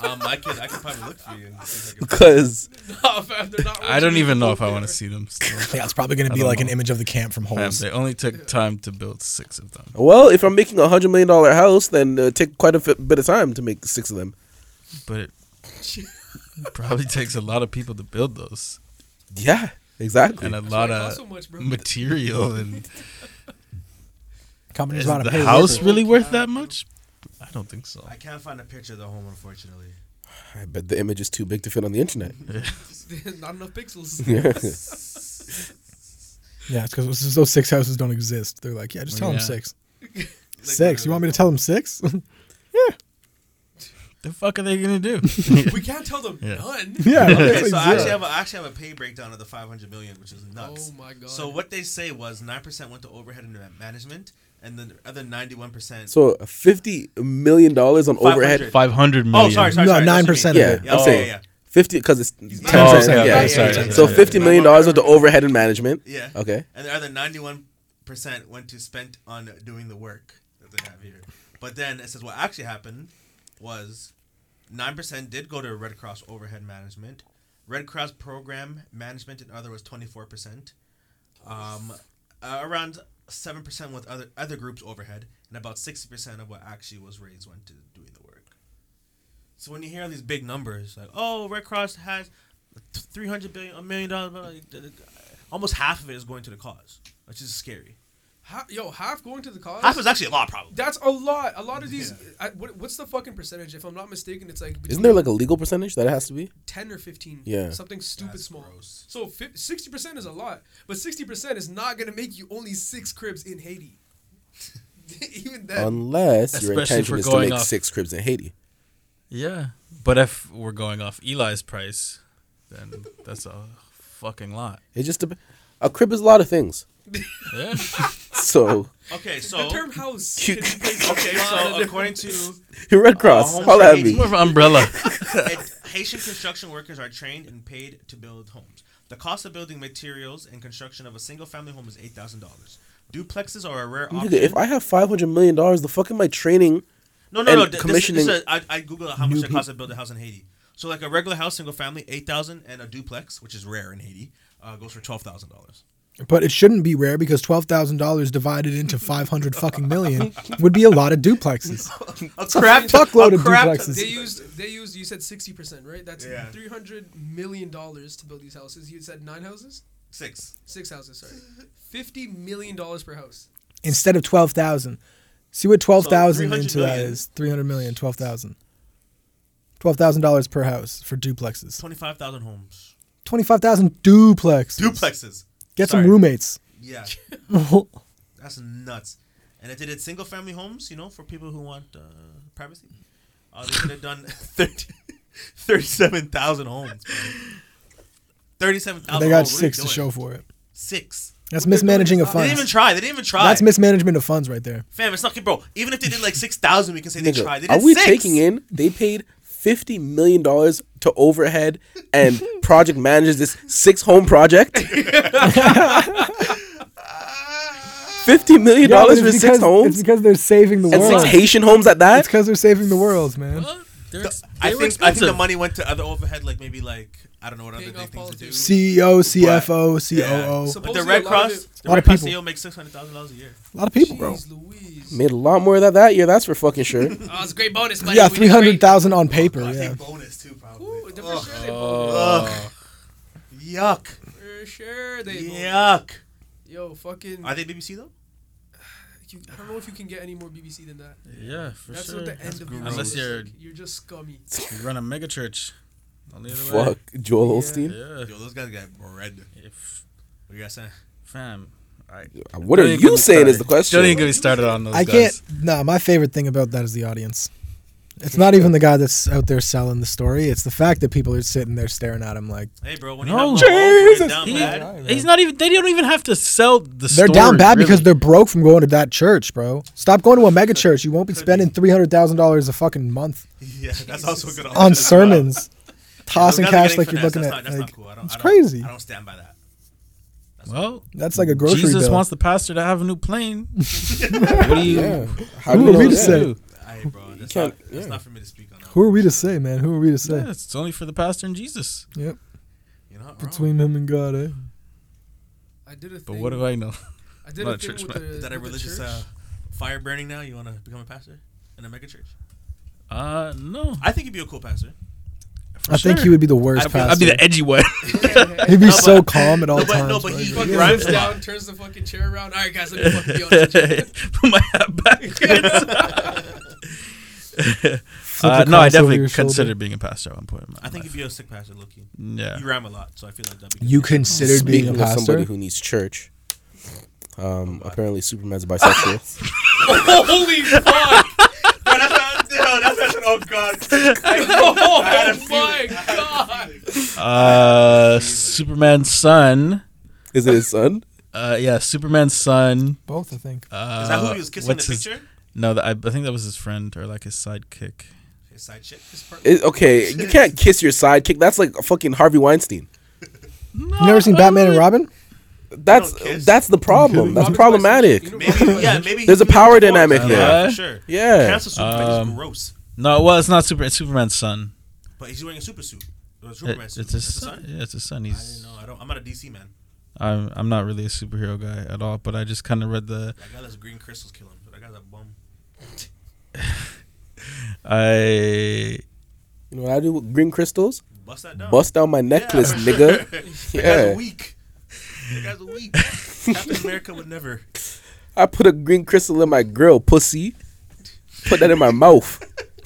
Um, I can I can probably look for you. and see if I can- Because Oh, fam, they're not I don't really even know cool if I want there. to see them. Still. Yeah, it's probably gonna be like an image of the camp from Fam, they only took time to build six of them. well, if I'm making a hundred million dollar house, then uh, take quite a fi- bit of time to make six of them. but it probably takes a lot of people to build those Yeah, exactly. and a That's why lot it costs so of much, bro. material and Companies is want the to pay house workers. really worth that much i don't think so I can't find a picture of the home, unfortunately. I bet the image is too big to fit on the internet. not enough pixels. Yeah, it's because those six houses don't exist. They're like, yeah, just tell them Oh, Yeah. six. Like, Six. You want me to tell them six? the fuck are they gonna do We can't tell them Yeah. none. yeah. Okay, it's so like I zero. actually have a, I actually have a pay breakdown of the 500 million, which is nuts. Oh my god. So what they say was 9% went to overhead and management, and then the other 91%. So fifty million dollars on overhead. 500. 500 million oh, sorry, sorry, No, sorry. that's what you 9% mean. of Yeah, it. Yeah, I'm oh, saying yeah, yeah. fifty because it's ten Oh, percent. okay, yeah, okay, sorry, sorry, so sorry. fifty million dollars went to overhead and management. Yeah. Okay. And the other 91% went to spent on doing the work that they have here. But then it says what actually happened was 9% did go to Red Cross overhead management. Red Cross program management and other was 24%. Um, uh, around 7% with other other groups overhead and about 60% of what actually was raised went to doing the work. So when you hear these big numbers like oh Red Cross has 300 billion a million dollars blah, blah, blah, almost half of it is going to the cause, which is scary. Ha- yo, half going to the cause. Half is actually a lot, probably. That's a lot. A lot of these. Yeah. I, what, what's the fucking percentage? If I'm not mistaken, it's like Isn't there like a legal percentage that it has to be? ten or fifteen? Yeah. something stupid That's small. gross. So sixty percent is a lot, but sixty percent is not gonna make you only six cribs in Haiti. Even that. Unless your Especially if intention we're is to going make off- six cribs in Haiti. yeah but if we're going off eli's price then that's a fucking lot It just dep- a crib is a lot of things. Yeah. So Okay, so The term house. You- can be placed in okay, a lot of so different- according to Red Cross, home holla at training. me. More of an umbrella. it, Haitian construction workers are trained and paid to build homes. The cost of building materials and construction of a single family home is eight thousand dollars. Duplexes are a rare option. Nigga, if I have five hundred million dollars, the fuck am I training? no, no, and no. th- This, this commissioning- is a, I, I googled how much New it costs to build a house in Haiti. So like a regular house, single family, eight thousand, and a duplex, which is rare in Haiti, uh, goes for twelve thousand dollars. But it shouldn't be rare because twelve thousand dollars divided into five hundred fucking million would be a lot of duplexes. A crap fuckload a of crap- duplexes. They used they used you said sixty percent right? That's Yeah. three hundred million dollars to build these houses. You said nine houses, Six. six houses. Sorry, fifty million dollars per house. Instead of twelve thousand, see what twelve thousand 300 into that million. is three hundred million, twelve thousand. Twelve thousand dollars per house for duplexes. Twenty-five thousand homes. Twenty five thousand duplexes. Duplexes. Get Sorry. some roommates. Yeah, that's nuts. And they did it single family homes, you know, for people who want uh, privacy. Uh, they could have done 30, 37,000 homes. bro. 37,000 they got homes. What are six you doing? to show for it. Six. That's What they're doing mismanaging is of not- They didn't even funds. try. They didn't even try. That's mismanagement of funds right there. Fam, it's not okay, bro. Even if they did like 6,000, we can say they Nigga, tried. They are did we six. taking in? They paid fifty million dollars to overhead and project manages this six home project. fifty million Yeah, but dollars it's for six because- homes It's because they're saving the and world. six Haitian homes at It's that. because they're saving the world, man. Well, they're ex- I they were think, I think the expensive. money went to other overhead, like maybe like, I don't know what other Paying big off things to do. CEO, politicians. CFO, Yeah. COO. But Supposedly the a Red lot Cross, of it- the Lot Red of Cross people. CEO makes $600,000 a year. A lot of people, bro. Jeez Louise. Made a lot more of that that year. That's for fucking sure. Oh, it's great bonus money. Yeah, We did great. three hundred thousand on paper. I Yeah, think bonus too, probably. Ooh, the- Ugh. for sure they Uh, bonus. Oh, Yuck. For sure they bonus. Yuck. Yo, fucking. Are they BBC though? you- I don't know if you can get any more BBC than that. Yeah, for That's sure. what the end of you Unless is. you're- Like, you're just scummy. You run a mega church. Only other way. Fuck Joel Olstein. Yeah. Yo, those guys got bread. If, What you guys saying? fam. I, What are Don't even get you me saying is started. the question. Don't even get me started on those I guys. can't. Nah, my favorite thing about that is the audience. It's not even the guy that's out there selling the story. It's the fact that people are sitting there staring at him like Hey, bro, when No. you have Jesus. Jesus. down He- bad, he's not even. They don't even have to sell the. they're down bad because they're broke from going to that church, bro. Stop going to a mega church. You won't be Could be. spending three hundred thousand dollars a fucking month Oh, yeah, that's also a good. option on as well. sermons, Those tossing guys are cash getting like you're finessed. looking that's Not, at. that's like, not cool. I don't, it's I don't, crazy. I don't stand by that. Well, That's like a grocery Jesus bill. wants the pastor to have a new plane. what do you? Yeah. How Who are do you we know to that? say? Hey, bro, that's, can't- not, that's yeah. not for me to speak on. Who are we to say, man? Who are we to say? Yeah, it's only for the pastor and Jesus. Yep. You're not wrong. Between him and God, eh? I did a But thing. what do I know? I did Not a a thing church with man. the, Is that a with the religious church. uh, fire burning now? You want to become a pastor in a megachurch? Uh, no. I think you'd be a cool pastor. For I think sure. he would be the worst I'd be- pastor. I'd be the edgy one. He'd be No, so but- calm at all no, but- times. no, but bro. he- Fucking Grimes sits a lot. down, turns the fucking chair around. All right, guys, let me fucking be honest with you. Put my hat back. Flip uh, the no, cross I over definitely your shoulder. considered being a pastor at one point. In my I think life. you'd be a sick pastor, Loki. Yeah. You ram a lot, so I feel like that'd be. You considered being a Speaking of pastor. somebody who needs church, um, apparently Superman's bisexual. Holy fuck! Bro, that's not, yo, that's such an oh god. I had a Oh feeling. my god! Uh, Superman's son. Is it his son? Uh, yeah, Superman's son. Both, I think. Uh, Is that who he was kissing in the what's his- picture? No, that, I, I think that was his friend or like his sidekick. His side chick. His partner. It, okay, you can't kiss your sidekick. That's like a fucking Harvey Weinstein. You never seen Batman and Robin? That's don't kiss. that's the problem. That's Robin's problematic. bisexual. You know Maybe, yeah, maybe. There's a he- power he- dynamic yeah, here. for sure. Yeah. Cancel Superman is Um, gross, No, well, it's not Super. It's Superman's son. but he's wearing a super suit. Or a It- Superman it's suit. his Is it the son. Yeah, it's his son. I didn't He's. know. I don't. I'm not a DC man. I'm. I'm not really a superhero guy at all, but I just kind of read the. That guy lets green crystals kill him. But that guy's a bum. I. You know what I do with green crystals? Bust that down. Bust down my Yeah, necklace, for nigga. Sure. That Yeah. guy's weak. That guy's weak. Captain America would never. I put a green crystal in my grill, pussy. Put that in my mouth,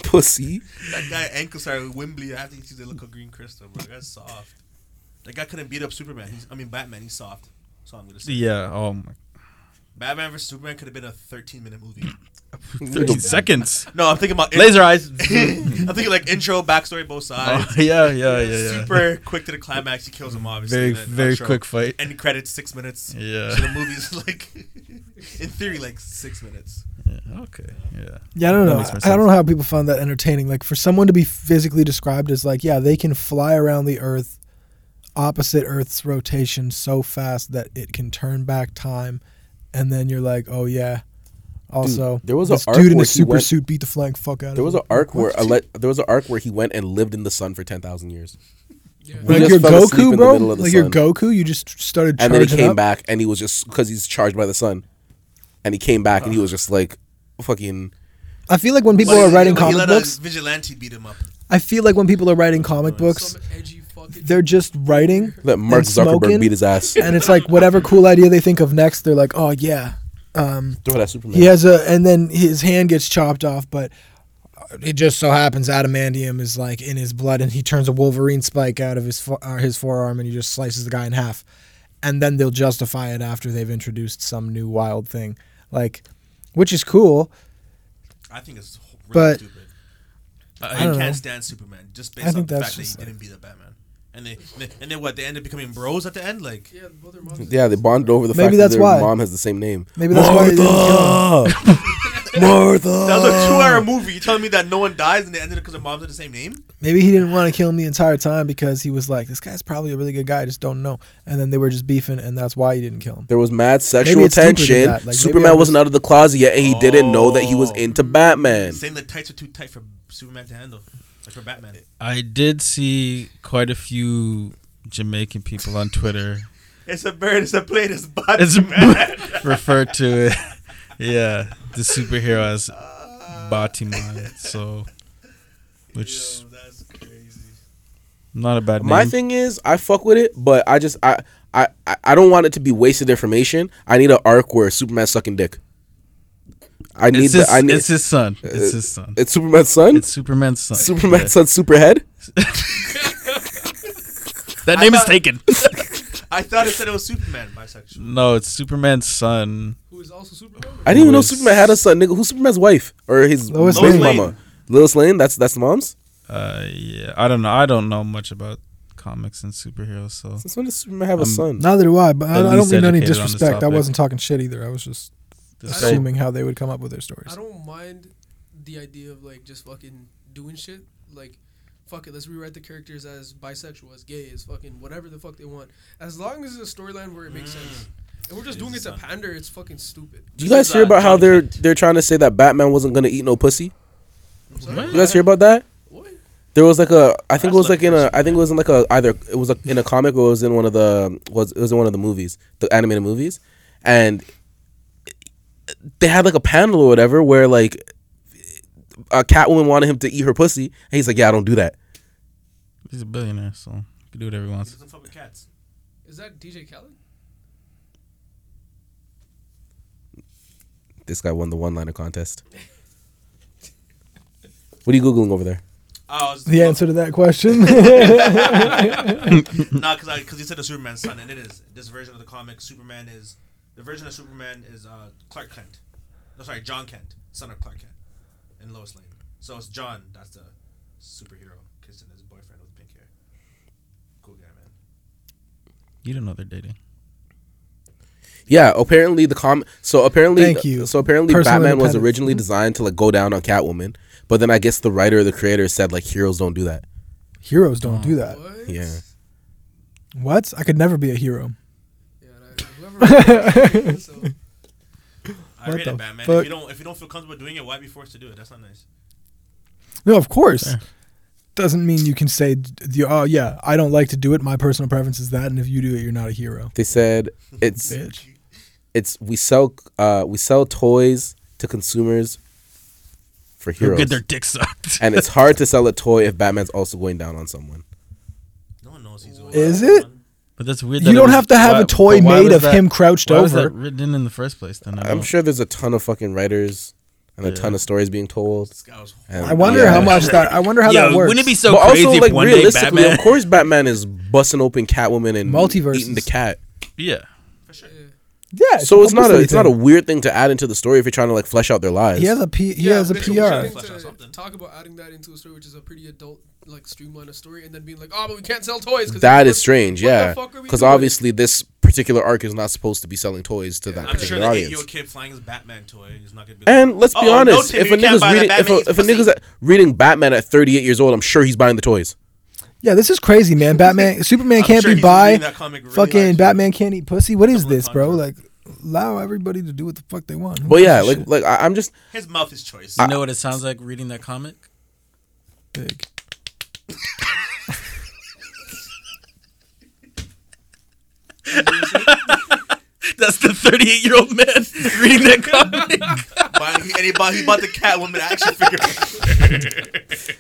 pussy. That guy ankles are wimbly. I have to use the look of green crystal, bro. That guy's soft. That guy couldn't beat up Superman. He's, I mean Batman. He's soft. So I'm gonna say. Yeah. Oh my. Batman vs Superman could have been a 13 minute movie. 13 seconds. No, I'm thinking about Laser eyes. I'm thinking like intro, backstory, both sides. Oh, yeah, yeah, yeah, yeah. Super quick to the climax. He kills him obviously. very, and then very outro. quick fight. End credits six minutes. Yeah. So the movie's like, in theory, like six minutes. Yeah, Okay. Yeah. Yeah, I don't That know. makes more I I don't sense. know how people find that entertaining. Like for someone to be physically described as like, yeah, they can fly around the Earth, opposite Earth's rotation so fast that it can turn back time, and then you're like, oh yeah. Also, there was a this arc dude in where a he super went- suit beat the flying fuck out There of was him. an arc where uh, What? a le- there was an arc where he went and lived in the sun for ten thousand years, Yeah. we like just your fell asleep in Goku, the bro. middle of the Like your sun. Goku, you just started and charging then he came up. back and he was just because he's charged by the sun, and he came back and he was just like fucking I feel like when people Well, are he- writing he comic let books, A vigilante beat him up. I feel like when people are writing comic books, Some edgy fucking. they're just writing that Mark And smoking? Zuckerberg beat his ass. and it's like whatever cool idea they think of next, they're like, oh yeah, um, Throw that Superman. he has a, and then his hand gets chopped off, but it just so happens adamantium is like in his blood, and he turns a Wolverine spike out of his fo- uh, his forearm, and he just slices the guy in half, and then they'll justify it after they've introduced some new wild thing, like, which is cool. I think it's h- really But- stupid. I I, don't can't know. stand Superman just I based on think the that's fact that he just like- didn't beat up Batman. And they, they and then what? They ended up becoming bros at the end. Like Yeah, both their moms. Yeah, they bonded over the Maybe fact that's that their why. Uh, mom has the same name. Maybe that's why they didn't kill that was Martha. Uh, a two-hour movie. You telling me that no one dies and they ended up because their moms are the same name? Maybe he didn't want to kill him the entire time because he was like, this guy's probably a really good guy, I just don't know. And then they were just beefing, and that's why he didn't kill him. There was mad sexual it's deeper than tension. that. Like, maybe Superman I'm wasn't just- out of the closet yet, and he didn't know that he was Oh. into Batman. Saying the tights are too tight for Superman to handle, like for Batman. I did see quite a few Jamaican people on Twitter It's a bird. It's a plane. It's body. It's- man. refer to it. Yeah, the superhero as Batman. So, which Yo, that's crazy. not a bad name. My thing is, I fuck with it, but I just I. I, I- I don't want it to be wasted information. I need an arc where Superman's sucking dick. I need it's, the, his, I need Uh, it's his son. It's his son. it's Superman's son. It's Superman's son. Superman's son's superhead. Yeah. That name is taken. I thought it said it was Superman bisexual. no, it's Superman's son. Who is also Superman? I didn't even know Lois- Superman had a son. Nigga, who's Superman's wife or his Lois Lois Lane. mama? Lois Lane. That's that's the mom's. Uh, yeah, I don't know. I don't know much about comics and superheroes, so Since when does Superman have a Um, son? Neither do I, but I, At I don't least mean any educated on this disrespect. I topic. wasn't talking shit either. I was just this guy- assuming how they would come up with their stories. I don't mind the idea of like just fucking doing shit. Like, fuck it, let's rewrite the characters as bisexual, as gay, as fucking whatever the fuck they want. As long as it's a storyline where it makes sense. If we're just doing it to pander, it's fucking stupid. Do you guys hear about how they're they're trying to say that Batman wasn't gonna eat no pussy? I'm sorry? You guys hear about that? What? There was like a I think it was That's like in a like- I think it was in like a either it was like in a comic or it was in one of the was it was in one of the movies the animated movies, and they had like a panel or whatever where like a Catwoman wanted him to eat her pussy and he's like yeah I don't do that. he's a billionaire, so he can do whatever he He wants. doesn't fuck with cats. Is that DJ Khaled? This guy won the one liner contest. What are you googling over there? Oh, I was- The answer to that question. No, because because he said the Superman son, and it is this version of the comic. Superman is the version of Superman is uh, Clark Kent. No, sorry, John Kent, son of Clark Kent, and Lois Lane. So it's John that's the superhero kissing his boyfriend with pink hair. Cool guy, man. You don't know they're dating. Yeah, apparently the com. So apparently, Thank you. So apparently, Personal Batman was independence. originally designed to like go down on Catwoman, but then I guess the writer, or the creator, said like heroes don't do that. Heroes don't do that. What? Uh, Yeah, What? I could never be a hero. Yeah, that, whoever. so, I What rate the it, Batman. fuck? If you don't if you don't feel comfortable doing it, why be forced to do it? That's not nice. No, of course. Fair. Doesn't mean you can say, d- the, oh, yeah, I don't like to do it. My personal preference is that. And if you do it, you're not a hero. they said it's Bitch. it's we sell uh we sell toys to consumers for heroes, Heroes. Get their dick sucked. and it's hard to sell a toy if Batman's also going down on someone. No one knows he's. Is it? but that's weird. You that it don't was- have to have why- a toy but why made was of that- him crouched Why was that over. written in the first place? Then I I'm don't- sure there's a ton of fucking writers and a Yeah. ton of stories being told. This guy was. And, I wonder yeah. how much that. I wonder how that works. so but also, like realistically, of course, Batman is busting open Catwoman and Multiverses. eating the cat. yeah. For sure. yeah. Yeah. So it's not a publicity it's not a thing. weird thing to add into the story if you're trying to like flesh out their lives. He has a P. He has a but it's one PR. thing Flesh out to something. Talk about adding that into a story, which is a pretty adult, like streamline a story, and then being like, "Oh, but we can't sell toys." 'cause That it's- is strange, what the yeah. fuck are we Because doing? obviously this particular arc is not supposed to be selling toys to that I'm sure particular the audience. eight-year-old kid flying his Batman toy is not gonna be. And let's be "Oh, no, honest, Timmy, if a you can't nigga's buy that reading if Batman, a, if a he's pussy." nigga's at- reading Batman at 38 years old, I'm sure he's buying the toys. Yeah, this is crazy, man. Batman, Superman I'm can't sure be he's by. reading that comic really fucking likes it. Batman can't eat pussy. What is Double this, bro? Like, entendre. allow everybody to do what the fuck they want. Who But yeah, gives a like shit? like I, I'm just His mouth is choice. You know what it sounds like reading that comic? Big. That's the 38 year old man reading that comic. Buying- and he bought, he bought the Catwoman action figure.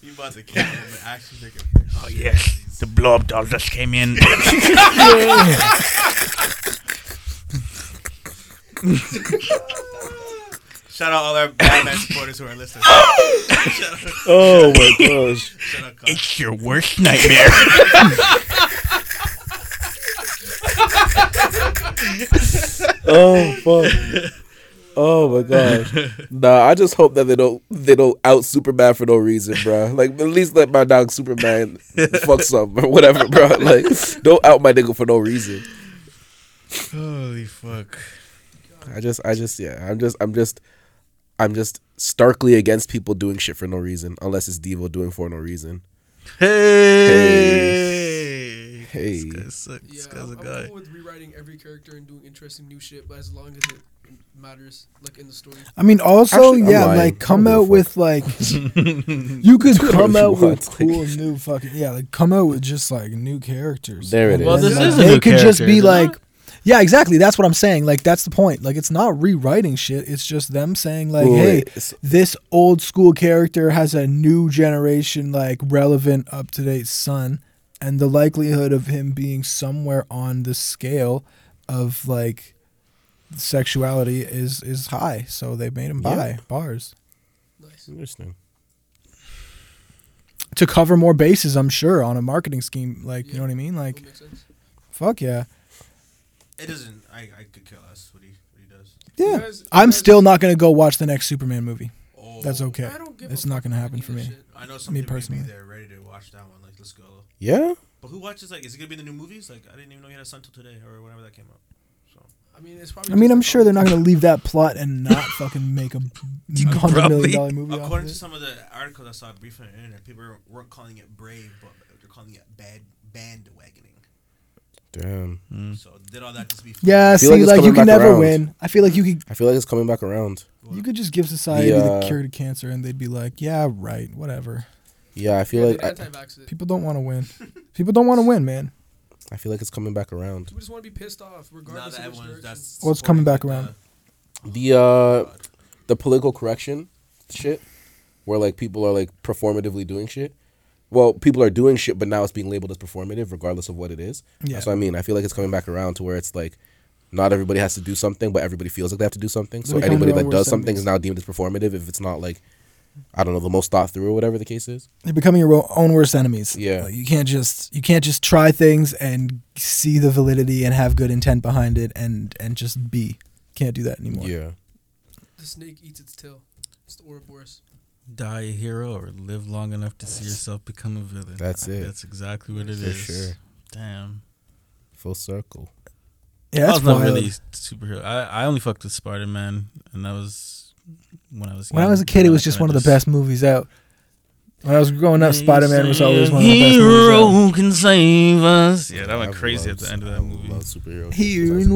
he bought the Catwoman action figure. Oh yeah. The blow up doll just came in. Shout out all our Batman supporters who are listening. oh my gosh. Shout out, Kyle. it's your worst nightmare. Oh fuck. Oh my gosh. Nah, I just hope that they don't they don't out Superman for no reason, bro. Like at least let my dog Superman fuck something or whatever, bro. Like don't out my nigga for no reason. Holy fuck. I just I just yeah, I'm just I'm just I'm just starkly against people doing shit for no reason unless it's Devo doing for no reason. Hey. Hey. This guy sucks. Yeah, This guy's a I'm, I'm guy. cool with rewriting every character and doing interesting new shit, but as long as it matters, like in the story. I mean, also, Actually, I'm yeah, lying. like I come don't give out a with like you could Whatever come you out with want, like- cool new fucking yeah, like come out with just like new characters. There it And is. Well, then, this like, is a they new could just character, be isn't like, it? yeah, exactly. That's what I'm saying. Like that's the point. Like it's not rewriting shit. It's just them saying like, Wait, hey, wait, it's- this old school character has a new generation like relevant up to date son, and the likelihood of him being somewhere on the scale of like sexuality is is high. So they made him Yeah. buy bars. Nice. Interesting. to cover more bases, I'm sure, on a marketing scheme. Like, you Yeah. know what I mean? Like, That makes sense. fuck yeah. It doesn't. I, I could kill us. What he what he does. Yeah. You guys- you I'm guys- still not going to go watch the next Superman movie. Oh, That's okay. I don't give a It's not fuck going to about happen any for of me. that shit. I know some me personally. personally. They're ready to watch that one. Like let's go. Yeah? But who watches like? Is it gonna be the new movies? Like I didn't even know he had a son till today or whenever that came out. I mean, it's probably I mean, just I'm a sure they're comic. not going to leave that plot and not fucking make a hundred million dollar movie. off According of to it. some of the articles I saw briefly on the internet, people weren't calling it brave, but they're calling it bad bandwagoning. Damn. So did all that just be? Yeah, feel see, like like, it's coming you can back never around. win. I feel like you could I feel like it's coming back around. you could just give society the uh, cure to cancer, and they'd be like, yeah, right, whatever. Yeah, I Yeah, feel like they're I, anti-vax it. People don't want to win. People don't want to win, man. I feel like it's coming back around. We just want to be pissed off, Now regardless that of which everyone's direction. that's. uh, Well, it's coming supporting back the- around. The uh the political correction shit where like people are like performatively doing shit. Well, people are doing shit, but now it's being labeled as performative, regardless of what it is. Yeah. That's what I mean. I feel like it's coming back around to where it's like not everybody has to do something, but everybody feels like they have to do something. So They're becoming anybody their that own does worst something enemies. is now deemed as performative if it's not like I don't know the most thought through or whatever the case is. You're becoming your wo- own worst enemies. Yeah. Like, you can't just you can't just try things and see the validity and have good intent behind it and and just be. Can't do that anymore. Yeah, The snake eats its tail. It's the Ouroboros. Die a hero or live long enough to see yourself become a villain. That's it. That's exactly what it is. For sure. Damn. full circle. Yeah, I that's was not wild. really superhero. I, I only fucked with Spider Man, and that was when I was When I young, was a kid, it and was I just kinda one of the best movies out. When I was growing up, They Spider Man was say always a one of the best Hero movies out. can save us. Yeah, that went I've crazy loved- at the end of I that movie. Love superhero. shit since I Here and was a kid.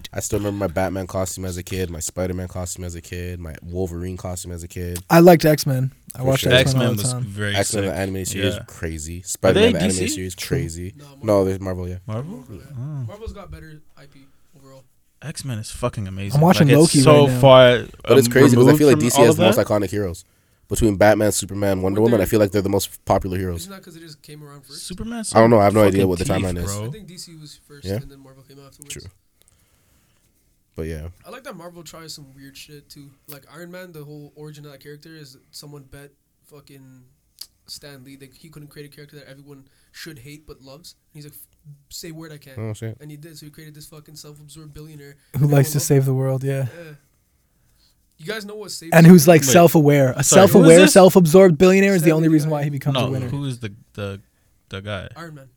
wait. I still remember my Batman costume as a kid, my Spider Man costume as a kid, my Wolverine costume as a kid. I liked X Men. I For watched sure. X X Men all Men the was time. very X Men the sick. animated series Yeah. Spider-Man Spider-Man the they animated DC? series crazy. No, Marvel. No, there's Marvel, yeah. Marvel. Oh. Marvel's got better IP overall. X Men is fucking amazing. I'm watching like, Loki It's so right now. far, But it's um, crazy because I removed feel like from DC all has of the most that. iconic heroes. Between Batman, Superman, Wonder Were Woman, I there- feel like they're the most popular heroes. Isn't that because it just came around first? Superman. I don't know, I have no fucking idea what the teeth, timeline is. I Oh. bro. think DC was first, Yeah. and then Marvel came afterwards. True. But yeah, I like that Marvel tries some weird shit too. Like Iron Man, the whole origin of that character is someone bet fucking Stan Lee that he couldn't create a character that everyone should hate but loves. And he's like, say word I can. Oh shit. And he did. So he created this fucking self-absorbed billionaire Who likes to Everyone save the world? Yeah. loved- Yeah. You guys know what saves And who's like Wait. self-aware? A Sorry, who is self-aware, this? self-absorbed billionaire is the Seventy only reason guy. why he becomes a No, winner. who is the the the guy? Iron Man.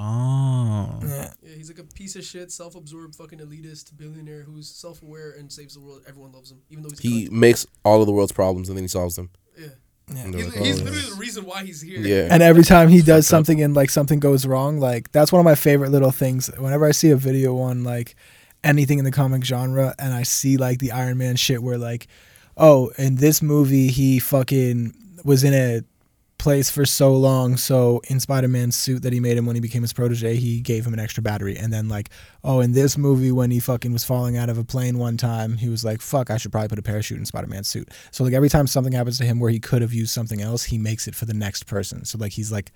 Oh, Yeah. Yeah, he's like a piece of shit, self-absorbed, fucking elitist billionaire who's self-aware and saves the world. Everyone loves him, even though he's a He cunt. makes all of the world's problems and then he solves them. yeah. And they're He's, like, he's oh, literally the reason why he's here. yeah. And every time he does Fucked up. something and like something goes wrong, like that's one of my favorite little things. Whenever I see a video on like anything in the comic genre and I see like the Iron Man shit where like, oh, in this movie he fucking was in a place for so long, so in Spider Man's suit that he made him when he became his protege, he gave him an extra battery. And then like, oh, in this movie when he fucking was falling out of a plane one time, he was like, fuck, I should probably put a parachute in Spider Man's suit. So like every time something happens to him where he could have used something else, he makes it for the next person. So like he's like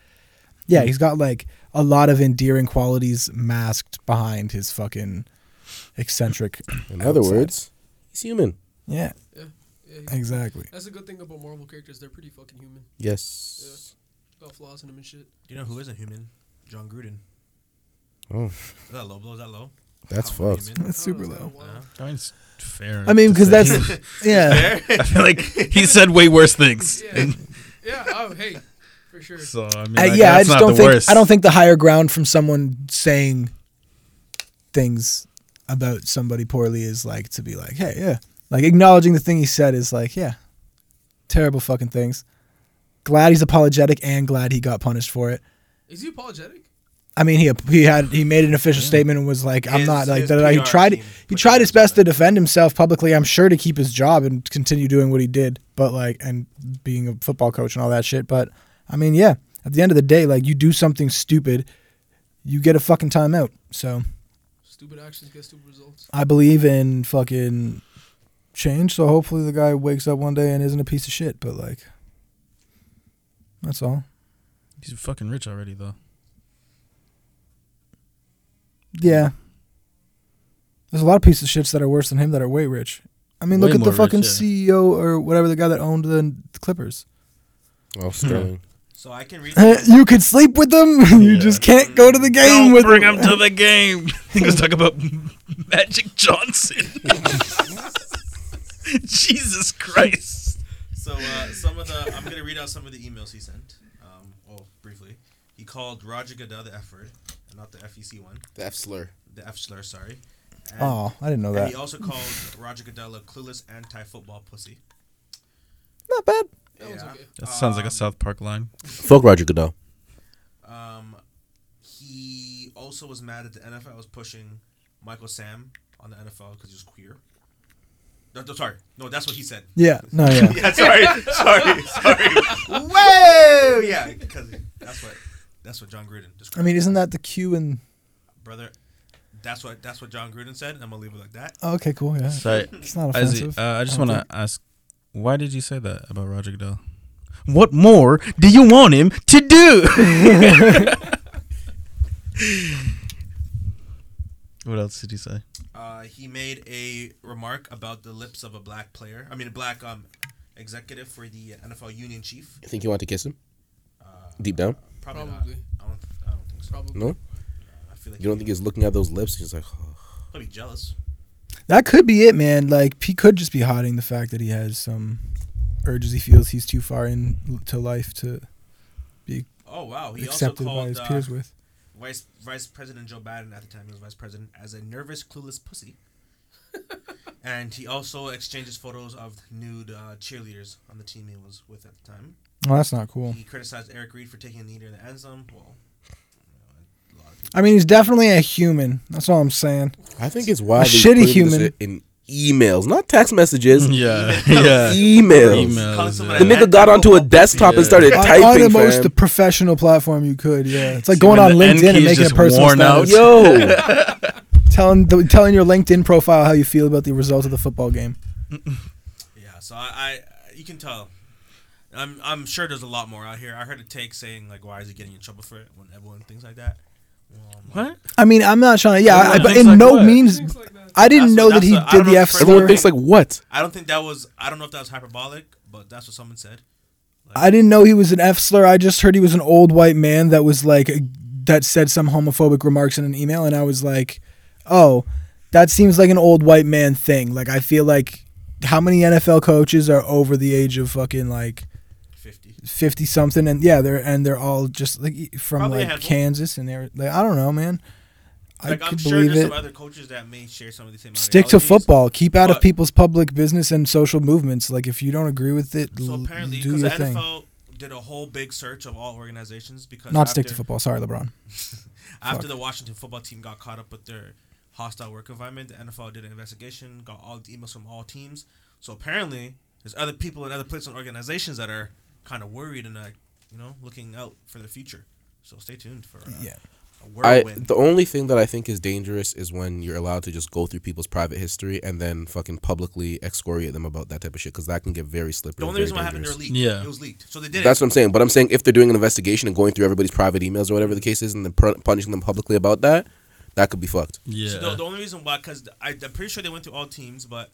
yeah, he's got like a lot of endearing qualities masked behind his fucking eccentric. In other outside. words, he's human. yeah, Yeah, he's- exactly. that's a good thing about Marvel characters. They're pretty fucking human. Yes. Got flaws in them and shit. You know who isn't human? John Gruden. Oh, Is that low blow? Is that low? that's How low fucked. human? That's I don't super know, it's low. kinda wild. I mean, it's fair. I mean, to because say. that's yeah. I feel like he said way worse things. Yeah. yeah. Oh, hey, for sure. So I mean, I- like, yeah, I that's just not don't the think worst. I don't think the higher ground from someone saying things about somebody poorly is like to be like, hey, yeah, like acknowledging the thing he said is like, yeah, terrible fucking things. Glad he's apologetic and glad he got punished for it. Is he apologetic? I mean, he he had he made an official statement and was like, "I'm His- not like his that." He PR tried team he put tried him his on best to defend himself publicly. I'm sure to keep his job and continue doing what he did, but like and being a football coach and all that shit. But I mean, yeah, at the end of the day, like you do something stupid, you get a fucking timeout. So Stupid actions get stupid results. I believe in fucking change. So hopefully the guy wakes up one day and isn't a piece of shit. But like, that's all. He's fucking rich already, though. Yeah. There's a lot of pieces of shits that are worse than him that are way rich. I mean, Way look at more the rich, fucking yeah. CEO or whatever the guy that owned the Clippers. Oh, Sterling. So I can read. you could sleep with them, you Yeah. just can't go to the game Don't with bring them. him to the game. He was talking about Magic Johnson. Jesus Christ. So uh, some of the I'm gonna read out some of the emails he sent. Um, oh, briefly, he called Roger Goodell the F word, and not the FEC one, The F slur. the F slur. Sorry. And, Oh, I didn't know and that. he also called Roger Goodell a clueless anti-football pussy. Not bad. That one's okay. That sounds like a Um, South Park line. Fuck Roger Goodell. Um, he also was mad at the NFL was pushing Michael Sam on the NFL because he was queer. No, no, sorry, no, that's what he said. Yeah, no, yeah. Yeah, sorry, sorry, sorry. Whoa, yeah, because that's what that's what John Gruden. Oh, I Described. mean, isn't that the Q and. brother? That's what that's what John Gruden said, and I'm gonna leave it like that. Oh, okay, cool, yeah. Sorry. It's not Izzy, offensive. uh, I just I don't want to ask why did you say that about Roger Goodell? What more do you want him to do? what else did he say? Uh, he made a remark about the lips of a black player. I mean, a black um executive for the NFL union chief. You think you want to kiss him? Deep down? Probably, Probably. not. I don't. I don't think so. Probably. No? I feel like You don't think he's looking at those lips? He's like, oh. he'll be jealous. That could be it, man. Like he could just be hiding the fact that he has some urges he feels he's too far into life to Oh wow! He accepted also by called his uh, peers with. Vice Vice President Joe Biden at the time he was Vice President as a nervous, clueless pussy. and he also exchanges photos of nude uh, cheerleaders on the team he was with at the time. Well, that's not cool. He criticized Eric Reed for taking the lead in the end zone. Well, you know, a lot of people. I mean, he's definitely a human. That's all I'm saying. I think it's wild. A that you shitty put this human. In emails, not text messages. Yeah, yeah. Emails. Email. Calling is, someone uh, The nigga got onto a desktop Yeah. and started On- on typing. the most fam. professional platform you could, yeah. It's like See, going on when the end LinkedIn and key is making a just personal worn out. status. Yo, Telling the, telling your LinkedIn profile how you feel about the result of the football game. Yeah, so I, I you can tell. I'm I'm sure there's a lot more out here. I heard a take saying like, why is he getting in trouble for it when everyone thinks like that? Well, I'm like, What? I mean, I'm not trying to. Yeah, I, Everyone but thinks in like no what? means. Things like that. I didn't That's know what- that he that's what- I did don't the know F if slur. everyone thinks like what? I don't think that was. I don't know if that was hyperbolic, but that's what someone said. I didn't know he was an F slur. I just heard he was an old white man that was like that said some homophobic remarks in an email, and I was like, oh, that seems like an old white man thing. Like I feel like how many NFL coaches are over the age of fucking like 50. fifty something, and yeah, they're and they're all just like e, from Probably had like one. Kansas, and they're like I don't know, man. I Like, I am could sure believe there's it. some other coaches that may share some of these same Stick to ideologies. football. Keep out of but- people's public business and social movements. Like if you don't agree with it, So l- apparently, Mm, do because the your thing. NFL did a whole big search of all organizations because Not after, stick to football. Sorry, LeBron. After the Washington football team got caught up with their hostile work environment, the NFL did an investigation, got all the emails from all teams. So apparently, there's other people in other places and organizations that are kind of worried and like, you know, looking out for the future. So stay tuned for uh, Yeah. a I whirlwind. the only thing that I think is dangerous is when you're allowed to just go through people's private history and then fucking publicly excoriate them about that type of shit because that can get very slippery. the and only very reason why it happened, they were dangerous. leaked. Yeah. it was leaked. So they did That's it. what I'm saying. But I'm saying if they're doing an investigation and going through everybody's private emails or whatever the case is, and then pr- punishing them publicly about that, that could be fucked. Yeah. So the, the only reason why, because I'm pretty sure they went to all teams, but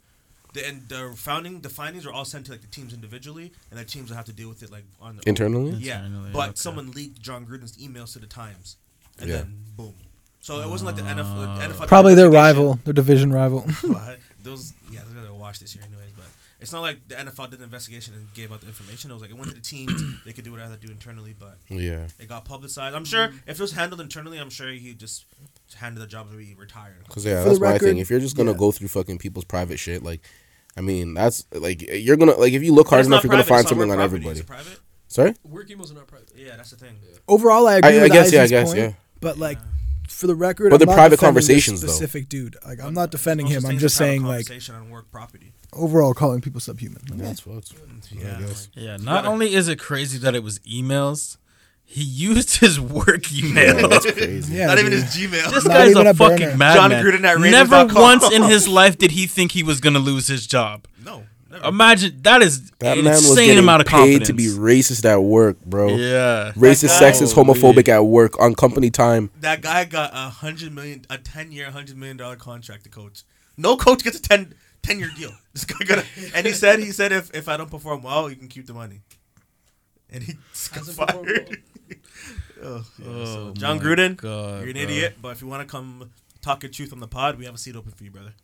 the and the founding the findings are all sent to like the teams individually, and the teams will have to deal with it like on their Internally, Yeah, Internally, but okay. someone leaked John Gruden's emails to the Times, and Yeah. then boom. So it wasn't like the NFL. the NFL Probably their investigation. rival, their division rival. But those yeah, they're gonna watch this year anyways. But it's not like the NFL did an investigation and gave out the information. It was like it went to the teams. they could do whatever they do internally, but yeah. it got publicized. I'm sure if it was handled internally, I'm sure he just handed the job and he retired. Because yeah, For that's the my thing. record, If you're just gonna yeah. go through fucking people's private shit, like, I mean, that's like you're gonna like if you look hard It's enough, not you're gonna private, find it's not something work on property, everybody. it's private? Sorry, Work emails are not private. Yeah, that's the thing. Overall, I agree. I, I with guess yeah, I Izzy's guess point, yeah. But like, for the record, But I'm they're not private defending this conversations, though. Specific dude, like I'm not defending Most him. I'm things just have a saying like conversation on work property. overall calling people subhuman. Like, eh. That's fucked. Yeah, I guess. Yeah, not only is it crazy that it was emails, he used his work email. That's crazy. Yeah, not even dude. his Gmail. This Not guy's even a, a burner. fucking John madman. Gruden at Never Raiders.com. once in his life did he think he was going to lose his job. no, never. Imagine that is That an man was insane getting amount of paid confidence. to be racist at work, bro. yeah, Racist, That guy- sexist, homophobic at work on company time. that guy got a hundred million, a ten year, hundred million dollar contract to coach. No coach gets a 10, 10 year deal. This guy got, a, and he said, he said, if if I don't perform well, you can keep the money. And he just got Hasn't performed fired. oh, yeah, so Oh John my Gruden, God, you're an bro. idiot. But if you want to come talk your truth on the pod, we have a seat open for you, brother.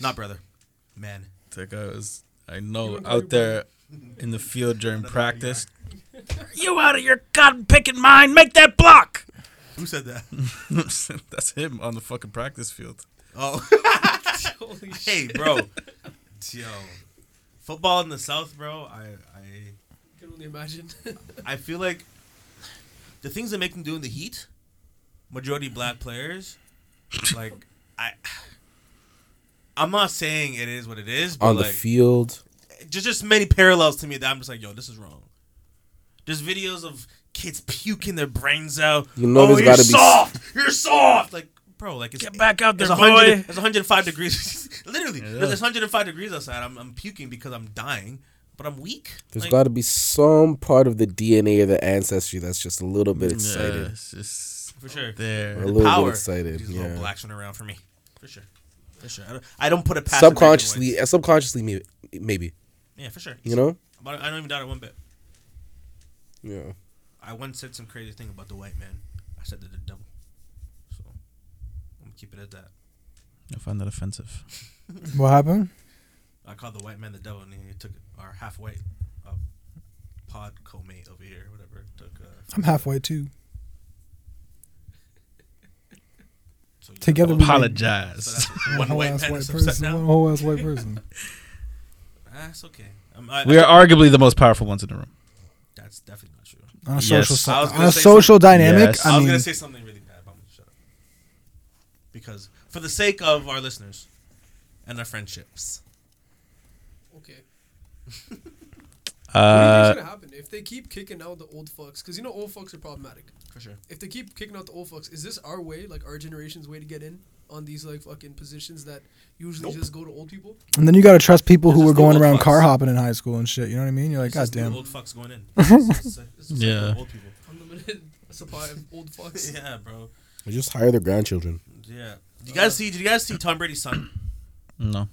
Not brother, man. That guy was, I know, don't call out your there in the field during practice. You out of your cotton picking mind? Make that block. Who said that? That's him on the fucking practice field. Oh, Holy shit. hey, bro, yo, football in the South, bro. I I. I can only imagine. I feel like the things they make them do in the heat, majority black players, like I. I'm not saying it is what it is, but On like the field, just just many parallels to me that I'm just like, yo, this is wrong. There's videos of kids puking their brains out. You know oh, there's you're gotta be- soft. You're soft. Like, bro, like it's Get back out there's there, 100 boy. There's 105 degrees. Literally, Yeah. there's 105 degrees outside. I'm, I'm puking because I'm dying, but I'm weak. there's Like, got to be some part of the DNA of the ancestry that's just a little bit Yeah, excited. it's just For sure. Or there. a The little bit power. excited, These yeah. little blacks run around for me, for sure, for sure. I don't, I don't put it past Subconsciously, American uh, subconsciously, maybe, maybe whites. yeah, for sure. you know. but I don't even doubt it one bit. Yeah. I once said some crazy thing about the white man. I said that the devil. So I'm gonna keep it at that. I find that offensive. What happened? I called the white man the devil, and he took our half white uh, pod co-mate over here, whatever. Took. Uh, I'm halfway too. so you Together know, we- so Apologize. that's I'm a one whole white man ass white that's upset person. One now. whole ass white person. That's okay. Um, I, We I- are arguably the most powerful ones in the room. That's definitely not true. On a Yes. social, I was si- gonna on a say social dynamic, Yes. I, I, was mean, gonna say something really bad, but I'm gonna shut up. Because for the sake of our listeners and our friendships, Okay. Uh, What do you think's Uh, gonna happen if they keep kicking out the old fucks? Because you know old fucks are problematic. for sure. If they keep kicking out the old fucks, is this our way, like our generation's way to get in on these like fucking positions that usually Nope. just go to old people? and then you got to trust people who It's were just the going old around fucks. car hopping in high school and shit. You know what I mean? You're like, It's just the goddamn. old fucks going in. It's just like- it's just like Yeah. old people. Unlimited supply of old fucks. Yeah, bro. Or just hire their grandchildren. Yeah. Did you guys see? Did you guys see Tom Brady's son? no.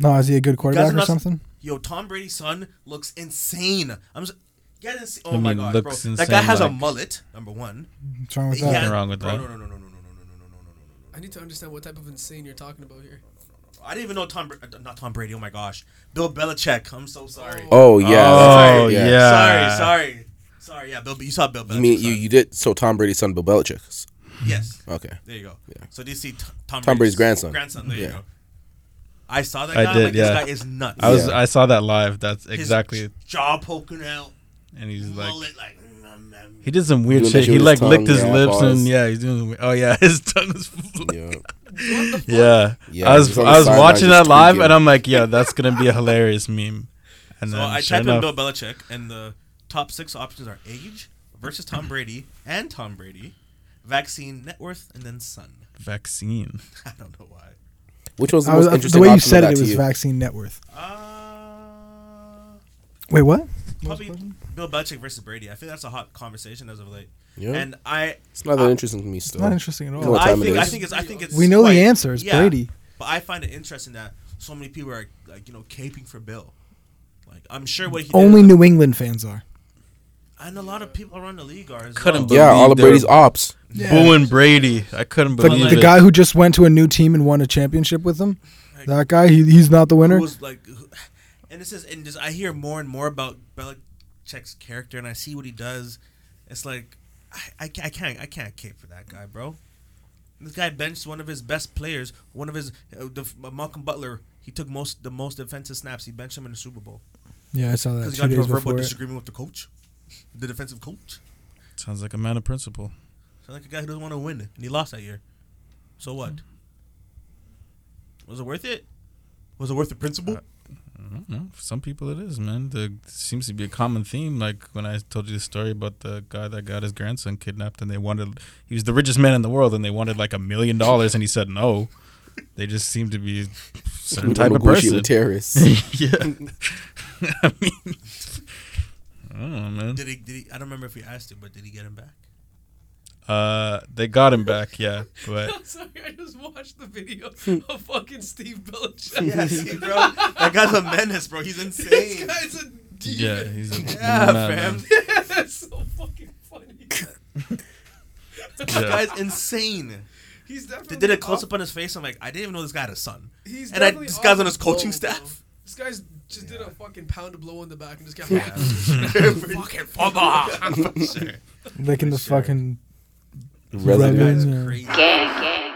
No, is he a good quarterback or not- something? Yo, Tom Brady's son looks insane. I'm. Just, Get and see. Oh I my mean, god, looks bro. That insane, guy has a like- mullet. Number one. What's wrong with He that? has- wrong with bro, that. No, no, no, no, no, no, no, no, no, no, no, no, no. I need to understand what type of insane you're talking about here. I didn't even know Tom, Br- uh, not Tom Brady. Oh my gosh, Bill Belichick. I'm so sorry. Oh yeah. Oh, Sorry, yeah. Sorry, sorry, sorry. Yeah, Bill. You saw Bill Belichick. You mean you, sorry. you did so Tom Brady's son Bill Belichick. Yes. Okay. There you go. So did you see T- Tom, Tom Brady's grandson. Grandson. There you Yeah. go. I saw that I guy. I'm did, Like, yeah. This guy is nuts. I was Yeah. I saw that live. That's His exactly. jaw poking out, And he's like, mullet like. mm, mm, he did some weird Doing that shit. shit He with like his licked tongue, his yeah, lips pause. and yeah, he's doing. Oh yeah, his tongue was. Yeah. Yeah. Yeah, I he was was on the I was sidelines watching that just live tweaking. and I'm like, yeah, that's gonna be a hilarious meme. And So then I sure type in enough- Bill Belichick, and the top six options are age versus Tom Brady and Tom Brady, vaccine net worth, and then son. vaccine. I don't know why. Which was the I was, most uh, the interesting? way you option said of it, it that was to you? vaccine net worth. Uh, Wait, what? probably Bill Belichick versus Brady. I think that's a hot conversation as of late. Yeah. And I, It's not that interesting to me still. Not interesting at all. know what I time it think, I is. think it's, I think it's. We know the quite- answer, it's Brady. But I find it interesting that so many people are like you know caping for Bill. Like I'm sure what he did Only was- New England fans are. and a lot of people around the league are. As Couldn't well. believe yeah, all of they were Brady's ops. Booing Brady. I couldn't The, believe the it. guy who just went to a new team and won a championship with them, that guy, he, he's not the winner. Who was like, who- and this is and just I hear more and more about Belichick's character, and I see what he does. It's like I, I, ca- I can't I can't cape for that guy, bro. This guy benched one of his best players, one of his uh, the, Malcolm Butler. He took most the most defensive snaps. He benched him in the Super Bowl Yeah, I saw that because he Uh, two got into a days verbal before. it. disagreement with the coach, the defensive coach. Sounds like a man of principle. So like a guy who doesn't want to win, and he lost that year. So what? Was it worth it? Was it worth the principle? I don't know. For some people, it is, man. The seems to be a common theme. Like when I told you the story about the guy that got his grandson kidnapped, and they wanted he was the richest man in the world, and they wanted like a million dollars, and he said no. They just seem to be certain type of Negotiate person. with terrorists. yeah, I mean, I don't know, man. Did he? Did he? I don't remember if he asked it, but did he get him back? Uh, they got him back, yeah, but I'm sorry, I just watched the video of fucking Steve Yeah, Belichick. see, bro, that guy's a menace, bro. He's this insane. guy's a demon. yeah, he's a Yeah, nah, fam. man. That's so fucking funny. That guy's insane. He's definitely They did a close off- up on his face. I'm like, I didn't even know this guy had a son. He's and I, definitely this guy's off on his the blow, coaching bro. staff. This guy's just did a fucking pound of blow on the back and just got yeah. Fucking baba. Licking the fucking Resident. rubbing, uh, Crazy. gang, gang.